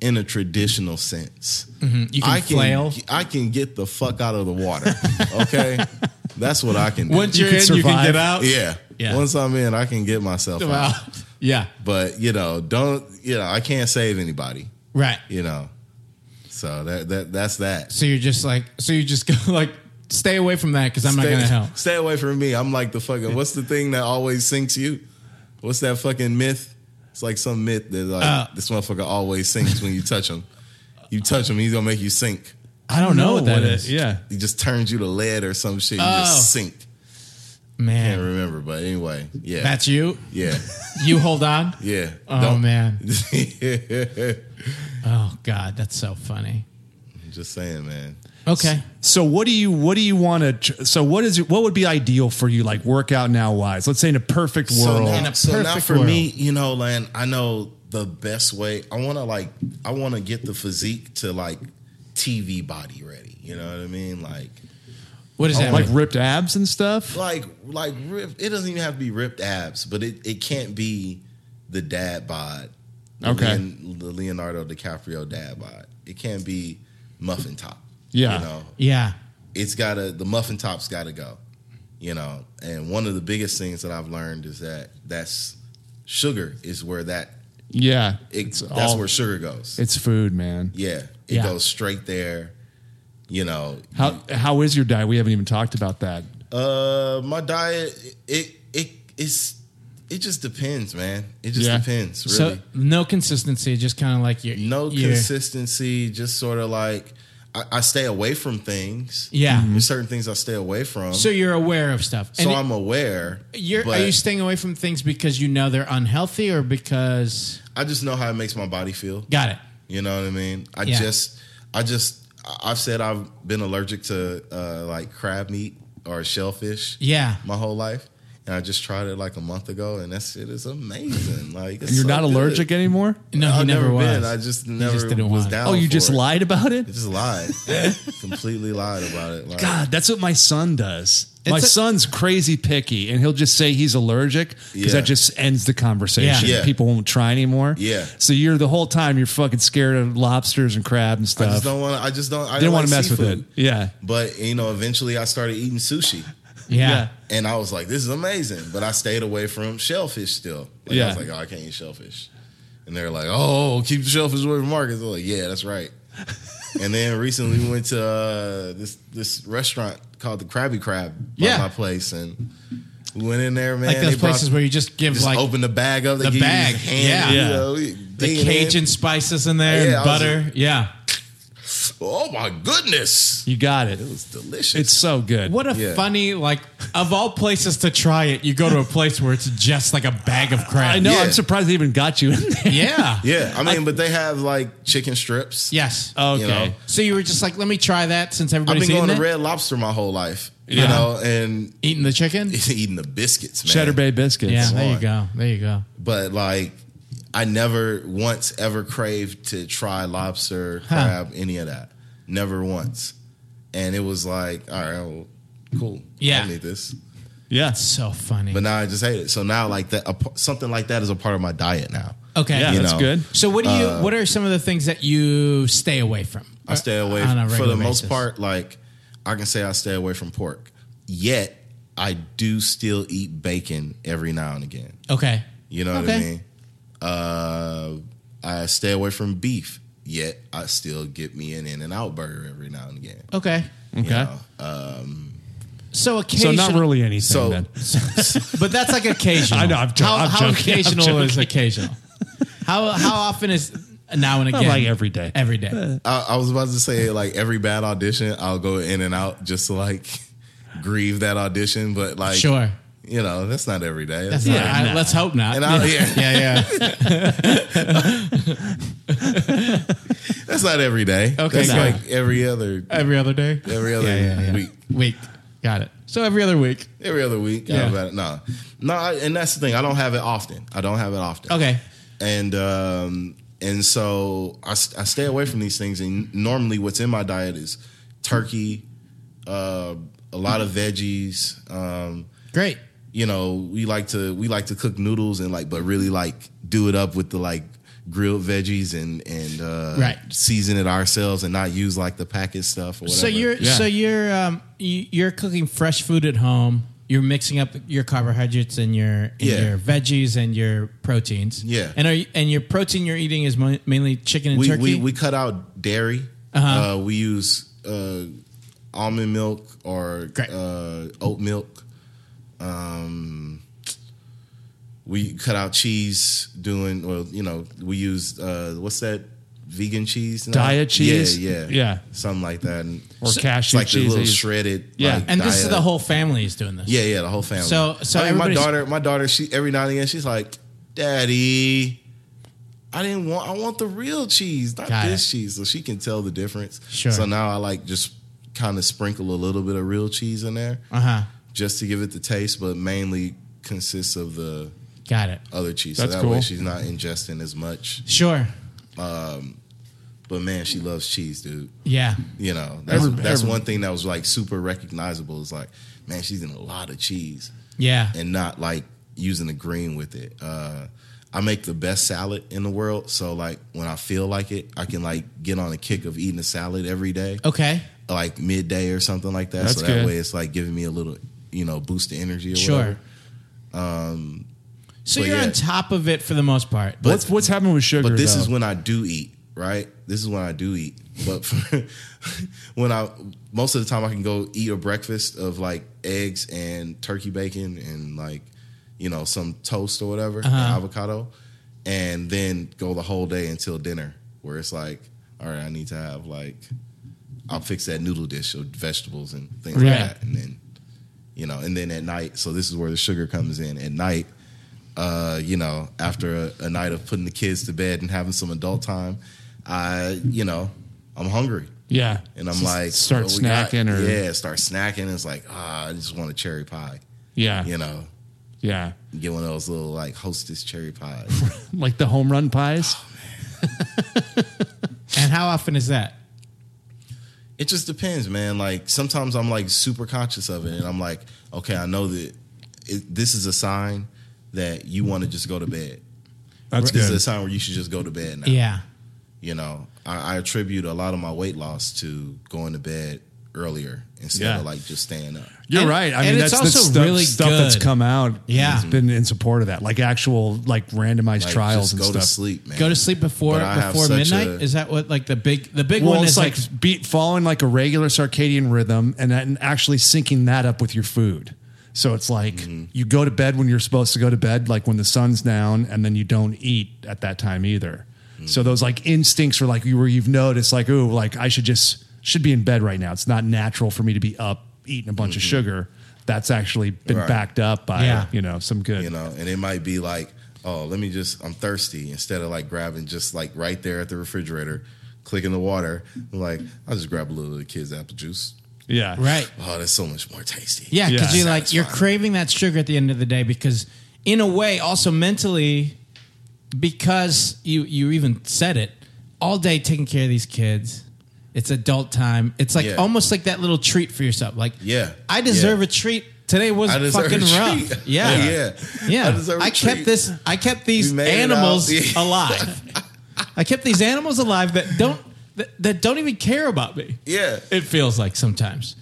Speaker 4: in a traditional sense.
Speaker 2: Mm-hmm. You can,
Speaker 4: I
Speaker 2: flail.
Speaker 4: I can get the fuck out of the water. Okay, that's what I can do.
Speaker 2: Once
Speaker 5: You
Speaker 2: you're in,
Speaker 5: can
Speaker 2: you can
Speaker 5: survive.
Speaker 2: get out.
Speaker 4: yeah.
Speaker 2: Yeah.
Speaker 4: Once I'm in, I can get myself
Speaker 2: Wow.
Speaker 4: out.
Speaker 2: Yeah.
Speaker 4: But you know, don't you know? I can't save anybody.
Speaker 2: Right.
Speaker 4: You know. So that, that that's that.
Speaker 2: So you're just like, so you just go like, stay away from that because I'm not gonna help.
Speaker 4: Stay away from me. I'm like the fucking. What's the thing that always sinks you? What's that fucking myth? It's like some myth that like
Speaker 2: Uh.
Speaker 4: this motherfucker always sinks when you touch him. You touch him, he's gonna make you sink.
Speaker 2: I don't know what that
Speaker 5: it-
Speaker 2: is.
Speaker 5: Yeah.
Speaker 4: He just turns you to lead or some shit. You
Speaker 2: Oh.
Speaker 4: just sink. Can't
Speaker 2: man,
Speaker 4: remember, but anyway, yeah,
Speaker 2: that's you.
Speaker 4: yeah,
Speaker 2: You hold on.
Speaker 4: yeah.
Speaker 2: Oh
Speaker 4: Don't-
Speaker 2: man. Oh god, that's so funny.
Speaker 4: just saying, man.
Speaker 2: Okay.
Speaker 5: So what do you what do you want to so what is what would be ideal for you like workout now wise? Let's say in a perfect world.
Speaker 4: So
Speaker 2: In
Speaker 4: now,
Speaker 2: a
Speaker 4: so now
Speaker 2: perfect
Speaker 4: for me, you know, Lan, I know the best way. I want to like, I want to get the physique to like TV body ready. You know what I mean? Like,
Speaker 2: What is that?
Speaker 5: like
Speaker 2: mean?
Speaker 5: ripped abs and stuff.
Speaker 4: like, like ripped. It doesn't even have to be ripped abs, but it it can't be the dad bod. The
Speaker 5: Okay.
Speaker 4: Leon- the Leonardo DiCaprio dad bod. It can't be muffin top.
Speaker 5: Yeah.
Speaker 4: you know,
Speaker 2: yeah.
Speaker 4: it's gotta the muffin top's gotta go you know and one of the biggest things that i've learned is that that's sugar is where that
Speaker 5: Yeah.
Speaker 4: it's that's
Speaker 5: all-
Speaker 4: where sugar goes
Speaker 5: It's food, man.
Speaker 4: yeah it
Speaker 2: Yeah.
Speaker 4: goes straight there you know
Speaker 5: How how is your diet? We haven't even talked about that.
Speaker 4: uh my diet it it it's it just depends man it just
Speaker 5: Yeah.
Speaker 4: depends really
Speaker 2: So no consistency, just kind of like your
Speaker 4: no
Speaker 2: your,
Speaker 4: consistency just sort of like I, I stay away from things
Speaker 2: Yeah.
Speaker 4: there's certain things i stay away from
Speaker 2: So
Speaker 4: so,
Speaker 2: you're aware of stuff. And
Speaker 4: i'm aware
Speaker 2: you're, are
Speaker 4: but-
Speaker 2: you staying away from things because you know they're unhealthy or because
Speaker 4: I just know how it makes my body feel.
Speaker 2: got it?
Speaker 4: You know what I mean? I
Speaker 2: Yeah.
Speaker 4: just, I just, I- I've said I've been allergic to uh, like crab meat or shellfish.
Speaker 2: Yeah.
Speaker 4: My whole life. And I just tried it like a month ago and that shit is amazing. Like, it's
Speaker 5: And you're
Speaker 4: so
Speaker 5: not
Speaker 4: good.
Speaker 5: allergic anymore?
Speaker 2: No, he
Speaker 4: I've
Speaker 2: never, was.
Speaker 4: been. I just never
Speaker 2: didn't
Speaker 4: was
Speaker 2: want it.
Speaker 4: down.
Speaker 5: Oh, you
Speaker 4: for
Speaker 5: just
Speaker 4: it.
Speaker 5: lied about it?
Speaker 4: I just lied. Completely lied about it. Like,
Speaker 5: God, that's what my son does. my
Speaker 2: It's a-
Speaker 5: son's crazy picky, and he'll just say he's allergic because
Speaker 4: Yeah.
Speaker 5: that just ends the conversation.
Speaker 2: Yeah.
Speaker 4: Yeah.
Speaker 5: People won't try anymore.
Speaker 4: Yeah.
Speaker 5: So you're the whole time you're fucking scared of lobsters and crab and
Speaker 4: I
Speaker 5: stuff.
Speaker 4: just don't want to, I just don't, I
Speaker 5: Didn't
Speaker 4: don't
Speaker 5: want to
Speaker 4: like
Speaker 5: mess
Speaker 4: seafood.
Speaker 5: with it. Yeah.
Speaker 4: But, you know, eventually I started eating sushi.
Speaker 2: Yeah.
Speaker 4: And I was like, this is amazing. But I stayed away from shellfish still. Like,
Speaker 5: Yeah.
Speaker 4: I was like, oh, I can't eat shellfish. And they're like, oh, keep the shellfish away from Marcus. They're like, yeah, that's right. and then recently we went to uh, this this restaurant called the Krabby Crab by
Speaker 2: Yeah.
Speaker 4: my place. And we went in there, man.
Speaker 2: Like those
Speaker 4: They brought-
Speaker 2: places where you just give
Speaker 4: just
Speaker 2: like
Speaker 4: open the bag up. They
Speaker 2: the
Speaker 4: give you these
Speaker 2: bag.
Speaker 4: hand,
Speaker 2: Yeah.
Speaker 4: You know,
Speaker 2: the
Speaker 4: digging
Speaker 2: Cajun
Speaker 4: in.
Speaker 2: spices in there
Speaker 4: Yeah, I
Speaker 2: and
Speaker 4: was
Speaker 2: butter.
Speaker 4: like-
Speaker 2: yeah.
Speaker 4: Oh, my goodness.
Speaker 5: You got it.
Speaker 4: It's delicious.
Speaker 5: It's so good.
Speaker 2: What a
Speaker 4: Yeah.
Speaker 2: funny like of all places to try it, you go to a place where it's just like a bag of crap.
Speaker 5: I know.
Speaker 4: Yeah.
Speaker 5: I'm surprised they even got you in there.
Speaker 2: Yeah.
Speaker 4: yeah, I mean, but they have like chicken strips.
Speaker 2: Yes.
Speaker 5: Okay.
Speaker 4: know.
Speaker 2: So you were just like, let me try that since
Speaker 4: I've
Speaker 2: everybody's
Speaker 4: been going
Speaker 2: eating
Speaker 4: to
Speaker 2: it?
Speaker 4: Red Lobster my whole life,
Speaker 5: Yeah.
Speaker 4: you know, and
Speaker 2: eating the chicken.
Speaker 4: eating the biscuits, man.
Speaker 5: Cheddar Bay biscuits.
Speaker 2: Yeah, there you
Speaker 4: on.
Speaker 2: go. There you go.
Speaker 4: But like, I never once ever craved to try lobster, crab, any of that. Never once. And it was like, all right, well, cool.
Speaker 2: Yeah.
Speaker 4: I need this.
Speaker 5: Yeah.
Speaker 2: So funny.
Speaker 4: But now I just hate it. So now, like that, a p something like that is a part of my diet now.
Speaker 2: okay.
Speaker 5: Yeah, Uh,
Speaker 4: You
Speaker 5: that's
Speaker 4: know.
Speaker 5: good.
Speaker 2: So what do you? what are some of the things that you stay away from?
Speaker 4: I stay away
Speaker 2: On a
Speaker 4: for
Speaker 2: regular
Speaker 4: the most
Speaker 2: basis.
Speaker 4: part. Like, I can say I stay away from pork. Yet, I do still eat bacon every now and again.
Speaker 2: Okay.
Speaker 4: You know what I
Speaker 2: Okay.
Speaker 4: mean? Uh, I stay away from beef, yet I still get me an In and Out burger every now and again.
Speaker 2: Okay.
Speaker 5: Okay.
Speaker 2: So
Speaker 5: So
Speaker 2: occasional.
Speaker 5: not really anything
Speaker 4: So,
Speaker 5: then.
Speaker 2: But that's like occasional.
Speaker 5: I know, I'm jo-
Speaker 2: how
Speaker 5: I'm
Speaker 2: how
Speaker 5: joking, I'm
Speaker 2: occasional is
Speaker 5: joking.
Speaker 2: occasional? How how often is now and again?
Speaker 5: like every day.
Speaker 2: Every day.
Speaker 4: I, I was about to say, like every bad audition, I'll go In and Out just to like grieve that audition, but like,
Speaker 2: Sure.
Speaker 4: you know, that's not every day.
Speaker 2: That's
Speaker 4: not-
Speaker 2: not, I-
Speaker 5: no.
Speaker 2: Let's hope not.
Speaker 4: And I'll, yeah,
Speaker 2: yeah, yeah.
Speaker 4: that's not every day.
Speaker 2: Okay,
Speaker 4: that's
Speaker 2: good.
Speaker 4: like every other
Speaker 2: Every other day.
Speaker 4: every other week.
Speaker 2: Week. Got it. So every other week.
Speaker 4: Every other week,
Speaker 2: Yeah.
Speaker 4: yeah. About it. No, no, I- and that's the thing. I don't have it often. I don't have it often.
Speaker 2: Okay.
Speaker 4: and um, and so I, s- I stay away from these things. And normally, what's in my diet is turkey, uh, a lot of veggies. Um,
Speaker 2: Great.
Speaker 4: you know, we like to we like to cook noodles and like, but really like do it up with the like grilled veggies and and uh,
Speaker 2: Right.
Speaker 4: season it ourselves and not use like the packet stuff. Or whatever.
Speaker 2: So you're
Speaker 5: Yeah.
Speaker 2: so you're um you- you're cooking fresh food at home. You're mixing up your carbohydrates and your and
Speaker 4: Yeah.
Speaker 2: your veggies and your proteins.
Speaker 4: Yeah.
Speaker 2: And are you, and your protein you're eating is mo- mainly chicken and
Speaker 4: we,
Speaker 2: turkey.
Speaker 4: we we cut out dairy.
Speaker 5: Uh-huh.
Speaker 4: Uh, we use uh, almond milk or
Speaker 7: Great.
Speaker 4: uh, oat milk. Um, we cut out cheese doing, well, you know, we use, uh, what's that? Vegan cheese? now?
Speaker 5: Diet cheese?
Speaker 4: Yeah, yeah.
Speaker 5: Yeah.
Speaker 4: Something like that. And
Speaker 5: Or
Speaker 4: it's
Speaker 5: cashew
Speaker 4: like
Speaker 5: cheese
Speaker 4: the
Speaker 5: they
Speaker 4: little
Speaker 5: use.
Speaker 4: shredded.
Speaker 5: Yeah.
Speaker 4: like,
Speaker 2: And this is
Speaker 4: diet-
Speaker 2: the whole family is doing this.
Speaker 4: yeah, yeah, the whole family.
Speaker 2: So- so
Speaker 4: I mean, my
Speaker 2: everybody's-
Speaker 4: daughter, my daughter, she every now and again, she's like, "Daddy, I didn't want, I want the real cheese, not
Speaker 2: Got
Speaker 4: this
Speaker 2: it.
Speaker 4: cheese." So she can tell the difference.
Speaker 2: Sure.
Speaker 4: So now I like just kind of sprinkle a little bit of real cheese in there,
Speaker 2: Uh huh.
Speaker 4: just to give it the taste, but mainly consists of the
Speaker 2: Got it.
Speaker 4: other cheese.
Speaker 5: That's
Speaker 4: so that
Speaker 5: cool.
Speaker 4: way she's not ingesting as much.
Speaker 2: Sure.
Speaker 4: But man, she loves cheese, dude.
Speaker 2: Yeah.
Speaker 4: You know, that's
Speaker 5: Every-
Speaker 4: that's
Speaker 5: every-
Speaker 4: one thing that was like super recognizable. Is like, man, she's in a lot of cheese.
Speaker 2: Yeah.
Speaker 4: and not like using the green with it. Uh, I make the best salad in the world, so like when I feel like it, I can like get on a kick of eating a salad every day,
Speaker 2: Okay.
Speaker 4: like midday or something like that.
Speaker 5: That's
Speaker 4: so that
Speaker 5: good.
Speaker 4: way, it's like giving me a little, you know, boost of energy. Or
Speaker 2: Sure.
Speaker 4: Whatever. Um,
Speaker 2: so
Speaker 4: but
Speaker 2: you're
Speaker 4: yeah.
Speaker 2: on top of it for the most part. But
Speaker 5: what's what's happening with sugar?
Speaker 4: But this is
Speaker 5: though?
Speaker 4: when I do eat, right? This is when I do eat. But for, when I most of the time I can go eat a breakfast of like eggs and turkey bacon and like you know some toast or whatever, and avocado, and then go the whole day until dinner, where it's like, all right, I need to have like I'll fix that noodle dish of vegetables and things
Speaker 5: Yeah.
Speaker 4: like that, and then you know, and then at night. So this is where the sugar comes in at night uh, you know, after a, a night of putting the kids to bed and having some adult time, I, you know, I'm hungry.
Speaker 5: yeah,
Speaker 4: And I'm
Speaker 5: Just
Speaker 4: like,
Speaker 5: start
Speaker 4: what we got?
Speaker 5: snacking or yeah,
Speaker 4: yeah, start snacking. It's like, ah, I just want a cherry pie,
Speaker 5: yeah,
Speaker 4: you know,
Speaker 5: yeah.
Speaker 4: get one of those little like hostess cherry pies.
Speaker 5: like the home run pies.
Speaker 2: and how often is that?
Speaker 4: it just depends, man. Like sometimes I'm like super conscious of it, and I'm like, okay, I know that it, this is a sign that you want to just go to bed.
Speaker 5: That's
Speaker 4: this is
Speaker 5: good.
Speaker 4: a sign where you should just go to bed now.
Speaker 2: Yeah.
Speaker 4: you know, I, I attribute a lot of my weight loss to going to bed earlier instead
Speaker 5: Yeah.
Speaker 4: of like just staying up.
Speaker 5: You're
Speaker 2: And-
Speaker 5: right. I
Speaker 2: and
Speaker 5: mean,
Speaker 2: it's
Speaker 5: that's, that's
Speaker 2: also
Speaker 5: stuff,
Speaker 2: really
Speaker 5: stuff that's
Speaker 2: good.
Speaker 5: come out.
Speaker 2: Yeah.
Speaker 5: it's been in support of that, like actual like randomized
Speaker 4: Like,
Speaker 5: trials
Speaker 4: just
Speaker 5: and
Speaker 4: go
Speaker 5: stuff.
Speaker 4: to sleep, man.
Speaker 2: Go to sleep before
Speaker 4: But I have
Speaker 2: before
Speaker 4: such
Speaker 2: midnight.
Speaker 4: a-
Speaker 2: is that what like the big the big
Speaker 5: Well,
Speaker 2: one
Speaker 5: it's
Speaker 2: is
Speaker 5: like, beat following like a regular circadian rhythm and, and actually syncing that up with your food. So it's like
Speaker 2: Mm-hmm.
Speaker 5: you go to bed when you're supposed to go to bed, like when the sun's down, and then you don't eat at that time either. So those like instincts are like you where you've noticed like, oh, like I should just should be in bed right now. It's not natural for me to be up eating a bunch of sugar. That's actually been
Speaker 4: Mm-hmm. Right.
Speaker 5: backed up by
Speaker 2: Yeah.
Speaker 5: you know some good.
Speaker 4: you know, and it might be like, oh, let me just, I'm thirsty instead of like grabbing just like right there at the refrigerator, clicking the water. I'm like, I'll just grab a little of the kids' apple juice.
Speaker 5: Yeah,
Speaker 2: right.
Speaker 4: Oh, that's so much more tasty.
Speaker 2: Yeah, because
Speaker 5: Yeah.
Speaker 2: you're like you're
Speaker 4: Satisfying.
Speaker 2: craving that sugar at the end of the day because in a way, also mentally, because you you even said it, all day taking care of these kids. It's adult time. It's like
Speaker 4: Yeah.
Speaker 2: almost like that little treat for yourself. Like,
Speaker 4: Yeah.
Speaker 2: I deserve
Speaker 4: Yeah.
Speaker 2: a treat. Today was
Speaker 4: I deserve
Speaker 2: fucking
Speaker 4: a
Speaker 2: rough.
Speaker 4: treat.
Speaker 2: Yeah.
Speaker 4: yeah.
Speaker 2: Yeah.
Speaker 4: I deserve a
Speaker 2: I, kept
Speaker 4: treat.
Speaker 2: this I kept these
Speaker 4: We made it
Speaker 2: animals
Speaker 4: out.
Speaker 2: alive. I kept these animals alive that don't that, that don't even care about me.
Speaker 4: Yeah.
Speaker 2: It feels like sometimes.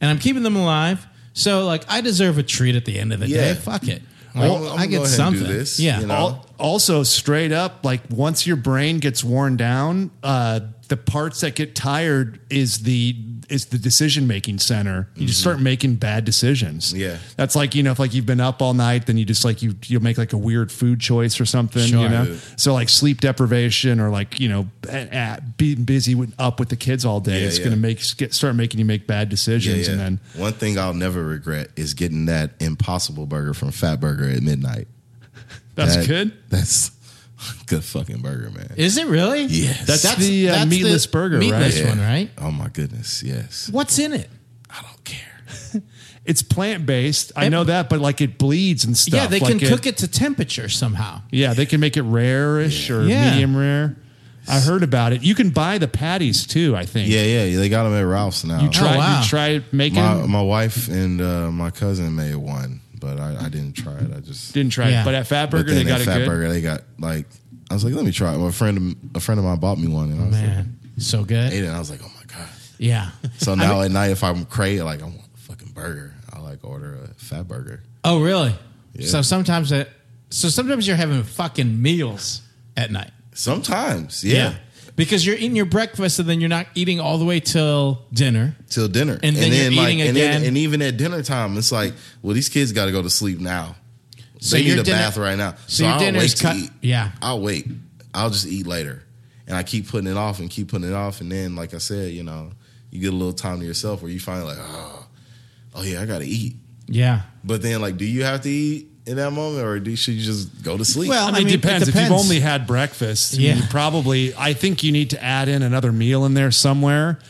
Speaker 2: And I'm keeping them alive. So like I deserve a treat at the end of the day.
Speaker 4: Yeah.
Speaker 2: Fuck it.
Speaker 4: I'm-
Speaker 2: Like, I get
Speaker 4: I'm gonna go ahead and do
Speaker 2: something.
Speaker 4: this,
Speaker 2: yeah.
Speaker 4: you know?
Speaker 5: Al- also, straight up, like once your brain gets worn down, uh, the parts that get tired is the is the decision making center. You just start making bad decisions.
Speaker 4: Mm-hmm. Yeah.
Speaker 5: that's like you know, if like you've been up all night, then you just like you you'll make like a weird food choice or something.
Speaker 2: Sure.
Speaker 5: you know, so like sleep deprivation or like you know, at, at, being busy with, up with the kids all day,
Speaker 4: Yeah,
Speaker 5: it's
Speaker 4: yeah.
Speaker 5: gonna make get, start making you make bad
Speaker 4: Yeah,
Speaker 5: decisions,
Speaker 4: yeah.
Speaker 5: and then
Speaker 4: One thing I'll never regret is getting that impossible burger from Fat Burger at midnight.
Speaker 5: that's
Speaker 4: That-
Speaker 5: good.
Speaker 4: That's a good fucking burger, man.
Speaker 2: Is it really?
Speaker 4: yes.
Speaker 5: That's, the uh,
Speaker 7: that's the
Speaker 5: meatless burger, right?
Speaker 2: meatless
Speaker 4: Yeah.
Speaker 2: one, right?
Speaker 4: Oh my goodness, yes.
Speaker 2: What's in it?
Speaker 4: I don't care.
Speaker 5: It's plant based. I know that, but like it bleeds and stuff.
Speaker 2: Yeah, they
Speaker 5: Like,
Speaker 2: can cook it to temperature somehow.
Speaker 5: Yeah, they can make it rareish or
Speaker 2: Yeah.
Speaker 5: medium rare. I heard about it. You can buy the patties too. I think.
Speaker 4: Yeah, yeah, they got them at Ralph's now.
Speaker 5: You try.
Speaker 2: Oh, wow.
Speaker 5: You try making.
Speaker 4: my
Speaker 5: them.
Speaker 4: my wife and uh, my cousin made one, but I, I didn't try it. I just
Speaker 5: Didn't try
Speaker 2: Yeah.
Speaker 5: it, but at Fat
Speaker 4: But
Speaker 5: Burger
Speaker 4: then
Speaker 5: they got
Speaker 4: at
Speaker 5: it
Speaker 4: Fat
Speaker 5: good.
Speaker 4: Burger, they got like I was like, let me try it. My friend a friend of mine bought me one, and I was like,
Speaker 2: Man. So
Speaker 4: ate
Speaker 2: good.
Speaker 4: it. And I was like, oh my god.
Speaker 2: Yeah.
Speaker 4: So now at night, if I'm craving, like I want a fucking burger, I like order a Fat Burger.
Speaker 2: Oh really?
Speaker 4: Yeah.
Speaker 2: So sometimes it so sometimes you're having fucking meals at night.
Speaker 4: Sometimes, yeah.
Speaker 2: because you're eating your breakfast and then you're not eating all the way till dinner.
Speaker 4: till dinner,
Speaker 2: And then you're eating
Speaker 4: like, and then-
Speaker 2: again.
Speaker 4: and even at dinner time, it's like, well, these kids got to go to sleep now.
Speaker 2: So
Speaker 4: they need
Speaker 2: your
Speaker 4: a
Speaker 2: dinner-
Speaker 4: bath right now.
Speaker 2: so your
Speaker 4: I don't
Speaker 2: dinner
Speaker 4: wait
Speaker 2: is
Speaker 4: to
Speaker 2: cut-
Speaker 4: eat.
Speaker 2: yeah.
Speaker 4: I'll wait. I'll just eat later, and I keep putting it off and keep putting it off, and then, like I said, you know, you get a little time to yourself where you find like, oh, oh yeah, I got to eat.
Speaker 2: Yeah.
Speaker 4: But then, like, do you have to eat in that moment, or do, should you just go to sleep?
Speaker 2: Well,
Speaker 5: I
Speaker 2: I
Speaker 5: mean,
Speaker 2: mean,
Speaker 5: it, depends.
Speaker 2: it
Speaker 5: If you've
Speaker 2: depends.
Speaker 5: only had breakfast,
Speaker 2: Yeah.
Speaker 5: you probably. I think you need to add in another meal in there somewhere,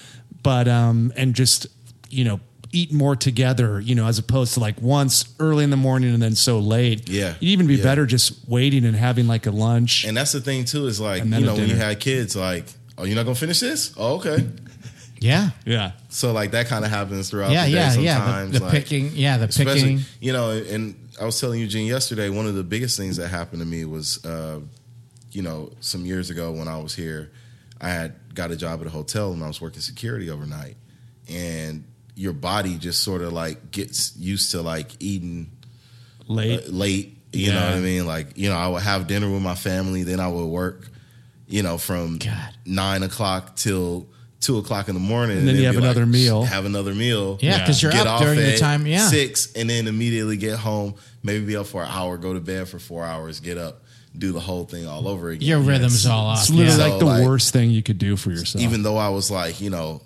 Speaker 5: but um, and just you know eat more together. You know, as opposed to like once early in the morning and then so late.
Speaker 4: Yeah.
Speaker 5: it'd even be
Speaker 4: Yeah.
Speaker 5: better just waiting and having like a lunch.
Speaker 4: and that's the thing too is like you
Speaker 5: And then a
Speaker 4: know when you
Speaker 5: dinner.
Speaker 4: had kids, like, oh, you're not gonna finish this? Oh, okay.
Speaker 2: Yeah.
Speaker 5: yeah,
Speaker 4: So like that kind of happens throughout
Speaker 2: Yeah,
Speaker 4: the day
Speaker 2: yeah, yeah.
Speaker 4: sometimes.
Speaker 2: The, the
Speaker 4: like,
Speaker 2: picking, yeah, the
Speaker 4: especially
Speaker 2: picking.
Speaker 4: you know, and I was telling Eugene yesterday, one of the biggest things that happened to me was uh, you know, some years ago when I was here, I had got a job at a hotel and I was working security overnight. And your body just sort of like gets used to like eating
Speaker 5: late.
Speaker 4: uh, late. You know
Speaker 5: Yeah.
Speaker 4: what I mean? Like, you know, I would have dinner with my family, then I would work, you know, from
Speaker 2: God.
Speaker 4: nine o'clock till two o'clock in the morning.
Speaker 5: then you
Speaker 4: it'd
Speaker 5: have
Speaker 4: be
Speaker 5: another meal.
Speaker 4: Have another meal.
Speaker 2: Yeah, 'cause you're up during the
Speaker 4: at
Speaker 2: time, yeah.
Speaker 4: Six, and then immediately get home, maybe be up for an hour, go to bed for four hours, get up, do the whole thing all over again.
Speaker 2: Your rhythm's
Speaker 4: Yes.
Speaker 2: all off.
Speaker 5: It's literally
Speaker 2: yeah.
Speaker 5: like
Speaker 4: So,
Speaker 5: the
Speaker 4: like,
Speaker 5: worst thing you could do for yourself.
Speaker 4: Even though I was like, you know,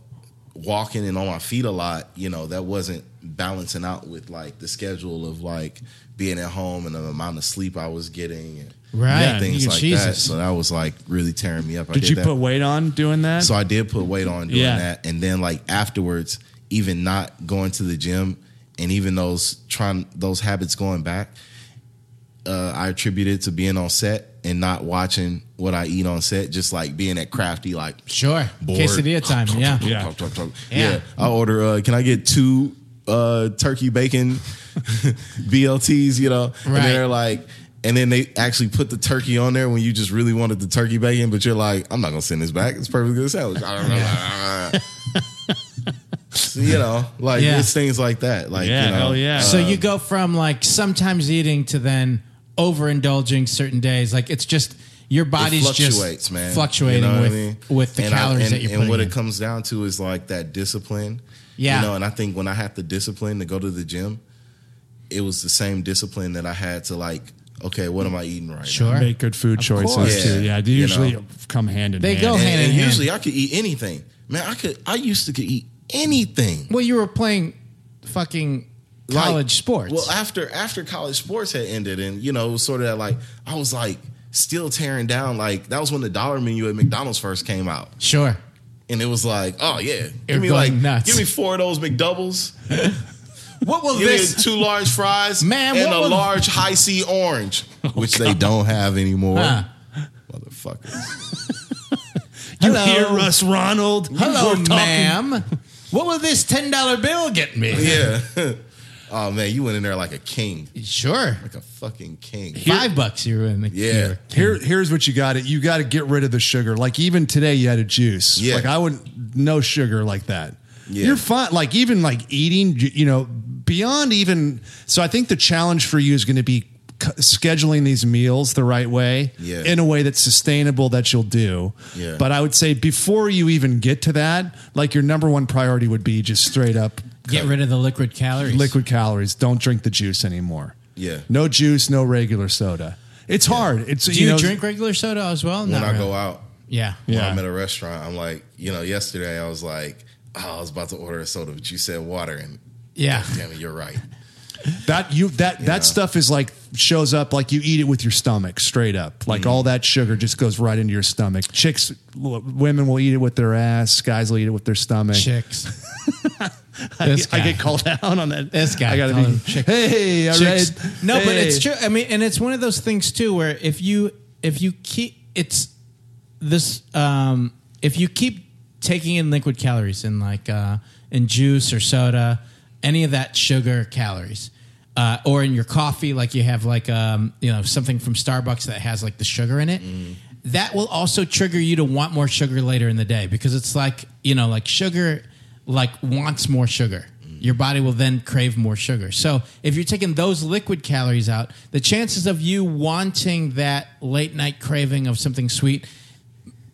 Speaker 4: walking and on my feet a lot, you know, that wasn't balancing out with like the schedule of like being at home and the amount of sleep I was getting and
Speaker 2: Right.
Speaker 5: Yeah,
Speaker 4: things
Speaker 2: you-
Speaker 4: like that.
Speaker 2: Jesus.
Speaker 4: So that was like really tearing me up. I
Speaker 5: did, you
Speaker 4: that.
Speaker 5: put weight on doing that?
Speaker 4: So I did put weight on doing
Speaker 5: Yeah.
Speaker 4: that, and then like afterwards, even not going to the gym, and even those trying those habits going back, uh, I attribute it to being on set and not watching what I eat on set, just like being at crafty, like
Speaker 2: Sure. Quesadilla time. Yeah.
Speaker 5: Yeah.
Speaker 4: yeah.
Speaker 2: Yeah.
Speaker 4: I order. Uh, can I get two uh, turkey bacon BLTs? You know, and
Speaker 2: Right.
Speaker 4: then they're like, and then they actually put the turkey on there when you just really wanted the turkey bacon, but you're like, I'm not gonna send this back. It's perfectly good sandwich. So, you know, like
Speaker 2: Yeah.
Speaker 4: it's things like that. Like,
Speaker 5: yeah,
Speaker 4: you know,
Speaker 5: hell yeah.
Speaker 2: So
Speaker 4: Um,
Speaker 2: you go from like sometimes eating to then overindulging certain days. Like it's just your
Speaker 4: It
Speaker 2: body's
Speaker 4: fluctuates,
Speaker 2: just
Speaker 4: man.
Speaker 2: fluctuating
Speaker 4: You know what
Speaker 2: with
Speaker 4: I mean?
Speaker 2: with the
Speaker 4: And I-
Speaker 2: calories
Speaker 4: and-
Speaker 2: that you're
Speaker 4: And
Speaker 2: putting
Speaker 4: what
Speaker 2: in.
Speaker 4: it comes down to is like that discipline.
Speaker 2: Yeah.
Speaker 4: You know, and I think when I had the discipline to go to the gym, it was the same discipline that I had to like, okay, what am I eating right now?
Speaker 2: sure.
Speaker 5: make good food choices
Speaker 4: course.
Speaker 5: too.
Speaker 4: Yeah.
Speaker 5: Yeah, they
Speaker 4: You
Speaker 5: usually
Speaker 4: know.
Speaker 5: come hand in
Speaker 2: They
Speaker 5: hand.
Speaker 2: go
Speaker 4: And,
Speaker 2: Oh, hand in
Speaker 4: and
Speaker 2: hand.
Speaker 4: usually I could eat anything. Man, I could I used to could eat anything.
Speaker 2: Well, you were playing fucking
Speaker 4: Like-
Speaker 2: college sports.
Speaker 4: Well, after after college sports had ended, and you know, it was sort of that like I was like still tearing down. Like that was when the dollar menu at McDonald's first came out.
Speaker 2: sure.
Speaker 4: and it was like, oh yeah,
Speaker 2: You're
Speaker 4: give me like,
Speaker 2: going nuts.
Speaker 4: give me four of those McDoubles,
Speaker 2: What will
Speaker 4: give
Speaker 2: this?
Speaker 4: me two large fries,
Speaker 2: Man,
Speaker 4: and
Speaker 2: what
Speaker 4: a
Speaker 2: was-
Speaker 4: large high C orange, which they don't have anymore.
Speaker 2: Huh.
Speaker 4: Motherfuckers.
Speaker 5: You
Speaker 2: Hello.
Speaker 5: hear Russ Ronald?
Speaker 2: Hello,
Speaker 5: We're talking-
Speaker 2: ma'am. What will this ten dollar bill get me?
Speaker 4: yeah. oh man, you went in there like a king,
Speaker 2: Sure,
Speaker 4: like a fucking king.
Speaker 2: five bucks. You were in the
Speaker 4: Yeah.
Speaker 5: Here, here's what you got. It you got to get rid of the sugar. Like even today, you had a juice.
Speaker 4: Yeah.
Speaker 5: Like I would no sugar like that.
Speaker 4: Yeah.
Speaker 5: You're fine. Like even like eating, you you know, beyond even. So I think the challenge for you is going to be c- scheduling these meals the right way,
Speaker 4: Yeah.
Speaker 5: in a way that's sustainable that you'll do.
Speaker 4: Yeah.
Speaker 5: But I would say before you even get to that, like your number one priority would be just straight up
Speaker 2: Get rid of the liquid calories.
Speaker 5: liquid calories. Don't drink the juice anymore.
Speaker 4: Yeah.
Speaker 5: No juice, no regular soda. It's hard. It's
Speaker 2: Do you,
Speaker 5: know,
Speaker 2: drink regular soda as well?
Speaker 4: When
Speaker 2: Not
Speaker 4: I
Speaker 2: really.
Speaker 4: go out,
Speaker 2: Yeah.
Speaker 4: when
Speaker 5: Yeah.
Speaker 4: I'm at a restaurant, I'm like, you know, yesterday I was like, oh, I was about to order a soda, but you said water, and
Speaker 2: Yeah.
Speaker 4: damn it, you're right.
Speaker 5: that you that that stuff is like shows up like you eat it with your stomach straight up. Like
Speaker 4: Mm-hmm.
Speaker 5: all that sugar just goes right into your stomach. Chicks, w- women will eat it with their ass. Guys will eat it with their stomach.
Speaker 2: Chicks. this
Speaker 5: I
Speaker 2: guy.
Speaker 5: get called out on that.
Speaker 2: This guy.
Speaker 5: I gotta
Speaker 2: Call
Speaker 5: be.
Speaker 2: him chick-
Speaker 5: Hey, all
Speaker 2: Chicks.
Speaker 5: right.
Speaker 2: No, but
Speaker 5: Hey.
Speaker 2: it's true. I mean, and it's one of those things too where if you if you keep it's this um if you keep taking in liquid calories in like uh in juice or soda, any of that sugar calories. Uh, or in your coffee, like you have like um, you know something from Starbucks that has like the sugar in it, that will also trigger you to want more sugar later in the day because it's like you know like sugar like wants more sugar. Your body will then crave more sugar. So if you're taking those liquid calories out, the chances of you wanting that late night craving of something sweet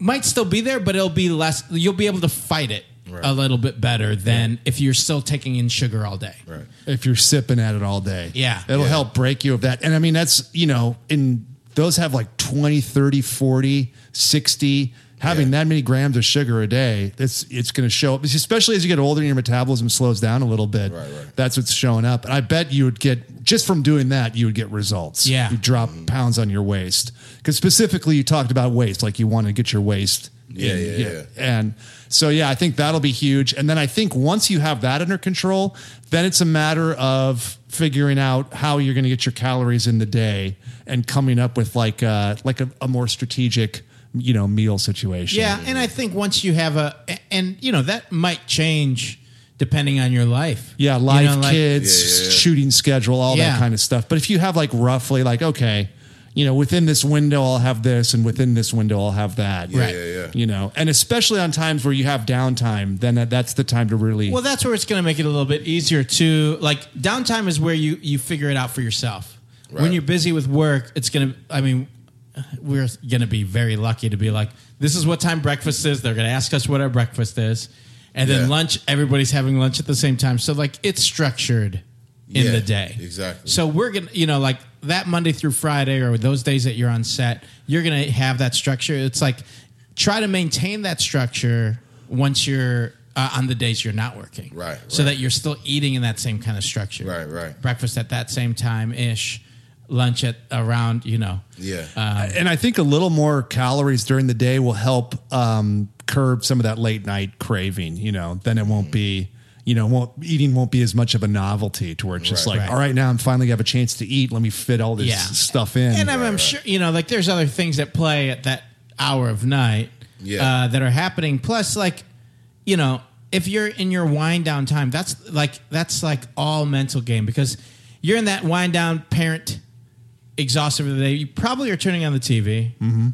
Speaker 7: might still be there, but it'll be less. You'll be able to fight it a little bit better than if you're still taking in sugar all day.
Speaker 4: Right.
Speaker 5: if you're sipping at it all day.
Speaker 7: Yeah.
Speaker 5: It'll
Speaker 7: Yeah.
Speaker 5: help break you of that. And I mean, that's, you know, in those have like 20, 30, 40, 60. Having
Speaker 4: Yeah.
Speaker 5: that many grams of sugar a day, it's it's going to show up, especially as you get older and your metabolism slows down a little bit.
Speaker 4: Right, right.
Speaker 5: That's what's showing up. And I bet you would get, just from doing that, you would get results.
Speaker 7: Yeah.
Speaker 5: You drop pounds on your waist. Because specifically, you talked about waist, like you want to get your waist.
Speaker 4: Yeah,
Speaker 5: in-
Speaker 4: yeah, yeah.
Speaker 5: and so, yeah, I think that'll be huge. And then I think once you have that under control, then it's a matter of figuring out how you're going to get your calories in the day and coming up with like a, like a, a more strategic, you know, meal situation.
Speaker 7: Yeah, and I think once you have a, and you know that might change depending on your life.
Speaker 5: Yeah,
Speaker 7: You know,
Speaker 5: life,
Speaker 7: like-
Speaker 5: kids,
Speaker 4: Yeah, yeah, yeah.
Speaker 5: shooting schedule, all
Speaker 7: Yeah.
Speaker 5: that kind of stuff. But if you have like roughly like, okay, you know, within this window, I'll have this and within this window, I'll have that.
Speaker 4: Right. yeah, yeah.
Speaker 5: You know, and especially on times where you have downtime, then that, that's the time to really.
Speaker 7: Well, that's where it's going to make it a little bit easier to like downtime is where you you figure it out for yourself. When
Speaker 4: Right.
Speaker 7: you're busy with work, it's going to I mean we're going to be very lucky to be like this is what time breakfast is. They're going to ask us what our breakfast is. And then
Speaker 4: Yeah.
Speaker 7: lunch, everybody's having lunch at the same time. So like it's structured in
Speaker 4: Yeah,
Speaker 7: the day.
Speaker 4: exactly.
Speaker 7: So we're going to you know like that Monday through Friday or those days that you're on set, you're going to have that structure. It's like try to maintain that structure once you're uh, on the days you're not working.
Speaker 4: Right,
Speaker 7: So
Speaker 4: right.
Speaker 7: that you're still eating in that same kind of structure.
Speaker 4: Right, right.
Speaker 7: Breakfast at that same time ish, lunch at around, you know.
Speaker 4: Yeah.
Speaker 5: and I think a little more calories during the day will help um, curb some of that late night craving. You know, then it won't be. You know, won't, eating won't be as much of a novelty to where it's just
Speaker 4: Right.
Speaker 5: like,
Speaker 7: Right.
Speaker 5: all right, now I'm finally have a chance to eat. Let me fit all this
Speaker 7: Yeah.
Speaker 5: stuff in.
Speaker 7: And uh, I'm, I'm sure, you know, like there's other things that play at that hour of night
Speaker 4: Yeah.
Speaker 7: uh, that are happening. Plus, like, you know, if you're in your wind down time, that's like, that's like all mental game because you're in that wind down parent exhausted for the day. You probably are turning on the TV,
Speaker 5: Mm-hmm.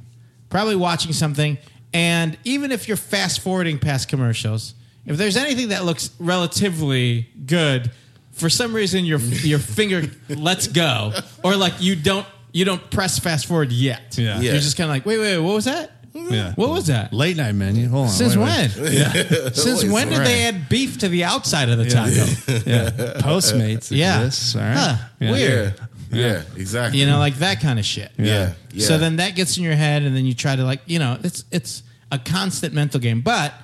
Speaker 7: probably watching something. And even if you're fast forwarding past commercials, if there's anything that looks relatively good, for some reason your your finger lets go, or like you don't you don't press fast forward yet.
Speaker 5: Yeah.
Speaker 4: Yeah.
Speaker 7: You're just kind of like, wait, wait, what was that?
Speaker 5: Yeah.
Speaker 7: What was that?
Speaker 5: late night menu. Hold on.
Speaker 7: Since
Speaker 5: wait, wait.
Speaker 7: when? Since when did they add beef to the outside of the taco?
Speaker 5: Yeah. Postmates.
Speaker 7: Yeah.
Speaker 5: exists, all right.
Speaker 7: Huh,
Speaker 5: Yeah.
Speaker 4: yeah.
Speaker 7: Weird.
Speaker 4: yeah. Exactly.
Speaker 7: You know, like that kind of shit.
Speaker 4: Yeah. yeah.
Speaker 7: So then that gets in your head, and then you try to like you know it's it's a constant mental game. But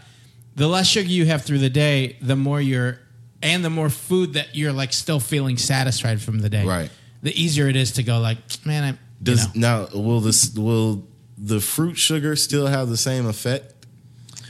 Speaker 7: the less sugar you have through the day, the more you're and the more food that you're like still feeling satisfied from the day.
Speaker 4: Right.
Speaker 7: The easier it is to go like man, I
Speaker 4: does
Speaker 7: you know.
Speaker 4: now will this will the fruit sugar still have the same effect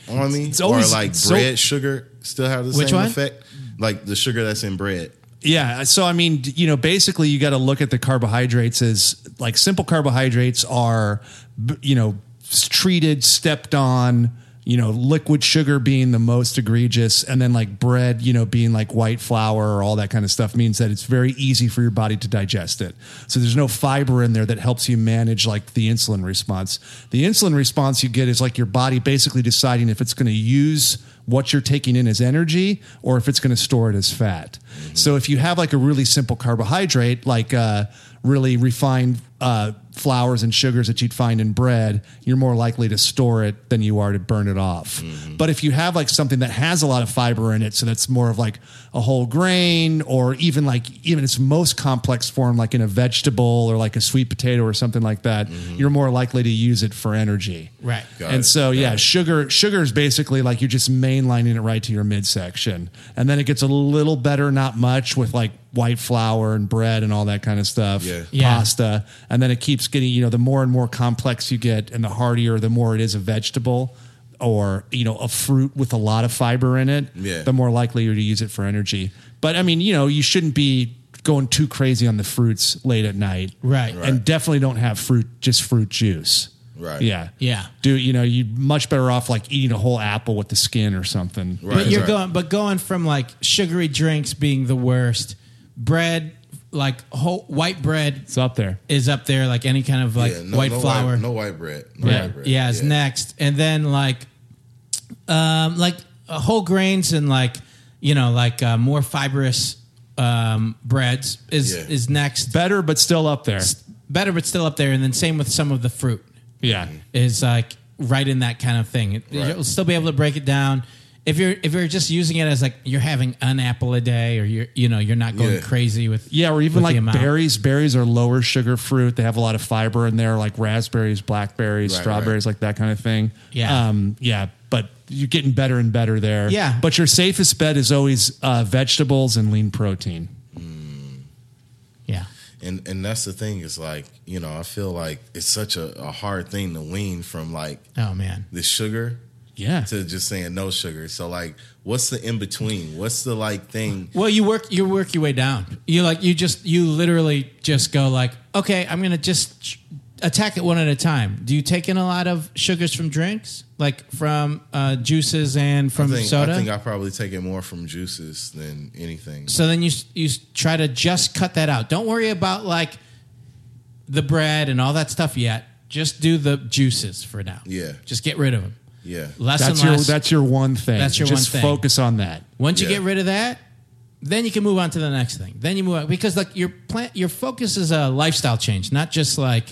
Speaker 4: on me?
Speaker 5: It's always-
Speaker 4: or like
Speaker 5: it's so-
Speaker 4: bread sugar still have the
Speaker 7: Which
Speaker 4: same
Speaker 7: one?
Speaker 4: effect? Like the sugar that's in bread.
Speaker 5: Yeah. So, I mean, d- you know, basically you got to look at the carbohydrates as like simple carbohydrates are, b- you know, s- treated, stepped on, you know, liquid sugar being the most egregious. And then like bread, you know, being like white flour or all that kind of stuff means that it's very easy for your body to digest it. So there's no fiber in there that helps you manage like the insulin response. The insulin response you get is like your body basically deciding if it's going to use what you're taking in as energy or if it's going to store it as fat. So if you have like a really simple carbohydrate, like uh, really refined uh, flours and sugars that you'd find in bread, you're more likely to store it than you are to burn it off.
Speaker 7: Mm-hmm.
Speaker 5: But if you have like something that has a lot of fiber in it, so that's more of like a whole grain or even like even its most complex form, like in a vegetable or like a sweet potato or something like that, you're more likely to use it for energy
Speaker 7: Mm-hmm. Right. Got
Speaker 5: and
Speaker 4: it.
Speaker 5: so yeah, sugar sugar is basically like you're just mainlining it right to your midsection, and then it gets a little better, not much, with like white flour and bread and all that kind of stuff,
Speaker 4: Yeah.
Speaker 7: Yeah.
Speaker 5: pasta, and then it keeps getting you know the more and more complex you get, and the hardier, the more it is a vegetable. Or you know a fruit with a lot of fiber in it,
Speaker 4: Yeah.
Speaker 5: the more likely you're to use it for energy. But I mean, you know, you shouldn't be going too crazy on the fruits late at night,
Speaker 7: Right. Right.
Speaker 5: And definitely don't have fruit just fruit juice,
Speaker 4: Right.
Speaker 5: Yeah,
Speaker 7: Yeah.
Speaker 5: do you know you much better off like eating a whole apple with the skin or something
Speaker 4: Right,
Speaker 7: but you're
Speaker 4: right.
Speaker 7: going but going from like sugary drinks being the worst, bread like whole white bread
Speaker 5: it's up there
Speaker 7: is up there like any kind of like
Speaker 4: yeah, no,
Speaker 7: white
Speaker 4: no
Speaker 7: flour.
Speaker 4: White, no white bread. No
Speaker 7: Yeah,
Speaker 4: white bread.
Speaker 7: yeah, it's next, and then like, um, like uh, whole grains and like you know like uh, more fibrous um, breads is
Speaker 4: Yeah.
Speaker 7: is next.
Speaker 5: better but still up there
Speaker 7: Better, but still up there, and then same with some of the fruit
Speaker 5: yeah
Speaker 7: is like right in that kind of thing. It-
Speaker 4: Right.
Speaker 7: You'll still be able to break it down. If you're if you're just using it as like you're having an apple a day, or you're you know you're not going
Speaker 4: Yeah.
Speaker 7: crazy with
Speaker 5: Yeah, or even
Speaker 7: with the
Speaker 5: like
Speaker 7: amount.
Speaker 5: berries. Berries are lower sugar fruit. They have a lot of fiber in there, like raspberries, blackberries,
Speaker 4: Right,
Speaker 5: strawberries, like that kind of thing.
Speaker 7: Yeah.
Speaker 5: Um, yeah. But you're getting better and better there.
Speaker 7: Yeah.
Speaker 5: But your safest bet is always uh, vegetables and lean protein.
Speaker 7: Yeah,
Speaker 4: and and that's the thing is like you know I feel like it's such a, a hard thing to wean from like
Speaker 7: Oh, man.
Speaker 4: the sugar
Speaker 5: Yeah.
Speaker 4: to just saying no sugar. So like, what's the in between? What's the like thing?
Speaker 7: Well, you work you work your way down. You like you just you literally just go like, okay, I'm gonna just sh- attack it one at a time. Do you take in a lot of sugars from drinks, like from uh, juices and
Speaker 4: I
Speaker 7: from
Speaker 4: think,
Speaker 7: soda?
Speaker 4: I think I probably take it more from juices than anything.
Speaker 7: so then you s- you s- try to just cut that out. Don't worry about like the bread and all that stuff yet. Just do the juices for now.
Speaker 4: Yeah.
Speaker 7: just get rid of them.
Speaker 4: Yeah.
Speaker 7: less
Speaker 5: That's
Speaker 7: and
Speaker 5: your
Speaker 7: less.
Speaker 5: that's your one thing.
Speaker 7: That's your
Speaker 5: Just
Speaker 7: one thing.
Speaker 5: focus on that.
Speaker 7: Once you
Speaker 4: Yeah.
Speaker 7: get rid of that, then you can move on to the next thing. Then you move on because like your plan, your focus is a lifestyle change, not just like,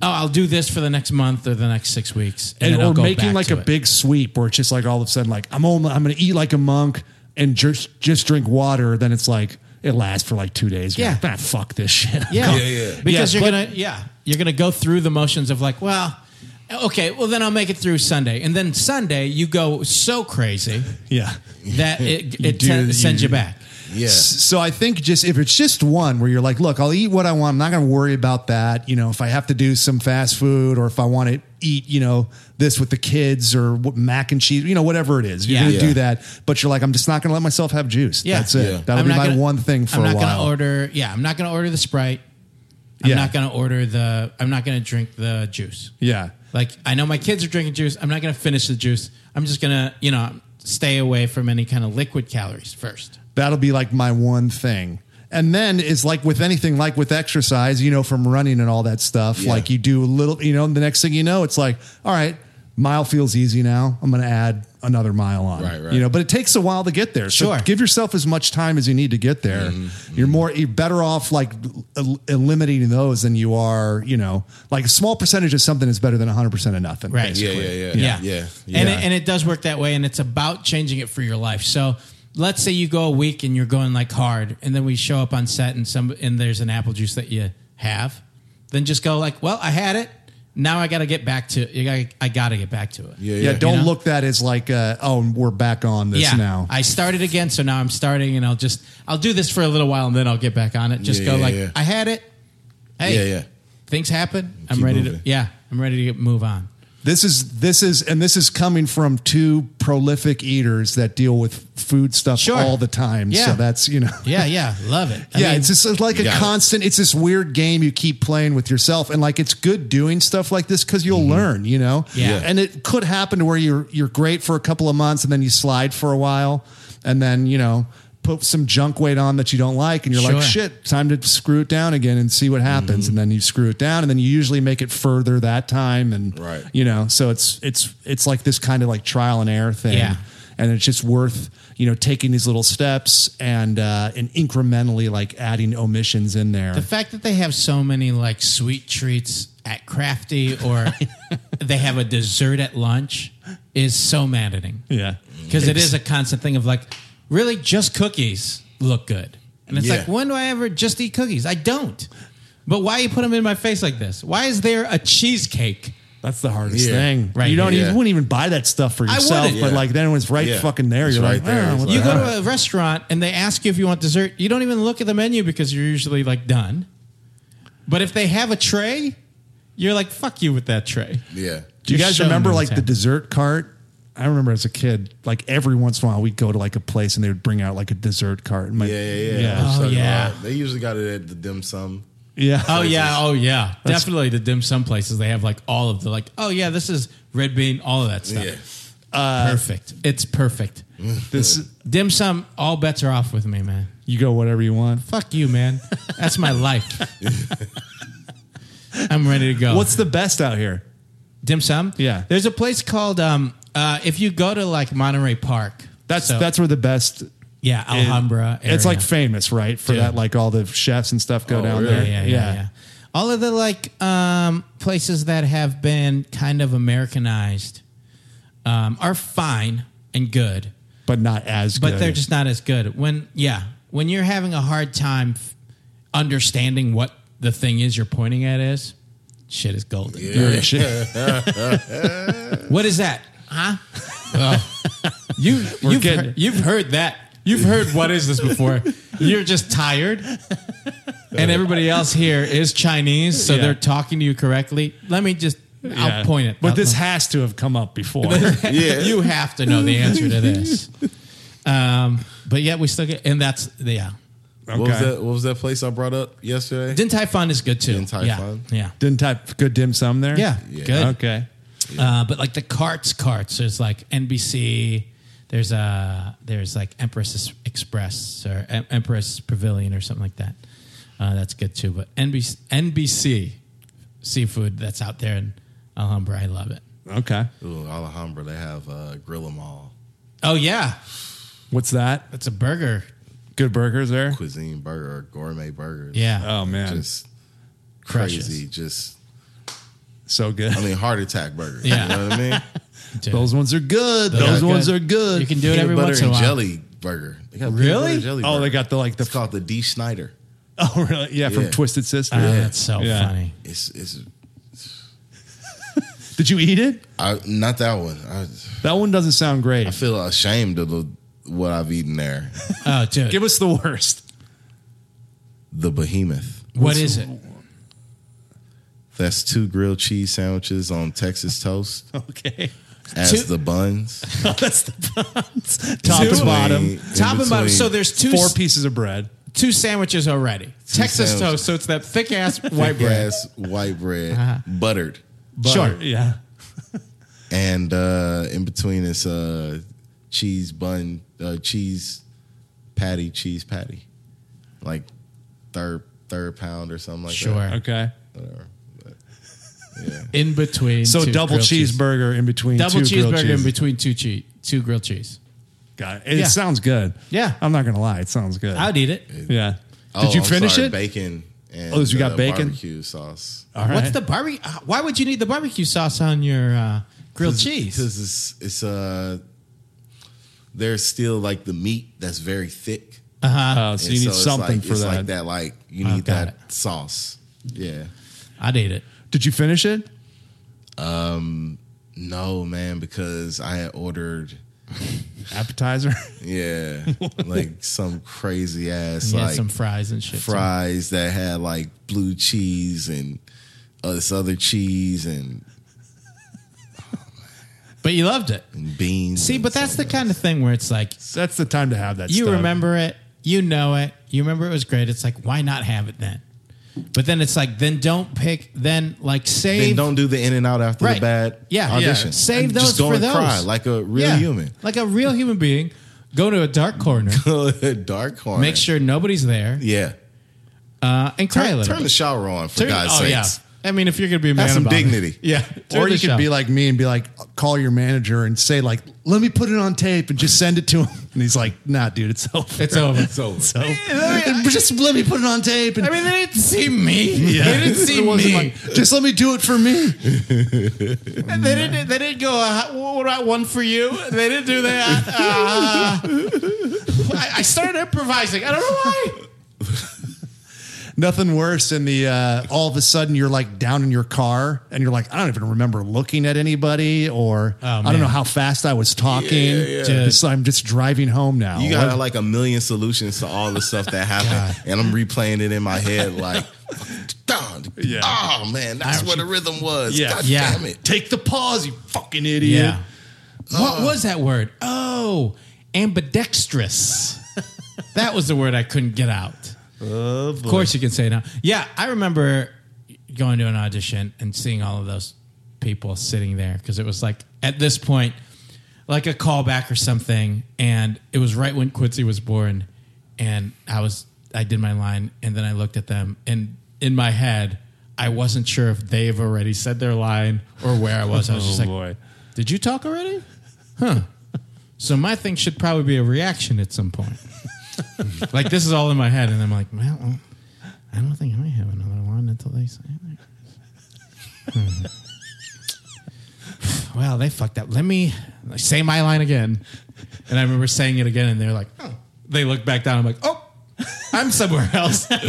Speaker 7: oh, I'll do this for the next month or the next six weeks,
Speaker 5: and,
Speaker 7: then I'll
Speaker 5: or
Speaker 7: go
Speaker 5: making
Speaker 7: back
Speaker 5: like
Speaker 7: to
Speaker 5: a
Speaker 7: it.
Speaker 5: big sweep where it's just like all of a sudden like I'm only, I'm gonna eat like a monk and just just drink water. Then it's like it lasts for like two days. You're
Speaker 7: Yeah.
Speaker 5: like, "Ah, fuck this shit.
Speaker 7: yeah,
Speaker 4: Yeah, yeah.
Speaker 7: because
Speaker 5: Yeah,
Speaker 7: you're
Speaker 5: but-
Speaker 7: gonna yeah you're gonna go through the motions of like, well, okay, well then I'll make it through Sunday, and then Sunday you go so crazy
Speaker 5: yeah.
Speaker 7: that it it
Speaker 5: do-
Speaker 7: ten- sends you
Speaker 5: you-
Speaker 7: back.
Speaker 4: yeah.
Speaker 5: So I think just if it's just one where you're like, look, I'll eat what I want. I'm not going to worry about that. You know, if I have to do some fast food or if I want to eat, you know, this with the kids or what- mac and cheese, you know, whatever it is, you're
Speaker 7: Yeah.
Speaker 5: going to
Speaker 4: Yeah.
Speaker 5: do that. But you're like, I'm just not going to let myself have juice.
Speaker 7: Yeah.
Speaker 5: That's it.
Speaker 4: Yeah.
Speaker 5: That'll
Speaker 7: I'm
Speaker 5: be
Speaker 7: not
Speaker 5: my
Speaker 7: gonna-
Speaker 5: one thing for
Speaker 7: I'm
Speaker 5: a
Speaker 7: not
Speaker 5: while.
Speaker 7: gonna order. Yeah, I'm not gonna order the Sprite. I'm
Speaker 5: Yeah.
Speaker 7: not gonna order the. I'm not gonna drink the juice.
Speaker 5: yeah.
Speaker 7: Like I know my kids are drinking juice. I'm not going to finish the juice. I'm just going to, you know, stay away from any kind of liquid calories first.
Speaker 5: That'll be like my one thing. And then it's like with anything, like with exercise, you know, from running and all that stuff,
Speaker 4: Yeah.
Speaker 5: like you do a little, you know, and the next thing you know, it's like, all right, mile feels easy now. I'm going to add another mile on,
Speaker 4: Right, right.
Speaker 5: you know, but it takes a while to get there. So
Speaker 7: Sure. Mm-hmm,
Speaker 5: give yourself as much time as you need to get there. You're more, you're better off like el- eliminating those than you are, you know, like a small percentage of something is better than hundred percent of nothing.
Speaker 7: Right.
Speaker 4: yeah,
Speaker 5: basically.
Speaker 4: yeah, yeah,
Speaker 7: Yeah.
Speaker 4: yeah,
Speaker 7: And,
Speaker 4: yeah.
Speaker 7: it, and it does work that way. And it's about changing it for your life. So let's say you go a week and you're going like hard. And then we show up on set and some, and there's an apple juice that you have. Then just go like, well, I had it. Now I got to get back to it. I, I got to get back to it.
Speaker 5: Yeah, don't
Speaker 7: know?
Speaker 5: look that as like, uh, oh, we're back on this now.
Speaker 7: I started again, so now I'm starting, and I'll just I'll do this for a little while, and then I'll get back on it. Just
Speaker 4: Yeah,
Speaker 7: go
Speaker 4: yeah,
Speaker 7: like
Speaker 4: yeah.
Speaker 7: I had it. Hey,
Speaker 4: Yeah, yeah.
Speaker 7: Things happen. I'm
Speaker 4: Keep
Speaker 7: ready
Speaker 4: moving.
Speaker 7: to. Yeah, I'm ready to get, move on.
Speaker 5: This is this is and this is coming from two prolific eaters that deal with food stuff
Speaker 7: Sure.
Speaker 5: all the time.
Speaker 7: Yeah.
Speaker 5: So that's you know.
Speaker 7: Yeah, yeah, love it. I
Speaker 5: yeah,
Speaker 7: mean,
Speaker 5: it's just it's like a
Speaker 4: Got it.
Speaker 5: constant. It's this weird game you keep playing with yourself, and like it's good doing stuff like this because you'll learn, you know.
Speaker 7: Mm-hmm. Yeah. Yeah.
Speaker 5: and it could happen to where you're you're great for a couple of months, and then you slide for a while, and then you know put some junk weight on that you don't like, and you're
Speaker 7: Sure. Mm-hmm.
Speaker 5: like, shit, time to screw it down again and see what happens, and then you screw it down, and then you usually make it further that time, and
Speaker 4: Right.
Speaker 5: you know, so it's it's it's like this kind of like trial and error thing
Speaker 7: Yeah.
Speaker 5: and it's just worth you know taking these little steps and uh, and incrementally like adding omissions in there.
Speaker 7: the fact that they have so many like sweet treats at Crafty, or they have a dessert at lunch, is so maddening.
Speaker 5: yeah,
Speaker 7: because it is a constant thing of like, really, just cookies look good. And it's
Speaker 4: Yeah.
Speaker 7: like, when do I ever just eat cookies? I don't. But why you put them in my face like this? Why is there a cheesecake?
Speaker 5: that's the hardest
Speaker 4: Yeah.
Speaker 5: thing.
Speaker 7: Right.
Speaker 5: You don't
Speaker 4: Yeah.
Speaker 5: even wouldn't even buy that stuff for yourself,
Speaker 7: wouldn't.
Speaker 5: but
Speaker 4: Yeah.
Speaker 5: like then when it's right
Speaker 4: Yeah.
Speaker 5: fucking there,
Speaker 4: It's
Speaker 5: you're
Speaker 4: right
Speaker 5: like,
Speaker 4: there.
Speaker 5: "Oh,
Speaker 4: It's like,
Speaker 5: what the
Speaker 7: You go
Speaker 5: hell?"
Speaker 7: to a restaurant and they ask you if you want dessert. You don't even look at the menu because you're usually like done. But if they have a tray, you're like, fuck you with that tray.
Speaker 4: yeah.
Speaker 5: Do you
Speaker 7: You're
Speaker 5: guys
Speaker 7: so
Speaker 5: remember like the
Speaker 7: nonsense.
Speaker 5: dessert cart? I remember as a kid, like every once in a while, we'd go to like a place and they would bring out like a dessert cart. And my,
Speaker 4: Yeah, yeah, yeah.
Speaker 5: yeah.
Speaker 7: Oh,
Speaker 4: So,
Speaker 7: yeah.
Speaker 4: uh, They usually got it at the dim sum.
Speaker 5: Yeah.
Speaker 7: Oh yeah, oh yeah, definitely the dim sum places. They have like all of the like. Oh yeah, this is red bean, all of that stuff.
Speaker 4: Yeah.
Speaker 7: perfect. It's perfect.
Speaker 5: This
Speaker 7: Dim sum, all bets are off with me, man.
Speaker 5: you go whatever you want.
Speaker 7: Fuck you, man. That's my life. I'm ready to go.
Speaker 5: What's the best out here?
Speaker 7: dim sum?
Speaker 5: Yeah.
Speaker 7: There's a place called um uh if you go to like Monterey Park.
Speaker 5: That's
Speaker 7: so-
Speaker 5: that's where the best
Speaker 7: yeah, Alhambra.
Speaker 5: It's
Speaker 7: area.
Speaker 5: like famous, right? For
Speaker 7: Yeah.
Speaker 4: Oh,
Speaker 5: that, like all the chefs and stuff go down
Speaker 7: yeah,
Speaker 5: there.
Speaker 7: yeah, yeah, yeah. all of the like um, places that have been kind of Americanized um, are fine and good,
Speaker 5: but not as
Speaker 7: but
Speaker 5: good.
Speaker 7: they're just not as good. When yeah, when you're having a hard time f- understanding what the thing is you're pointing at is, shit is golden.
Speaker 5: You're shit.
Speaker 7: What is that? Huh? you
Speaker 5: We're
Speaker 7: you've
Speaker 5: getting-
Speaker 7: heard, you've heard that. You've heard what is this before? You're just tired, and everybody else here is Chinese, so
Speaker 5: Yeah.
Speaker 7: they're talking to you correctly. Let me just.
Speaker 5: Yeah.
Speaker 7: I'll point it.
Speaker 5: But
Speaker 7: I'll-
Speaker 5: this has to have come up before.
Speaker 4: Yeah.
Speaker 7: you have to know the answer to this. Um, but yet we still get, and that's yeah.
Speaker 4: What was
Speaker 5: Okay.
Speaker 4: that? What was that place I brought up yesterday?
Speaker 7: Din Tai Fun is good too.
Speaker 4: Din Tai
Speaker 7: yeah.
Speaker 4: Fun?
Speaker 7: yeah,
Speaker 5: Didn't type good dim sum there?
Speaker 7: yeah,
Speaker 4: Yeah.
Speaker 7: good.
Speaker 5: Okay.
Speaker 7: Uh, but like the carts, carts. There's like NBC. There's uh there's like Empress Express or em- Empress Pavilion or something like that. Uh, that's good too. But NBC, NBC seafood that's out there in Alhambra. I love it.
Speaker 5: Okay.
Speaker 4: Ooh, Alhambra, they have uh, Grill 'em All
Speaker 7: Oh yeah,
Speaker 5: What's that?
Speaker 7: that's a burger.
Speaker 5: Good burgers there?
Speaker 4: cuisine burger or gourmet burgers.
Speaker 7: Yeah,
Speaker 5: Oh, man.
Speaker 4: just
Speaker 7: Crushes.
Speaker 4: crazy. Just
Speaker 5: so good.
Speaker 4: I mean, heart attack burger.
Speaker 7: Yeah.
Speaker 4: you know what I mean.
Speaker 7: dude.
Speaker 5: Those ones are good. Those
Speaker 7: are
Speaker 5: ones
Speaker 7: good.
Speaker 5: are good.
Speaker 7: You can do it
Speaker 4: Peanut
Speaker 7: every
Speaker 4: butter
Speaker 7: once in a
Speaker 4: and
Speaker 7: while.
Speaker 4: jelly burger. They got peanut
Speaker 7: Really?
Speaker 4: butter and jelly
Speaker 5: Oh, they
Speaker 4: burger.
Speaker 5: got the like
Speaker 4: It's
Speaker 5: the.
Speaker 4: called the D Snyder.
Speaker 5: Oh, really? Yeah, from
Speaker 4: Yeah.
Speaker 5: Twisted Sister.
Speaker 7: Oh, that's so
Speaker 5: Yeah.
Speaker 7: funny.
Speaker 4: It's it's
Speaker 5: Did you eat it?
Speaker 4: I, not that one. I,
Speaker 5: That one doesn't sound
Speaker 4: I
Speaker 5: great.
Speaker 4: feel ashamed of the, what I've eaten there.
Speaker 7: Oh, dude,
Speaker 5: Give us the worst.
Speaker 4: the Behemoth.
Speaker 7: what is it?
Speaker 4: That's two grilled cheese sandwiches on Texas toast
Speaker 5: Okay.
Speaker 4: as
Speaker 7: Two-
Speaker 4: the buns.
Speaker 5: that's the buns. Top and
Speaker 4: Between-
Speaker 5: bottom.
Speaker 4: in
Speaker 7: Top and bottom.
Speaker 4: between-
Speaker 7: So there's two
Speaker 5: Four pieces of bread.
Speaker 7: two sandwiches already. Texas
Speaker 4: sandwiches.
Speaker 7: toast. So it's that thick ass white
Speaker 4: thick
Speaker 7: bread. Uh-huh.
Speaker 4: ass white bread, buttered,
Speaker 5: Butter.
Speaker 7: Sure.
Speaker 5: Yeah.
Speaker 4: and uh, in between is uh, cheese bun, uh, cheese patty, cheese patty, like third third pound or something like
Speaker 7: Sure.
Speaker 4: that.
Speaker 5: Okay.
Speaker 7: In between.
Speaker 5: So
Speaker 7: two
Speaker 5: double
Speaker 7: grilled cheese.
Speaker 5: cheeseburger in between
Speaker 7: double
Speaker 5: two grilled
Speaker 7: cheeseburger
Speaker 5: cheese.
Speaker 7: in between two cheese, two grilled cheese.
Speaker 5: Got it. It
Speaker 7: Yeah.
Speaker 5: sounds good.
Speaker 7: Yeah.
Speaker 5: I'm not gonna lie. It sounds good.
Speaker 7: I would eat it.
Speaker 5: yeah.
Speaker 4: Oh,
Speaker 5: Did you
Speaker 4: I'm
Speaker 5: finish
Speaker 4: sorry,
Speaker 5: it?
Speaker 4: Bacon. And,
Speaker 5: Oh, so you got
Speaker 4: uh,
Speaker 5: bacon?
Speaker 4: barbecue sauce.
Speaker 5: All right.
Speaker 7: What's the barbecue? Why would you need the barbecue sauce on your uh, grilled cheese?
Speaker 4: because it's it's uh, there's still like the meat that's very thick.
Speaker 7: Uh-huh.
Speaker 5: Oh, so
Speaker 4: And
Speaker 5: you need
Speaker 4: it's
Speaker 5: something
Speaker 4: like,
Speaker 5: for
Speaker 4: it's
Speaker 5: that.
Speaker 4: Like that, like you
Speaker 7: Oh,
Speaker 4: need
Speaker 7: got
Speaker 4: that sauce. Yeah.
Speaker 7: I'd eat it.
Speaker 5: Did you finish it?
Speaker 4: No, man, because I had ordered
Speaker 5: Appetizer.
Speaker 4: yeah, like some crazy ass
Speaker 7: You had
Speaker 4: like
Speaker 7: some fries and shit. too.
Speaker 4: fries that had like blue cheese and uh, this other cheese and,
Speaker 7: But you loved it.
Speaker 4: and beans.
Speaker 7: See,
Speaker 5: Mm,
Speaker 4: and
Speaker 7: but that's the
Speaker 4: something
Speaker 7: kind of thing where it's like
Speaker 5: That's the time to have that.
Speaker 7: you
Speaker 5: stuff.
Speaker 7: remember it, you know it, you remember it was great. It's like why not have it then? But then it's like then don't pick then like
Speaker 4: else.
Speaker 7: save
Speaker 4: Then don't do the in and out after
Speaker 7: Right.
Speaker 4: the bad
Speaker 7: Yeah, yeah.
Speaker 4: audition.
Speaker 7: Save
Speaker 4: And
Speaker 7: those
Speaker 4: just go
Speaker 7: for
Speaker 4: and cry
Speaker 7: those.
Speaker 4: like a real
Speaker 7: Yeah.
Speaker 4: human.
Speaker 7: like a real human being. Go to a dark corner.
Speaker 4: Dark horn.
Speaker 7: Make sure nobody's there
Speaker 4: Yeah.
Speaker 7: uh, and cry a
Speaker 4: Turn,
Speaker 7: little.
Speaker 4: turn the
Speaker 7: bit.
Speaker 4: shower on for
Speaker 7: Turn-
Speaker 4: God's
Speaker 7: oh
Speaker 4: sakes.
Speaker 7: yeah. I mean, if you're gonna be a man
Speaker 4: Have some
Speaker 7: about it.
Speaker 4: dignity.
Speaker 7: yeah.
Speaker 5: Or
Speaker 7: turn
Speaker 5: you
Speaker 7: the
Speaker 5: could be
Speaker 7: shower.
Speaker 5: like me and be like, call your manager and say like, let me put it on tape and just send it to him. And he's like, nah, dude, it's over.
Speaker 7: It's over.
Speaker 5: It's over. So just let me put it on tape. And
Speaker 7: I mean, they didn't see me. They didn't see
Speaker 5: It wasn't
Speaker 7: me.
Speaker 5: like, just let me do it for me.
Speaker 7: they didn't. They didn't go. Uh, what about one for you? They didn't do that. Uh, I, I started improvising. I don't know why.
Speaker 5: Nothing worse than the uh, all of a sudden you're like down in your car and you're like, I don't even remember looking at anybody or I
Speaker 7: man.
Speaker 5: don't know how fast I was talking. Just- I'm just driving home now.
Speaker 4: You got
Speaker 7: Oh.
Speaker 5: What-
Speaker 4: like a million solutions to all the stuff that happened, and I'm replaying it in my head like, "Dun,
Speaker 5: Yeah.
Speaker 4: oh man, that's where the rhythm was.
Speaker 5: Yeah.
Speaker 4: God
Speaker 7: Yeah.
Speaker 4: damn it.
Speaker 5: take the pause, you fucking idiot.
Speaker 7: Yeah. what was that word? Oh, ambidextrous. that was the word I couldn't get out. of course, you can say it now. Yeah, I remember going to an audition and seeing all of those people sitting there because it was like at this point, like a callback or something, and it was right when Quincy was born, and I was I did my line, and then I looked at them, and in my head. I wasn't sure if they've already said their line or where I was. I was
Speaker 3: Oh,
Speaker 7: just like,
Speaker 5: Oh, boy.
Speaker 7: did you talk already? Huh. So my thing should probably be a reaction at some point. like this is all in my head, and I'm like, well, I I don't think I have another one until they say anything. Hmm. well, they fucked up. Let me say my line again. And I remember saying it again, and they're like, oh. they look back down. I'm like, oh, I'm somewhere else. Yep,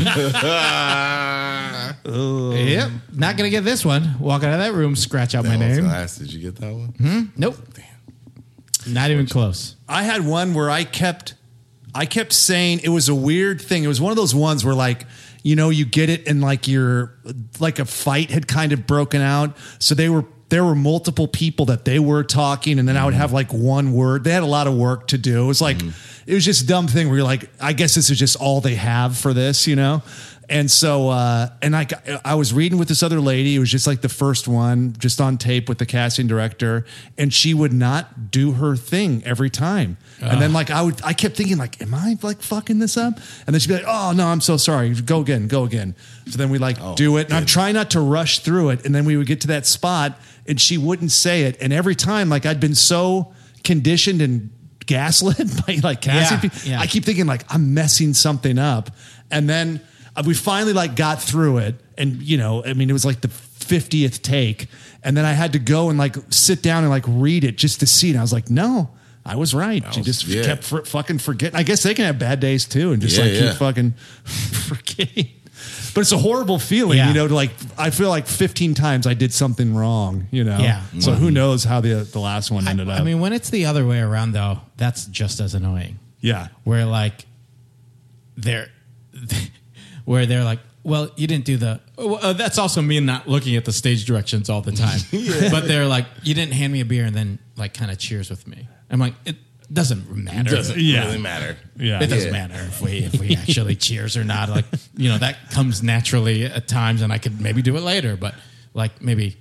Speaker 7: not gonna get this one. Walk out of that room, scratch out my
Speaker 4: I was
Speaker 7: name. Hmm?
Speaker 4: gonna ask, Oh, did you get that one?
Speaker 7: Nope, not even close.
Speaker 3: I had one where I kept I kept saying it was a weird thing. It was one of those ones where like you know you get it and like your like a fight had kind of broken out, so they were there were multiple people that they were talking, and then I would have like one word. They had a lot of work to do. It was like it was just a dumb thing where you're like, I guess this is just all they have for this, you know. And so, uh, and I, got- I was reading with this other lady. It was just like the first one, just on tape with the casting director, and she would not do her thing every time. And then, like, I would, I kept thinking, like, am I like fucking this up? And then she'd be like, oh no, I'm so sorry. Go again, go again. So then we like
Speaker 7: Oh,
Speaker 3: do it, and I'm trying not to rush through it. And then we would get to that spot, and she wouldn't say it. And every time, like, I'd been so conditioned and gaslit by like casting
Speaker 7: Yeah,
Speaker 3: people,
Speaker 7: yeah.
Speaker 3: I keep thinking like I'm messing something up, and then uh, we finally like got through it, and you know, I mean, it was like the fiftieth take, and then I had to go and like sit down and like read it just to see, and I was like, no. I was right. you
Speaker 4: was-
Speaker 3: just
Speaker 4: yeah.
Speaker 3: kept fr- fucking forgetting. I guess they can have bad days too, and just
Speaker 4: Yeah,
Speaker 3: like
Speaker 4: yeah.
Speaker 3: keep fucking forgetting. But it's a horrible feeling,
Speaker 7: Yeah.
Speaker 3: you know. To like, I feel like 15 times I did something wrong, you know.
Speaker 7: Yeah.
Speaker 3: So
Speaker 4: Mm-hmm.
Speaker 3: who knows how the the last one ended up?
Speaker 7: I mean, when it's the other way around, though, that's just as annoying.
Speaker 3: yeah.
Speaker 7: where like they're where they're like well you didn't do the well, uh, that's also me not looking at the stage directions all the time but they're like you didn't hand me a beer and then like kind of cheers with me i'm like it doesn't matter
Speaker 4: Doesn't
Speaker 3: Yeah.
Speaker 4: really matter.
Speaker 3: Yeah.
Speaker 7: it doesn't
Speaker 4: Yeah.
Speaker 7: matter if we if we actually cheers or not like you know that comes naturally at times and i could maybe do it later but like maybe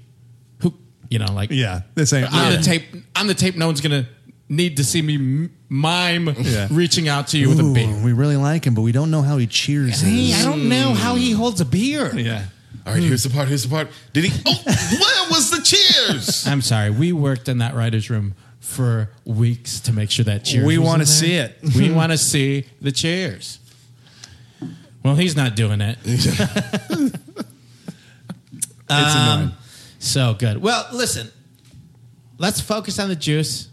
Speaker 7: who you know like
Speaker 3: Yeah. The same.
Speaker 7: on the tape on the tape no one's gonna need to see me m- mime
Speaker 3: Yeah.
Speaker 7: reaching out to you with a
Speaker 3: Ooh,
Speaker 7: beer
Speaker 3: We really like him, but we don't know how he cheers.
Speaker 7: Hey, I don't know how he holds a beer.
Speaker 3: Yeah.
Speaker 4: All right, here's the part. Here's the part. Did he? Oh, where was the cheers?
Speaker 7: I'm sorry. We worked in that writer's room for weeks to make sure that cheers.
Speaker 3: We
Speaker 7: was
Speaker 3: wanna
Speaker 7: in there.
Speaker 3: see it.
Speaker 7: we want to see the cheers. Well, he's not doing it.
Speaker 3: It's
Speaker 7: Um,
Speaker 3: annoying.
Speaker 7: So good. Well, listen. Let's focus on the juice.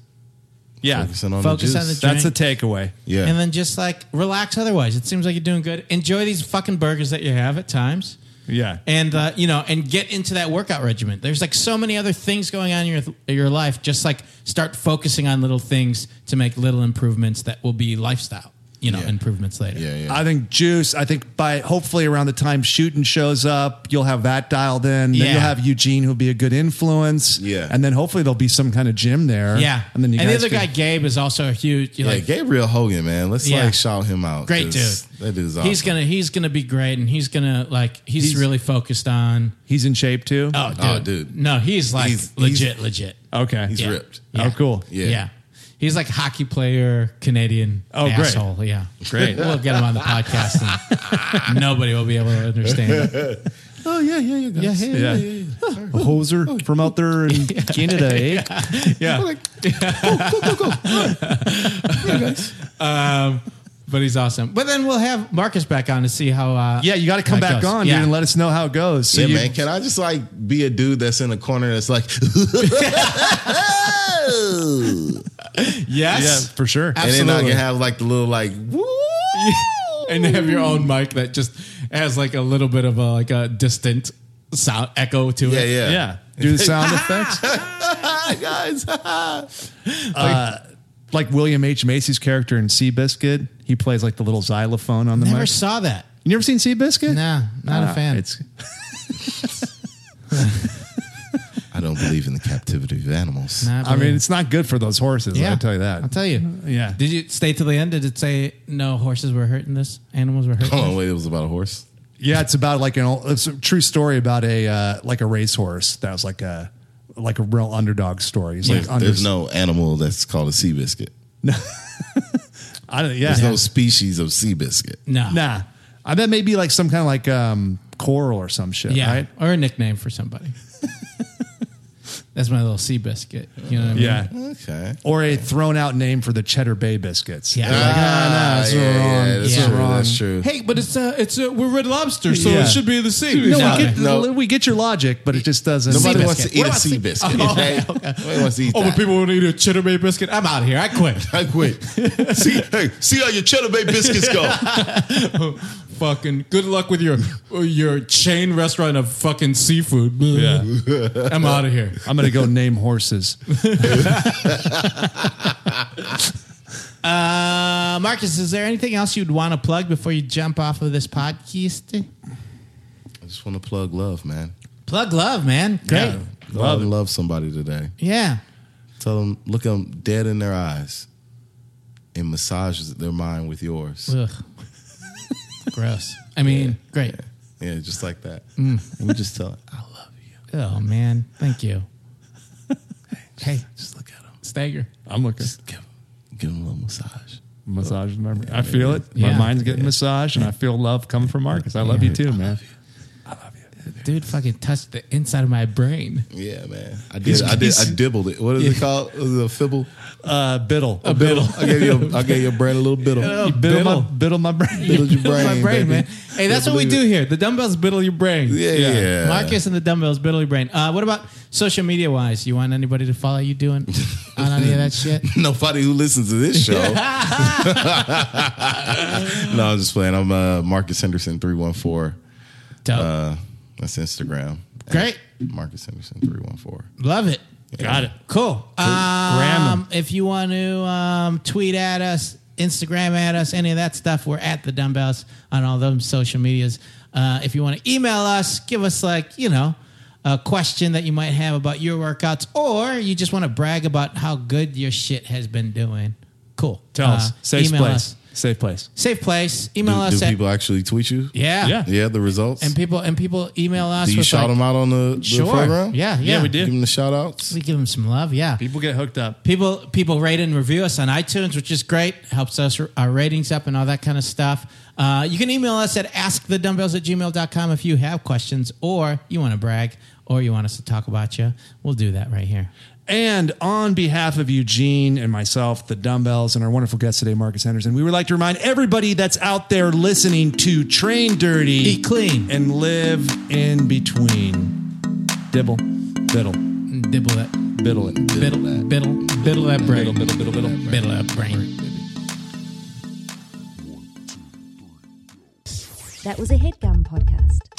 Speaker 3: Yeah.
Speaker 4: Focusing on
Speaker 7: Focus
Speaker 4: the
Speaker 7: on
Speaker 4: juice.
Speaker 7: the-
Speaker 3: That's the takeaway.
Speaker 4: yeah.
Speaker 7: And then just like relax otherwise. It seems like you're doing good. Enjoy these fucking burgers that you have at times.
Speaker 3: Yeah.
Speaker 7: and uh, you know, and get into that workout regimen. There's like so many other things going on in your your life. Just like start focusing on little things to make little improvements that will be lifestyle, you know,
Speaker 4: Yeah.
Speaker 7: improvements later.
Speaker 4: yeah, yeah.
Speaker 3: I think juice. I think by hopefully around the time shooting shows up, you'll have that dialed in. Then
Speaker 7: Yeah.
Speaker 3: you'll have Eugene, who'll be a good influence.
Speaker 4: Yeah.
Speaker 3: and then hopefully there'll be some kind of gym there.
Speaker 7: Yeah.
Speaker 3: and then you
Speaker 7: and the
Speaker 3: guys
Speaker 7: other
Speaker 3: can-
Speaker 7: guy, Gabe, is also a huge. You're
Speaker 4: Yeah,
Speaker 7: like,
Speaker 4: Gabriel Hogan, man. Let's
Speaker 7: Yeah.
Speaker 4: like shout him out.
Speaker 7: great
Speaker 4: 'cause
Speaker 7: dude.
Speaker 4: That dude's awesome.
Speaker 7: He's gonna he's gonna be great, and he's gonna like he's, really focused on.
Speaker 3: he's in shape too.
Speaker 7: Oh, dude,
Speaker 4: Oh, dude.
Speaker 7: no, he's like
Speaker 4: He's- he's-
Speaker 7: legit, legit.
Speaker 3: okay.
Speaker 4: He's
Speaker 7: Yeah.
Speaker 4: ripped.
Speaker 3: Oh, cool.
Speaker 4: Yeah.
Speaker 7: yeah. He's like hockey player, Canadian
Speaker 3: Oh, great.
Speaker 7: asshole. Yeah,
Speaker 3: Great.
Speaker 7: We'll get him on the podcast, and nobody will be able to understand. It.
Speaker 3: Oh yeah, yeah, yeah,
Speaker 7: Yeah, hey,
Speaker 3: yeah. A hoser from out there in Canada, eh? Yeah,
Speaker 7: But he's awesome. But then we'll have Marcus back on to see how. Uh,
Speaker 3: yeah. You got to come
Speaker 7: how it
Speaker 3: back
Speaker 7: goes.
Speaker 3: on, dude, and let us know how it goes. So
Speaker 4: yeah,
Speaker 3: you-
Speaker 4: man. Can I just like be a dude that's in a corner that's like, and
Speaker 3: yeah,
Speaker 7: yes,
Speaker 3: for sure.
Speaker 4: then I
Speaker 7: Absolutely.
Speaker 4: can have like the little like, woo.
Speaker 7: and have your own mic that just has like a little bit of a like a distant sound echo to
Speaker 4: Yeah,
Speaker 7: it.
Speaker 4: yeah,
Speaker 3: Yeah, do the sound effects.
Speaker 4: guys.
Speaker 3: like William H. Macy's character in Seabiscuit. He plays like the little xylophone on the
Speaker 7: Never
Speaker 3: mic.
Speaker 7: saw that.
Speaker 3: you never seen Seabiscuit?
Speaker 7: Nah, not
Speaker 3: Ah,
Speaker 7: a fan.
Speaker 3: It's
Speaker 4: I don't believe in the captivity of animals.
Speaker 7: Not
Speaker 3: I
Speaker 7: really.
Speaker 3: mean, it's not good for those horses, I'll tell you that.
Speaker 7: I'll tell you.
Speaker 3: Yeah.
Speaker 7: Did you stay till the end? Did it say no horses were hurting this? Animals were hurting.
Speaker 4: Hold
Speaker 7: this?
Speaker 4: on, wait. It was about a horse.
Speaker 3: yeah, it's about like an old, it's a true story about a uh, like a racehorse that was like a like a real underdog story. He's like
Speaker 4: There's,
Speaker 3: under,
Speaker 4: there's no animal that's called a sea biscuit.
Speaker 3: I don't yeah.
Speaker 4: There's no species of sea biscuit.
Speaker 7: No.
Speaker 3: nah. I bet maybe like some kind of like um coral or some shit,
Speaker 7: Yeah.
Speaker 3: right?
Speaker 7: Or a nickname for somebody.
Speaker 2: That's my little sea biscuit. You know what I mean?
Speaker 5: Yeah.
Speaker 4: Okay.
Speaker 5: Or a thrown out name for the Cheddar Bay biscuits.
Speaker 2: Yeah.
Speaker 5: Like, ah, no, that's
Speaker 4: yeah,
Speaker 5: wrong.
Speaker 4: yeah, that's
Speaker 5: It's
Speaker 4: true.
Speaker 5: wrong.
Speaker 4: That's true.
Speaker 2: Hey, but it's uh, it's uh, we're Red Lobster, so
Speaker 5: Yeah.
Speaker 2: it should be the sea.
Speaker 5: No,
Speaker 2: No.
Speaker 5: we, get,
Speaker 4: No.
Speaker 5: we get your logic, but it just doesn't.
Speaker 4: Nobody
Speaker 2: Sea
Speaker 4: wants
Speaker 2: biscuit.
Speaker 4: to eat
Speaker 2: What
Speaker 4: a
Speaker 2: about
Speaker 4: sea
Speaker 2: sea-
Speaker 4: biscuit.
Speaker 2: Oh, okay,
Speaker 4: okay?
Speaker 2: okay.
Speaker 4: Nobody wants to eat
Speaker 2: Oh,
Speaker 4: that.
Speaker 2: but people want to eat a cheddar bay biscuit. I'm out of here. I quit.
Speaker 4: I quit. see, hey, see how your cheddar bay biscuits go.
Speaker 2: fucking good luck with your your chain restaurant of fucking seafood. I'm out of here.
Speaker 5: I'm going to go name horses.
Speaker 7: Uh, Marcus, is there anything else you'd want to plug before you jump off of this podcast?
Speaker 4: I just want to plug love, man.
Speaker 7: Plug love, man. Great.
Speaker 5: Yeah.
Speaker 4: Go
Speaker 5: Love
Speaker 4: out and love somebody today.
Speaker 7: Yeah.
Speaker 4: Tell them, look them dead in their eyes, and massage their mind with yours.
Speaker 2: Ugh. Gross. I mean,
Speaker 7: Great.
Speaker 4: Yeah, just like that. And we just tell it. I love you.
Speaker 7: Oh man, thank you.
Speaker 2: hey,
Speaker 4: Just look at them.
Speaker 2: stagger.
Speaker 5: I'm looking.
Speaker 4: Give them, give them a little massage.
Speaker 5: Massage my I feel it.
Speaker 2: Yeah.
Speaker 5: My mind's getting massaged, and I feel love coming from Marcus. I love you too, man.
Speaker 2: Dude fucking touched the inside of my brain.
Speaker 4: Yeah, man. I did. I did. I dibbled it. What is it called? Was it a fibble?
Speaker 5: Uh, biddle.
Speaker 4: A biddle. I gave you. A, I gave your brain a little biddle.
Speaker 5: You biddle, my, biddle my brain.
Speaker 4: Biddled your
Speaker 2: Biddle
Speaker 4: brain,
Speaker 2: my brain,
Speaker 4: baby.
Speaker 2: man. Hey, that's what we do
Speaker 4: believe
Speaker 2: here. The dumbbells biddle your brain.
Speaker 4: Yeah, yeah.
Speaker 2: Marcus and the dumbbells biddle your brain. Uh, what about social media wise? You want anybody to follow you doing on any of that shit?
Speaker 4: Nobody who listens to this show. no, I'm just playing. I'm uh, Marcus Henderson three one four.
Speaker 2: Dope.
Speaker 4: Uh, that's Instagram.
Speaker 2: Great.
Speaker 4: Marcus Henderson three one four.
Speaker 2: Love it.
Speaker 5: Got it.
Speaker 2: Cool.
Speaker 5: Graham.
Speaker 7: Um, if you want to um, tweet at us, Instagram at us, any of that stuff, we're at the dumbbells on all those social medias. Uh, if you want to email us, give us like you know a question that you might have about your workouts, or you just want to brag about how good your shit has been doing. Cool.
Speaker 5: Tell us.
Speaker 7: Uh,
Speaker 5: Safe
Speaker 7: email
Speaker 5: place.
Speaker 7: us.
Speaker 5: Safe place.
Speaker 7: Safe place.
Speaker 4: Do,
Speaker 7: Email us
Speaker 4: do
Speaker 7: at
Speaker 4: people actually tweet you?
Speaker 7: yeah.
Speaker 5: Yeah.
Speaker 4: Yeah, the results.
Speaker 7: And people and people email us.
Speaker 4: do you
Speaker 7: with
Speaker 4: shout
Speaker 7: like,
Speaker 4: them out on the, the
Speaker 7: Sure.
Speaker 4: program?
Speaker 7: Yeah, yeah.
Speaker 5: Yeah, we
Speaker 4: Give
Speaker 5: do.
Speaker 4: them the shout outs.
Speaker 7: We give them some love. Yeah.
Speaker 5: People get hooked up.
Speaker 7: people people rate and review us on iTunes, which is great. Helps us our ratings up and all that kind of stuff. Uh, you can email us at askthedumbbells at gmail.com if you have questions or you want to brag or you want us to talk about you. We'll do that right here.
Speaker 5: And on behalf of Eugene and myself, the dumbbells, and our wonderful guest today, Marcus Henderson, we would like to remind everybody that's out there listening to Train Dirty,
Speaker 7: Eat clean.
Speaker 5: and live in between. Dibble, biddle,
Speaker 7: Dibble that.
Speaker 5: biddle it.
Speaker 7: Biddle, biddle, biddle that brain. Biddle, biddle, biddle, biddle, that brain.
Speaker 1: That was a headgum podcast.